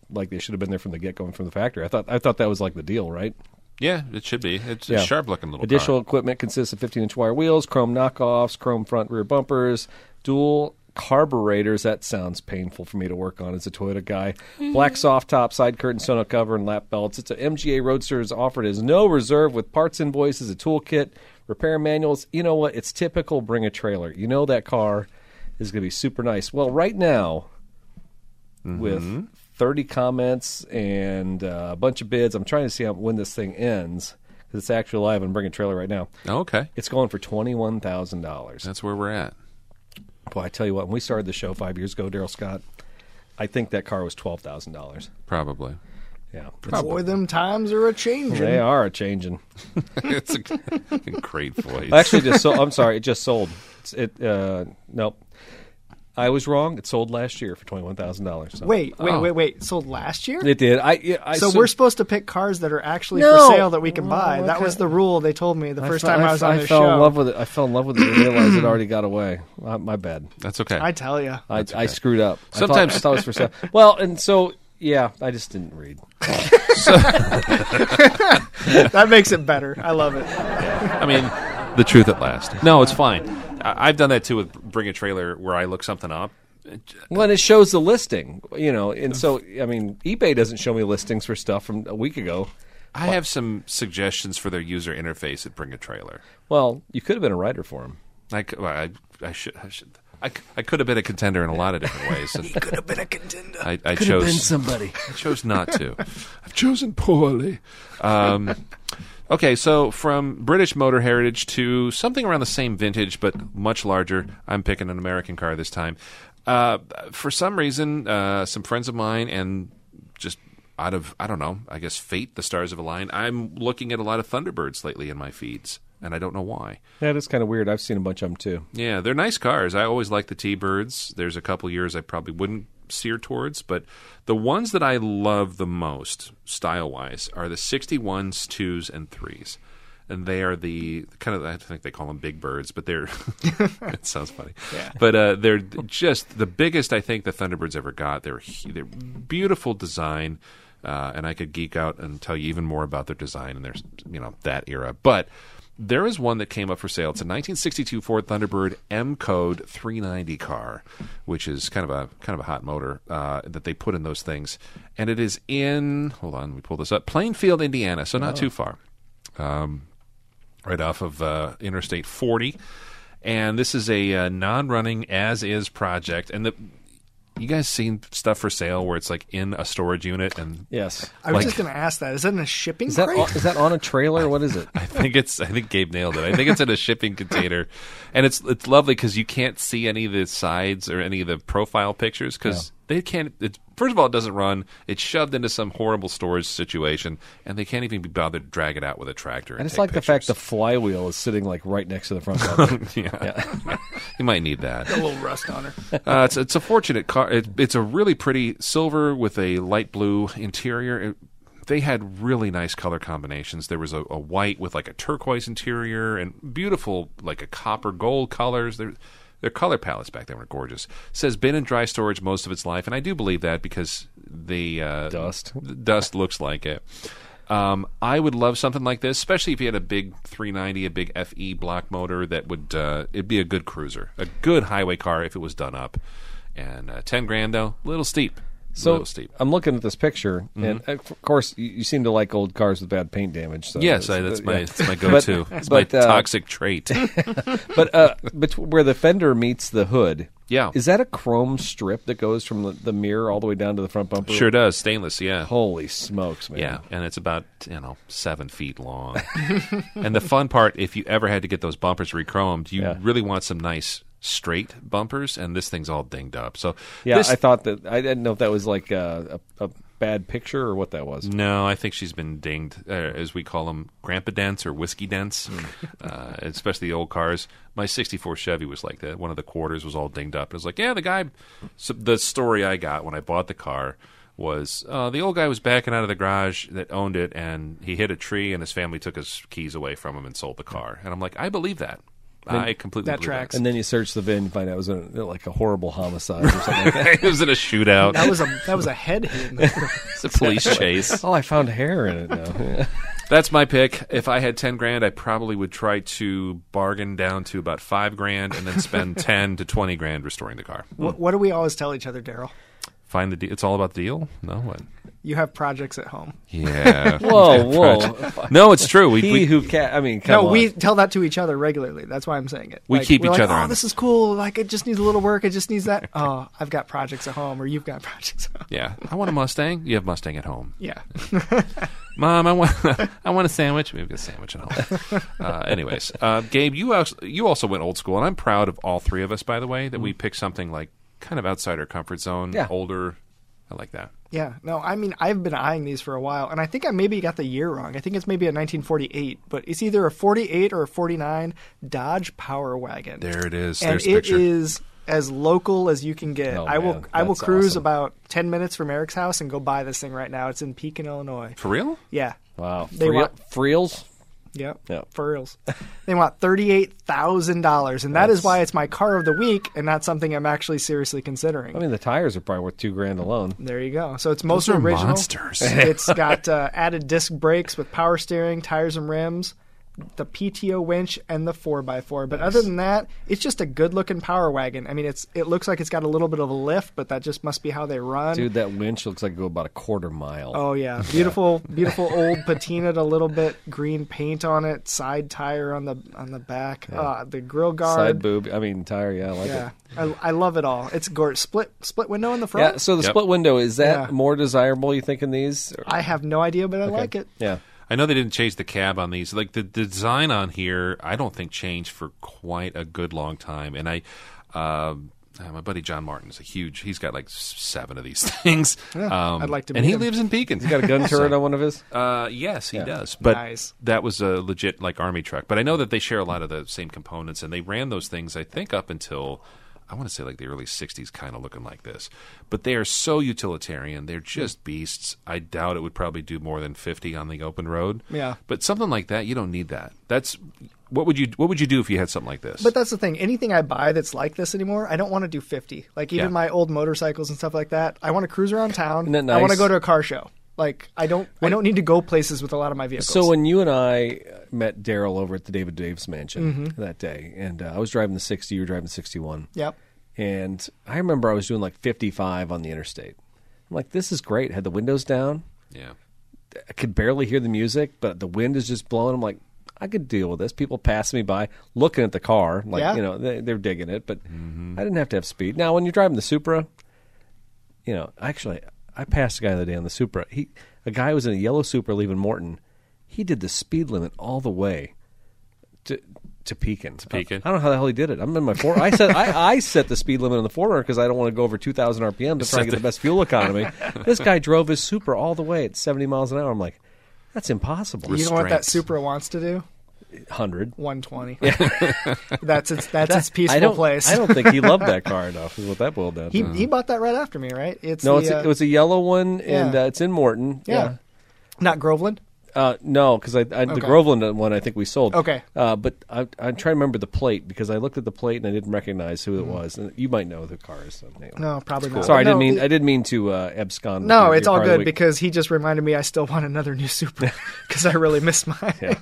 S1: Like they should have been there from the get go and from the factory. I thought I thought that was like the deal, right?
S3: Yeah, it should be. It's
S1: Yeah.
S3: a sharp looking little
S1: Additional
S3: car.
S1: equipment consists of 15 inch wire wheels, chrome knockoffs, chrome front rear bumpers, dual carburetors. That sounds painful for me to work on as a Toyota guy. Black soft top, side curtain, sono cover, and lap belts. It's a MGA Roadster is offered as no reserve with parts invoices, a toolkit, repair manuals. You know what? It's typical bring a trailer. You know that car is going to be super nice. Well, right now,
S2: Mm-hmm.
S1: with 30 comments and uh, a bunch of bids. I'm trying to see how, when this thing ends because it's actually live and bringing a trailer right now.
S3: Oh, okay.
S1: It's going for twenty one thousand dollars.
S3: That's where we're at.
S1: Boy, I tell you what, when we started the show five years ago, Daryl Scott, I think that car was twelve thousand dollars.
S3: Probably.
S1: Yeah,
S2: Boy, them times are a changing.
S1: they are a changing.
S3: it's a, a great voice.
S1: Actually, just sold. I'm sorry, it just sold. It's, it uh, nope. I was wrong. It sold last year for twenty one thousand dollars.
S2: Wait, wait,
S3: Oh.
S2: wait, wait. Sold last year?
S1: it did. I. yeah, I
S2: so
S1: assume-
S2: we're supposed to pick cars that are actually
S1: No.
S2: for sale that we can buy.
S1: Well,
S2: That
S1: okay.
S2: was the rule they told me the first
S1: fe-
S2: time I was on
S1: I
S2: this
S1: fell
S2: show.
S1: in love with it. I fell in love with it. and realized it already got away. Uh, my bad.
S3: That's okay.
S2: I tell you,
S1: I, I screwed up. I thought-
S3: Sometimes-
S1: I thought, it was for sale. Well, and so yeah, I just didn't read.
S2: that makes it better. I love it.
S3: I mean, the truth at last. No, it's fine. I, I've done that too with Bring a Trailer where I look something up.
S1: Well, and it shows the listing, you know, and so I mean, eBay doesn't show me listings for stuff from a week ago.
S3: I have some suggestions for their user interface at Bring a Trailer.
S1: Well, you could have been a writer for him.
S3: I, c- well, I, I should. I should I, c- I could have been a contender in a lot of different ways. and
S2: Could have been a contender.
S3: I, I chose.
S1: somebody.
S3: I chose not to. I've chosen poorly. Um, okay, so from British motor heritage to something around the same vintage but much larger, I'm picking an American car this time. Uh, for some reason, uh, some friends of mine and just out of I don't know, I guess fate, the stars have aligned. I'm looking at a lot of Thunderbirds lately in my feeds, and I don't know why.
S1: That is kind of weird. I've seen a bunch of them too.
S3: Yeah, they're nice cars. I always like the T-Birds. There's a couple years I probably wouldn't steer towards, but the ones that I love the most style-wise are the 61s, 2s and 3s. And they are the kind of I think they call them big birds, but they're it sounds funny. But uh, they're just the biggest I think the Thunderbirds ever got. They're hu- they're beautiful design, uh, and I could geek out and tell you even more about their design and their you know that era. But there is one that came up for sale. It's a 1962 Ford Thunderbird M Code 390 car, which is kind of a kind of a hot motor uh, that they put in those things, and it is in hold on, let me pull this up Plainfield, Indiana, so not too far Um, right off of uh, Interstate 40. And this is a uh, non running as is project. And the you guys seen stuff for sale where it's like in a storage unit and
S1: Yes.
S2: I was
S3: Like-
S2: just going to ask that. Is that in a shipping
S1: Is that
S2: crate?
S1: on, is that on a trailer? What is it?
S3: I think it's I think Gabe nailed it. I think it's in a shipping container, and it's it's lovely because you can't see any of the sides or any of the profile pictures because they can't. It's, first of all, it doesn't run. It's shoved into some horrible storage situation, and they can't even be bothered to drag it out with a tractor. And,
S1: And it's
S3: take
S1: like the fact the
S3: pictures.
S1: flywheel is sitting like right next to the front. bumper.
S3: yeah, you might need that.
S2: a little rust on her.
S3: Uh, it's, it's a fortunate car. It, it's a really pretty silver with a light blue interior. It- they had really nice color combinations. There was a, a white with like a turquoise interior and beautiful like a copper gold colors. Their their color palettes back then were gorgeous. says been in dry storage most of its life, and I do believe that because the uh,
S1: Dust.
S3: the dust looks like it. Um, I would love something like this, especially if you had a big 390, a big FE block motor. That would uh, it'd be a good cruiser, a good highway car if it was done up. And uh, 10 grand though, little steep.
S1: so
S3: little steep. Mm-hmm.
S1: I'm looking at this picture, and of course, you, you seem to like old cars with bad paint damage. So
S3: Yes,
S1: it's-
S3: I, that's
S1: yeah.
S3: my it's my go-to. it's my
S1: but, uh,
S3: toxic trait.
S1: But uh, bet- where the fender meets the hood,
S3: Yeah.
S1: is that a chrome strip that goes from the, the mirror all the way down to the front bumper?
S3: sure does stainless. Yeah,
S1: Holy smokes, man!
S3: yeah, and it's about you know seven feet long. and the fun part, if you ever had to get those bumpers re-chromed, you
S1: Yeah.
S3: really want some nice straight bumpers, and this thing's all dinged up. So
S1: yeah.
S3: this
S1: I thought that I didn't know if that was like a, a, a bad picture or what that was.
S3: No, I think she's been dinged, uh, as we call them, grandpa dents or whiskey dents,
S2: Hmm.
S3: uh, especially the old cars. My '64 Chevy was like that. One of the quarters was all dinged up. It was like, yeah, the guy. So the story I got when I bought the car was uh, the old guy was backing out of the garage that owned it, and he hit a tree, and his family took his keys away from him and sold the car. And I'm like, I believe that. I completely
S2: That
S3: believe
S2: tracks.
S1: And then you search the VIN, and find out it was a, like a horrible homicide or something. like that.
S3: that. it was in a shootout.
S2: That was a that was a head hit.
S3: it's a police chase.
S1: Oh, I found hair in it now.
S3: That's my pick. If I had ten grand, I probably would try to bargain down to about five grand, and then spend ten to twenty grand restoring the car.
S2: what, what do we always tell each other, Daryl?
S3: Find the deal. It's all about the deal. No what?
S2: You have projects at home.
S3: Yeah.
S1: whoa, whoa!
S3: no, it's true. We,
S1: He
S3: we
S1: who can I mean, come
S2: No,
S1: on.
S2: we tell that to each other regularly. That's why I'm saying it.
S3: We keep
S2: we're
S3: each
S2: like,
S3: other
S2: Oh,
S3: honest."
S2: this is cool. Like it just needs a little work. It just needs that. oh, I've got projects at home, or you've got projects. At home.
S3: yeah. I want a Mustang. You have Mustang at home.
S2: Yeah.
S3: Mom, I want I want a sandwich. We've got a sandwich at home. Uh, anyways, uh, Gabe, you also, you also went old school, and I'm proud of all three of us. By the way, that we picked something like kind of outside our comfort zone,
S1: Yeah.
S3: older. I like that.
S2: Yeah, no, I mean, I've been eyeing these for a while, and I think I maybe got the year wrong. I think it's maybe a 1948, but it's either a 48 or a 49 Dodge Power Wagon.
S3: There it is.
S2: and
S3: There's
S2: it
S3: a picture.
S2: is as local as you can get.
S1: Oh,
S2: I will,
S1: man,
S2: I will
S1: that's
S2: cruise
S1: awesome.
S2: about 10 minutes from Eric's house and go buy this thing right now. It's in Pekin, Illinois.
S3: For real?
S2: Yeah,
S1: wow,
S2: They
S1: Freel-
S2: want-
S1: Freels.
S2: yeah,
S1: Yeah.
S2: for reals. they want thirty-eight thousand dollars, and that is
S1: That's-
S2: why it's my car of the week, and not something I'm actually seriously considering.
S1: I mean, the tires are probably worth two grand alone.
S2: There you go. So it's mostly
S3: are
S2: original.
S3: monsters.
S2: it's got uh, added disc brakes with power steering, tires and rims, the PTO winch, and the 4x4. But other than that, it's just a good looking power wagon. I mean, it's it looks like it's got a little bit of a lift, but that just must be how they run.
S1: Dude, that winch looks like it go about a quarter mile.
S2: Oh yeah, beautiful, beautiful old patinaed a little bit, green paint on it, side tire on the on the back, Ah, the grill guard.
S1: Side boob. I mean, tire. Yeah, I like
S2: yeah,
S1: it.
S2: I, I love it all. It's gorgeous. Split split window in the front.
S1: Yeah. So the
S3: Yep.
S1: split window is that
S2: Yeah.
S1: more desirable? You think in these? Or-
S2: I have no idea, but I like it.
S1: Yeah.
S3: I know they didn't change the cab on these. Like the design on here, I don't think changed for quite a good long time. And I, um, uh, my buddy John Martin's a huge. He's got like s- seven of these things. um,
S2: I'd like to
S3: And
S2: meet
S3: he
S2: him.
S3: lives in Pekin. He's
S1: Got a gun turret on one of his.
S3: Uh, yes, he does. But
S2: Nice.
S3: that was a legit like army truck. But I know that they share a lot of the same components, and they ran those things I think up until I want to say like the early '60s, kind of looking like this. But they are so utilitarian; they're
S2: Hmm.
S3: just beasts. I doubt it would probably do more than 50 on the open road.
S2: Yeah.
S3: But something like that, you don't need that. That's what would you what would you do if you had something like this?
S2: But that's the thing. Anything I buy that's like this anymore, I don't want to do 50. Like even
S3: Yeah.
S2: my old motorcycles and stuff like that, I want to cruise around town.
S1: Isn't that
S2: I want to
S1: nice?
S2: go to a car show. Like I don't I don't need to go places with a lot of my vehicles.
S1: So when you and I met Daryl over at the David Daves mansion
S2: Mm-hmm.
S1: that day, and uh, I was driving the 60, you were driving the 61.
S2: Yep.
S1: And I remember I was doing like 55 on the interstate. I'm like, this is great. had the windows down.
S3: yeah.
S1: I could barely hear the music, but the wind is just blowing. I'm like, I could deal with this. People passing me by, looking at the car, like
S2: Yeah.
S1: Mm-hmm. you know they, they're digging it, but I didn't have to have speed. Now, when you're driving the Supra, you know, actually, I passed a guy the other day on the Supra. He, a guy was in a yellow Supra leaving Morton. He did the speed limit all the way to to Pekin. To
S3: Pekin.
S1: I, don't know how the hell he did it. I'm in my four. I set I, I set the speed limit on the four runner because I don't want to go over 2,000 RPM to try and get the best fuel economy. this guy drove his Supra all the way at 70 miles an hour. I'm like, that's impossible.
S2: You know what that
S3: Restraints.
S2: Supra wants to do?
S1: 100.
S2: 120. that's its that's its peaceful
S1: I don't,
S2: place.
S1: I don't think he loved that car enough. Is what that boiled down to.
S2: he he bought that right after me, right? It's
S1: no,
S2: the,
S1: it's a,
S2: uh,
S1: it was a yellow one, and
S2: Yeah.
S1: uh, it's in Morton.
S2: yeah. not Groveland.
S1: Uh, no, because I, I the
S2: Okay.
S1: Groveland one I think we sold.
S2: Okay.
S1: Uh, but I, I'm trying to remember the plate because I looked at the plate and I didn't recognize who it was. And you might know who the car is. So anyway.
S2: Mm-hmm. No, probably not.
S1: Sorry, I didn't
S2: No,
S1: mean
S2: it-
S1: I didn't mean to uh, abscond. with
S2: No,
S1: your-
S2: it's
S1: your
S2: all
S1: car of the
S2: good
S1: week.
S2: because he just reminded me I still want another new Supra because I really missed mine.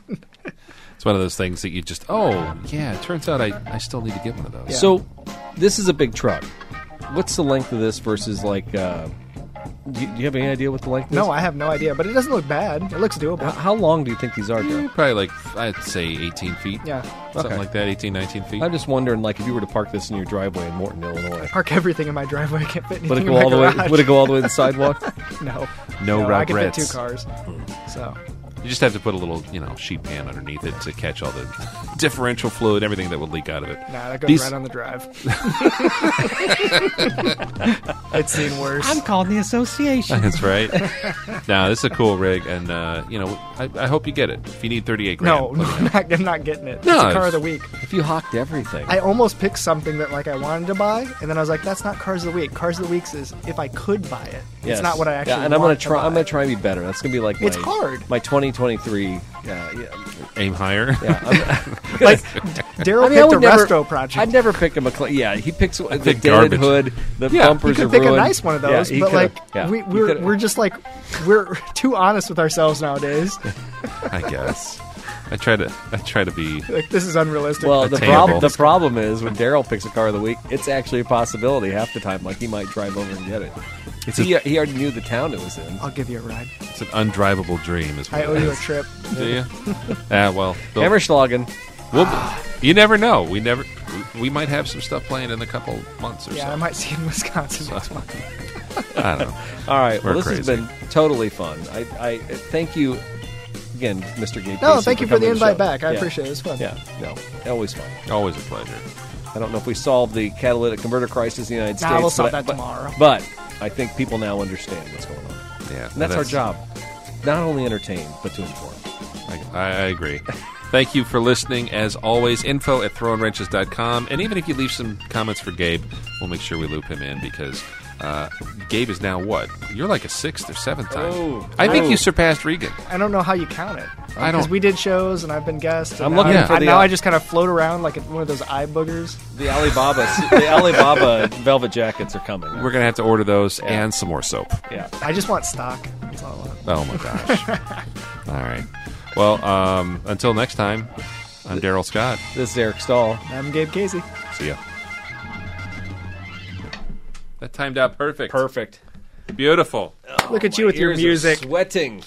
S3: It's one of those things that you just, oh, yeah, it turns out I, I still need to get one of those.
S1: So, this is a big truck. What's the length of this versus like? Uh, do, you, do you have any idea what the length is?
S2: No, I have no idea, but it doesn't look bad. It looks doable.
S1: How, how long do you think these are? Joe?
S3: Yeah, probably like, I'd say 18 feet.
S2: Yeah.
S3: Something
S1: Okay.
S3: like that, 18, 19 feet.
S1: I'm just wondering, like, if you were to park this in your driveway in Morton, Illinois,
S2: Park everything in my driveway. I can't fit anything
S1: would it
S2: in
S1: go
S2: my
S1: all the way?
S2: garage.
S1: Would it go all the way to the sidewalk?
S2: No.
S3: No
S2: I can fit
S3: regrets.
S2: two cars.
S1: Hmm.
S2: So
S3: You just have to put a little, you know, sheet pan underneath it to catch all the differential fluid, everything that would leak out of it.
S2: nah, that goes
S1: These-
S2: right on the drive. it's seen worse.
S1: calling the association.
S3: That's right. now this is a cool rig, and uh, you know, I, I hope you get it. If you need 38 grand,
S2: no,
S3: let me know.
S2: I'm not, I'm not getting it.
S3: No,
S2: it's a car
S3: it's-
S2: of the week.
S1: If you hawked everything,
S2: I almost picked something that like I wanted to buy, and then I was like, "That's not cars of the week. Cars of the week's is if I could buy it.
S1: Yes.
S2: It's not what I actually."
S1: Yeah, and I'm
S2: want
S1: gonna try.
S2: buy.
S1: I'm gonna try to be better. That's gonna be like
S2: It's
S1: my,
S2: hard.
S1: My 2023. Yeah, yeah.
S3: aim higher.
S1: yeah. I'm-
S2: like Daryl
S1: I mean, I
S2: picked a
S1: would never,
S2: resto project.
S1: I'd never pick a McLaren. Yeah, he picks the
S3: pick
S1: dented
S3: garbage.
S1: hood. The
S3: Yeah,
S1: bumpers
S2: you
S1: are
S2: could pick
S1: ruined.
S2: a nice one of those,
S1: yeah, he
S2: but
S1: coulda-
S2: like
S1: yeah,
S2: we,
S1: he
S2: we're
S1: coulda-
S2: we're just like we're too honest with ourselves nowadays.
S3: I guess. I try to. I try to be.
S2: Like this is unrealistic.
S1: Well, the
S3: attainable.
S1: problem the problem is when Daryl picks a car of the week, it's actually a possibility half the time. Like he might drive over and get it. He, he already knew the town it was in.
S3: Oh,
S2: I'll give you a ride.
S3: It's an undrivable dream. Is what
S2: I
S3: it
S2: owe you a
S3: is.
S2: trip.
S3: Do you? Ah, well, Bill,
S1: Hammerschlagen.
S3: we'll be- you never know. We never. We might have some stuff planned in a couple months or
S2: Yeah, I
S3: so.
S2: might see you in Wisconsin next month.
S3: I don't know.
S1: All right.
S3: We're
S1: Well, this has
S3: crazy.
S1: been totally fun. I, I thank you again, Mr. Gabe.
S2: No,
S1: Casey,
S2: thank you for
S1: coming
S2: the
S1: to
S2: invite
S1: show.
S2: back. I
S1: Yeah.
S2: appreciate it. It was fun.
S1: Yeah, no, always fun.
S3: Always a pleasure.
S1: I don't know if we solved the catalytic converter crisis in the United
S2: Nah,
S1: States.
S2: we'll solve
S1: but-
S2: that
S1: but-
S2: tomorrow.
S1: But I think people now understand what's going on.
S3: Yeah,
S1: And that's, our job. Not only entertain, but to inform.
S3: I, I I agree. Thank you for listening. As always, info at throwinwrenches.com. And even if you leave some comments for Gabe, we'll make sure we loop him in because uh, Gabe is now what? You're like a sixth or seventh time.
S1: Oh.
S3: I think
S1: Oh.
S3: you surpassed Regan.
S2: I don't know how you count it.
S3: I don't-
S2: Because we did shows and I've been guest. and
S1: I'm
S2: now
S1: looking
S2: I-
S3: for
S1: the,
S2: now
S1: uh,
S2: I just kind of float around like one of those eye boogers.
S1: The Alibaba, the Alibaba velvet jackets are coming.
S3: We're going to have to order those and some more soap.
S1: yeah.
S2: I just want stock. That's all I want.
S3: Oh my gosh. All right. Well, um, until next time, I'm Daryl Scott.
S1: This is Eric Stahl.
S2: I'm Gabe Casey.
S3: See ya. That timed out perfect.
S1: Perfect.
S3: Beautiful.
S2: Look at you with your
S1: Ears are
S2: music.
S1: sweating.